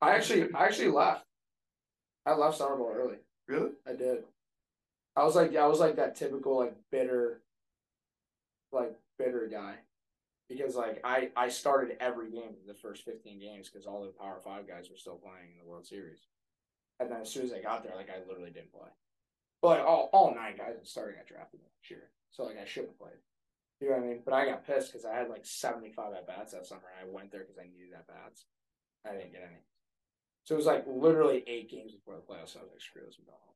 Speaker 2: I actually, I actually left. I left summer ball early.
Speaker 3: Really?
Speaker 2: I did. I was like, I was like that typical like bitter, like bitter guy, because like I I started every game the first fifteen games because all the Power Five guys were still playing in the World Series, and then as soon as I got there, like I literally didn't play. But like, all all nine guys that started got drafted next year, so like I should have played. You know what I mean? But I got pissed because I had like seventy five at bats that summer, and I went there because I needed at bats. I didn't get any. So it was like literally eight games before the playoffs. So I was like, screw this, I'm going home.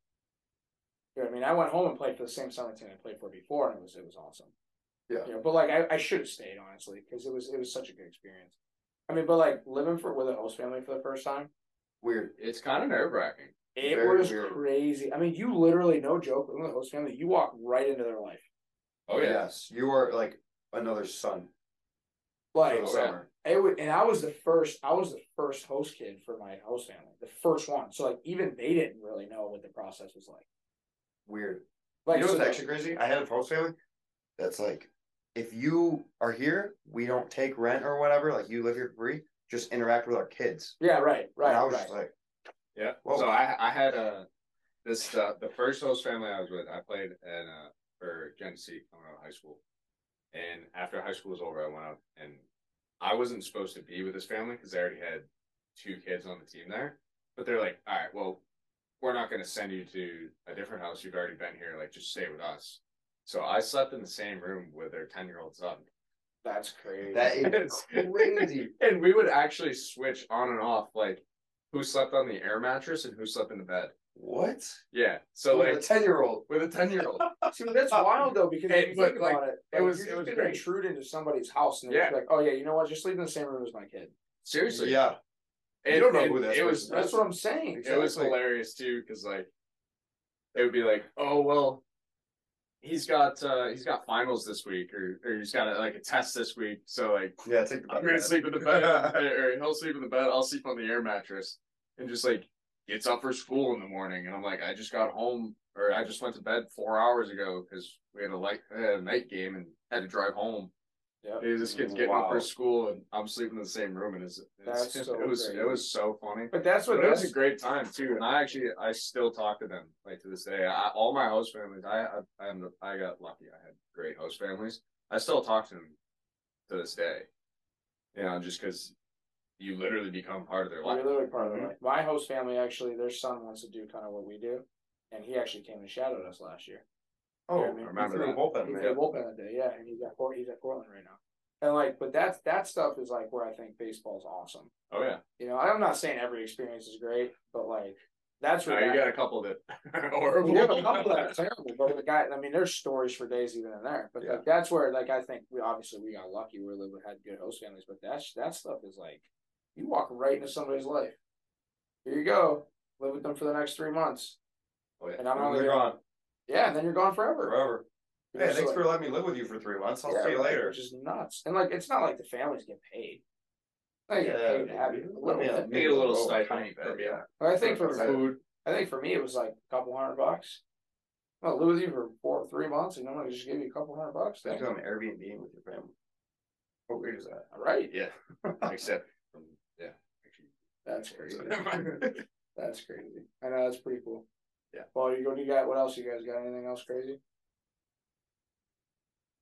Speaker 2: You know what I mean? I went home and played for the same summer team I played for before, and it was it was awesome.
Speaker 3: Yeah.
Speaker 2: You know, but like I, I should have stayed honestly because it was it was such a good experience. I mean, but like living for with a host family for the first time,
Speaker 3: Weird.
Speaker 4: It's kind of nerve wracking.
Speaker 2: It
Speaker 3: Very
Speaker 2: was
Speaker 3: weird.
Speaker 2: crazy. I mean, you literally, no joke, in the host family, you walk right into their life.
Speaker 4: Oh yeah.
Speaker 3: yes, you are like another son.
Speaker 2: Like
Speaker 4: Oh,
Speaker 3: for
Speaker 4: yeah.
Speaker 3: summer.
Speaker 2: it was, and I was the first. I was the first host kid for my host family, the first one. So like, even they didn't really know what the process was like.
Speaker 3: Weird.
Speaker 2: Like,
Speaker 3: you know
Speaker 2: so
Speaker 3: what's actually crazy? I had a host family that's like, if you are here, we don't take rent or whatever. Like you live here for free. Just interact with our kids.
Speaker 2: yeah, right, right,
Speaker 3: and I was
Speaker 2: right.
Speaker 3: just
Speaker 2: <laughs>
Speaker 3: like,
Speaker 4: Yeah.
Speaker 3: Whoa.
Speaker 4: So I I had uh this uh, the first host family I was with, I played in uh for Genesee coming out of high school. And after high school was over, I went up and I wasn't supposed to be with this family because they already had two kids on the team there. But they're like, all right, well, we're not going to send you to a different house. You've already been here. Like, just stay with us. So I slept in the same room with their 10 year old son.
Speaker 2: That's crazy.
Speaker 3: that is
Speaker 4: Yes.
Speaker 3: crazy.
Speaker 4: <laughs> And we would actually switch on and off, like, who slept on the air mattress and who slept in the bed.
Speaker 3: what?
Speaker 4: Yeah. So,
Speaker 3: With
Speaker 4: like,
Speaker 3: a ten year old.
Speaker 4: with a 10
Speaker 3: <laughs>
Speaker 4: year old.
Speaker 2: See, but that's wild though, because if
Speaker 4: It
Speaker 2: you
Speaker 4: was,
Speaker 2: think
Speaker 4: Oh, like,
Speaker 2: about it,
Speaker 4: it
Speaker 2: like,
Speaker 4: was-
Speaker 2: you're
Speaker 4: it
Speaker 2: just
Speaker 4: was
Speaker 2: gonna
Speaker 4: great.
Speaker 2: intrude into somebody's house, and they're just
Speaker 4: Yeah.
Speaker 2: like, "Oh yeah, you know what? Just sleep in the same room as my kid."
Speaker 4: Seriously.
Speaker 3: Yeah. You
Speaker 4: And-
Speaker 3: don't know
Speaker 4: and
Speaker 3: who this
Speaker 4: it was.
Speaker 3: person
Speaker 2: That's what I'm saying.
Speaker 4: It was
Speaker 3: Exactly.
Speaker 4: hilarious too, because like it would be like, oh well, he's got uh he's got finals this week, or or he's got a, like a test this week, so like
Speaker 3: Yeah.
Speaker 2: <laughs>
Speaker 3: Take the
Speaker 4: I'm gonna sleep in the bed, or he'll sleep in the bed, I'll sleep on the air mattress, and just like gets up for school in the morning, and I'm like, I just got home, or I just went to bed four hours ago because we had a light uh, night game and had to drive home.
Speaker 2: Yep.
Speaker 4: And This kid's getting up
Speaker 3: Wow.
Speaker 4: for school, and I'm sleeping in the same room, and it's, it's
Speaker 2: That's so
Speaker 4: <laughs> it was
Speaker 2: crazy.
Speaker 4: it was so funny.
Speaker 2: But that's what
Speaker 4: But it was
Speaker 2: that's
Speaker 4: a great time too, and I actually I still talk to them like to this day. I, all my host families, I I I'm, I got lucky. I had great host families. I still talk to them to this day. You know, just because you literally become part of their life.
Speaker 2: You're literally part of it. My host family actually, their son wants to do kind of what we do, and he actually came and shadowed us last year.
Speaker 3: Oh,
Speaker 2: Yeah, I mean,
Speaker 4: remember
Speaker 3: threw
Speaker 4: that.
Speaker 3: a bullpen,
Speaker 2: He
Speaker 3: man.
Speaker 2: played bullpen that day, yeah, and he's at Port, he's at Portland right now. And like, but that's that stuff is like where I think baseball's awesome.
Speaker 4: Oh yeah,
Speaker 2: You know, I'm not saying every experience is great, but like that's
Speaker 4: no,
Speaker 2: where
Speaker 4: you
Speaker 2: that-
Speaker 4: got a couple that are <laughs> horrible.
Speaker 2: we have a couple that are
Speaker 4: <laughs>
Speaker 2: terrible, but the guy, I mean, there's stories for days even in there. But like, that's where, like, I think we obviously we got lucky. We lived had good host families, but that that stuff is like, you walk right into somebody's life. Here you go, live with them for the next three months,
Speaker 3: Oh, yeah.
Speaker 2: and I'm
Speaker 3: They're
Speaker 2: only
Speaker 3: gone
Speaker 2: Yeah, and then you're gone forever.
Speaker 3: forever.
Speaker 2: You know,
Speaker 3: Hey,
Speaker 2: so,
Speaker 3: thanks
Speaker 2: like,
Speaker 3: for letting me live with you for three months. I'll
Speaker 2: yeah,
Speaker 3: see you
Speaker 2: right,
Speaker 3: later.
Speaker 2: Which is nuts, and like, it's not like the families get paid. They get
Speaker 3: Yeah,
Speaker 2: paid to have you.
Speaker 3: let me-
Speaker 2: But
Speaker 4: Need a little
Speaker 3: Oh,
Speaker 4: stipend,
Speaker 3: yeah.
Speaker 4: yeah.
Speaker 2: I think for
Speaker 4: Food.
Speaker 2: I think for me it was like a couple hundred bucks. I'll live with you for four, three months, and I'm gonna just give you a couple hundred bucks. Thanks.
Speaker 3: Let's go on Airbnb with your family. What weird is that?
Speaker 2: All right.
Speaker 4: Yeah, except from yeah.
Speaker 2: That's <laughs> crazy.
Speaker 4: <laughs> Actually,
Speaker 2: That's crazy. I know that's pretty cool.
Speaker 4: Yeah.
Speaker 2: Well, you go. You got what else? You guys got anything else crazy?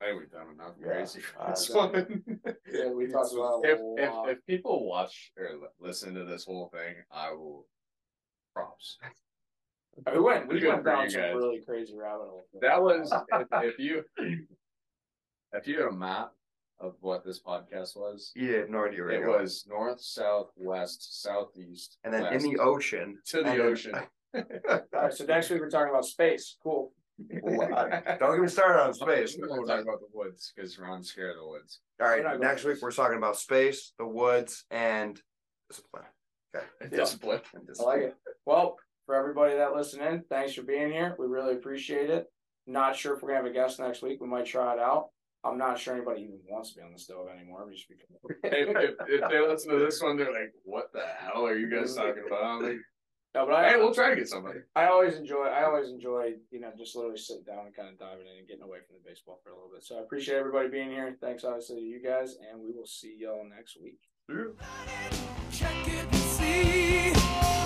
Speaker 4: I think we've done enough
Speaker 3: Yeah,
Speaker 4: crazy for
Speaker 3: I
Speaker 4: this
Speaker 3: don't
Speaker 4: one.
Speaker 2: Yeah,
Speaker 4: <laughs>
Speaker 2: we talked about a
Speaker 4: if,
Speaker 2: lot.
Speaker 4: if if people watch or li- listen to this whole thing, I will props.
Speaker 2: we went. We
Speaker 4: Good
Speaker 2: went
Speaker 4: for
Speaker 2: down
Speaker 4: you
Speaker 2: some
Speaker 4: guys.
Speaker 2: really crazy rabbit holes.
Speaker 4: That was if, if you if you had a map of what this podcast was,
Speaker 3: You have no idea where
Speaker 4: it
Speaker 3: you're going.
Speaker 4: was north, south, west, southeast,
Speaker 3: And then in the
Speaker 4: west, <laughs>
Speaker 3: ocean.
Speaker 4: to the
Speaker 3: and then-
Speaker 4: ocean.
Speaker 2: All right. So next week we're talking about space. Cool.
Speaker 3: Don't get me started on
Speaker 4: <laughs>
Speaker 3: <laughs> space.
Speaker 4: We're gonna talk about the woods because Ron's scared of the woods.
Speaker 3: All
Speaker 2: We're not
Speaker 3: right,
Speaker 2: going
Speaker 3: next
Speaker 2: to-
Speaker 3: week we're talking about space, the woods, and discipline.
Speaker 4: Discipline.
Speaker 3: And
Speaker 2: I like <laughs>
Speaker 3: discipline.
Speaker 2: it. Well, for everybody that listened in, thanks for being here. We really appreciate it. Not sure if we're gonna have a guest next week. We might try it out. I'm not sure anybody even wants to be on the stove anymore. Just because.
Speaker 4: if, if, if they listen to this one, they're like, "What the hell are you guys talking about?" I'm like,
Speaker 2: no, but
Speaker 4: "All
Speaker 2: I,
Speaker 4: right, we'll try to get somebody."
Speaker 2: I always enjoy. I always enjoy, you know, just literally sitting down and kind of diving in and getting away from the baseball for a little bit. So I appreciate everybody being here. Thanks, obviously, to you guys, and we will see y'all next week.
Speaker 6: Check it and see.